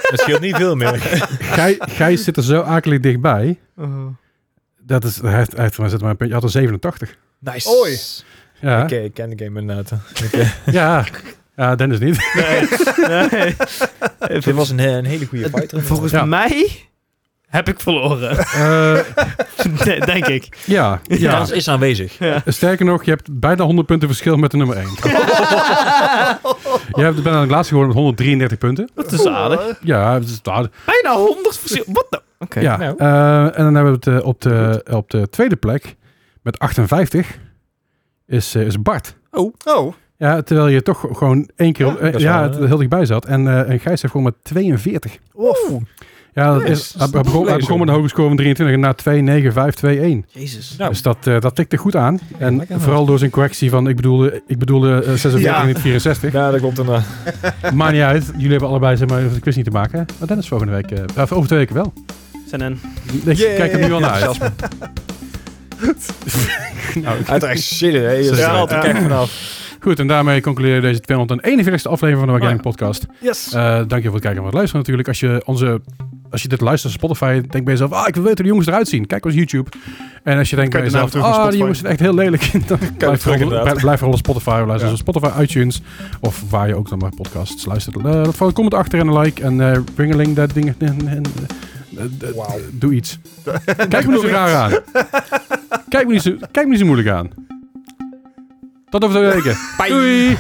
Speaker 3: Dat scheelt niet veel meer.
Speaker 2: Gij- Gijs zit er zo akelig dichtbij. Dat is, hij heeft, hij heeft- hij zit maar een puntje. Hij had een 87.
Speaker 3: Nice.
Speaker 4: Oei.
Speaker 2: Ja,
Speaker 3: Oké, ik ken de game inderdaad.
Speaker 2: ja. ja Dennis niet.
Speaker 1: Nee.
Speaker 3: Dit was een, een hele goede fight.
Speaker 1: Volgens
Speaker 2: Ja.
Speaker 1: mij heb ik verloren.
Speaker 2: Eh,
Speaker 1: Denk ik.
Speaker 2: ja, ja.
Speaker 3: Kans is aanwezig.
Speaker 2: Sterker nog, je hebt bijna 100 punten verschil met de nummer 1. je hebt bijna de laatste geworden met 133 punten.
Speaker 1: Dat is aardig.
Speaker 2: Ja, dat is aardig.
Speaker 1: Bijna 100 verschil. Wat nou? Oké.
Speaker 2: ja.
Speaker 3: nou.
Speaker 2: eh, en dan hebben we het eh, op, de, op de tweede plek met 58 is, eh, is Bart.
Speaker 4: Oh,
Speaker 2: Ja, terwijl je toch gewoon één keer
Speaker 3: Ja,
Speaker 2: op- eh,
Speaker 3: dat
Speaker 2: ja,
Speaker 3: is wel,
Speaker 2: het
Speaker 3: eh.
Speaker 2: heel dichtbij zat. En, eh, en Gijs heeft gewoon met 42.
Speaker 4: wow.
Speaker 2: Oh. Ja, dat
Speaker 3: Nice.
Speaker 2: is, hij,
Speaker 3: Dat is
Speaker 2: begon, hij
Speaker 3: lezen.
Speaker 2: begon met een hoge score van 23 en na 2, 9, 5, 2, 1.
Speaker 1: Jezus.
Speaker 3: Nou,
Speaker 2: Dus dat, eh dat tikte goed aan. En
Speaker 3: lekker, man.
Speaker 2: vooral door zijn correctie van ik bedoelde, ik bedoelde eh, 46 en niet 64.
Speaker 3: ja, dat nou, komt daarna.
Speaker 2: Maakt niet uit. Jullie hebben allebei zeg maar, de quiz niet te maken. Maar Dennis volgende week. eh, of over twee weken wel.
Speaker 1: Zijn een...
Speaker 2: Ik kijk er nu al naar uit.
Speaker 3: Enthousiasme. Uiteraard zitten, hè. Je
Speaker 2: Zeker.
Speaker 3: straalt er kijk vanaf.
Speaker 2: Goed, en daarmee concluderen we deze 241ste aflevering van de Wargaming
Speaker 3: Oh
Speaker 2: Podcast.
Speaker 1: Yes.
Speaker 2: Eh, dankjewel voor het kijken en voor het luisteren natuurlijk. Als je, onze, als je dit luistert op Spotify, denk bij jezelf... Ah, ik wil weten hoe de jongens eruit zien. Kijk ons YouTube. En als je denkt
Speaker 4: Kan
Speaker 2: bij
Speaker 4: je de
Speaker 2: jezelf...
Speaker 4: naam terug op
Speaker 2: Ah, die
Speaker 4: Spotify?
Speaker 2: jongens zijn echt heel lelijk. dan blijf,
Speaker 3: terug,
Speaker 2: vooral,
Speaker 3: inderdaad.
Speaker 2: blijf- blijf vooral op Spotify. We luisteren
Speaker 4: Ja.
Speaker 2: op Spotify, iTunes... of waar je ook dan maar podcasts luistert. Eh, Laat vooral een comment achter en een like. En eh ringeling, dat ding... en- en- en- eh, d-
Speaker 3: Wauw.
Speaker 2: Doe iets. Kijk me niet zo raar aan. Kijk me niet zo, kijk me niet zo moeilijk aan. Tot over twee weken.
Speaker 3: Bye.
Speaker 2: Doei!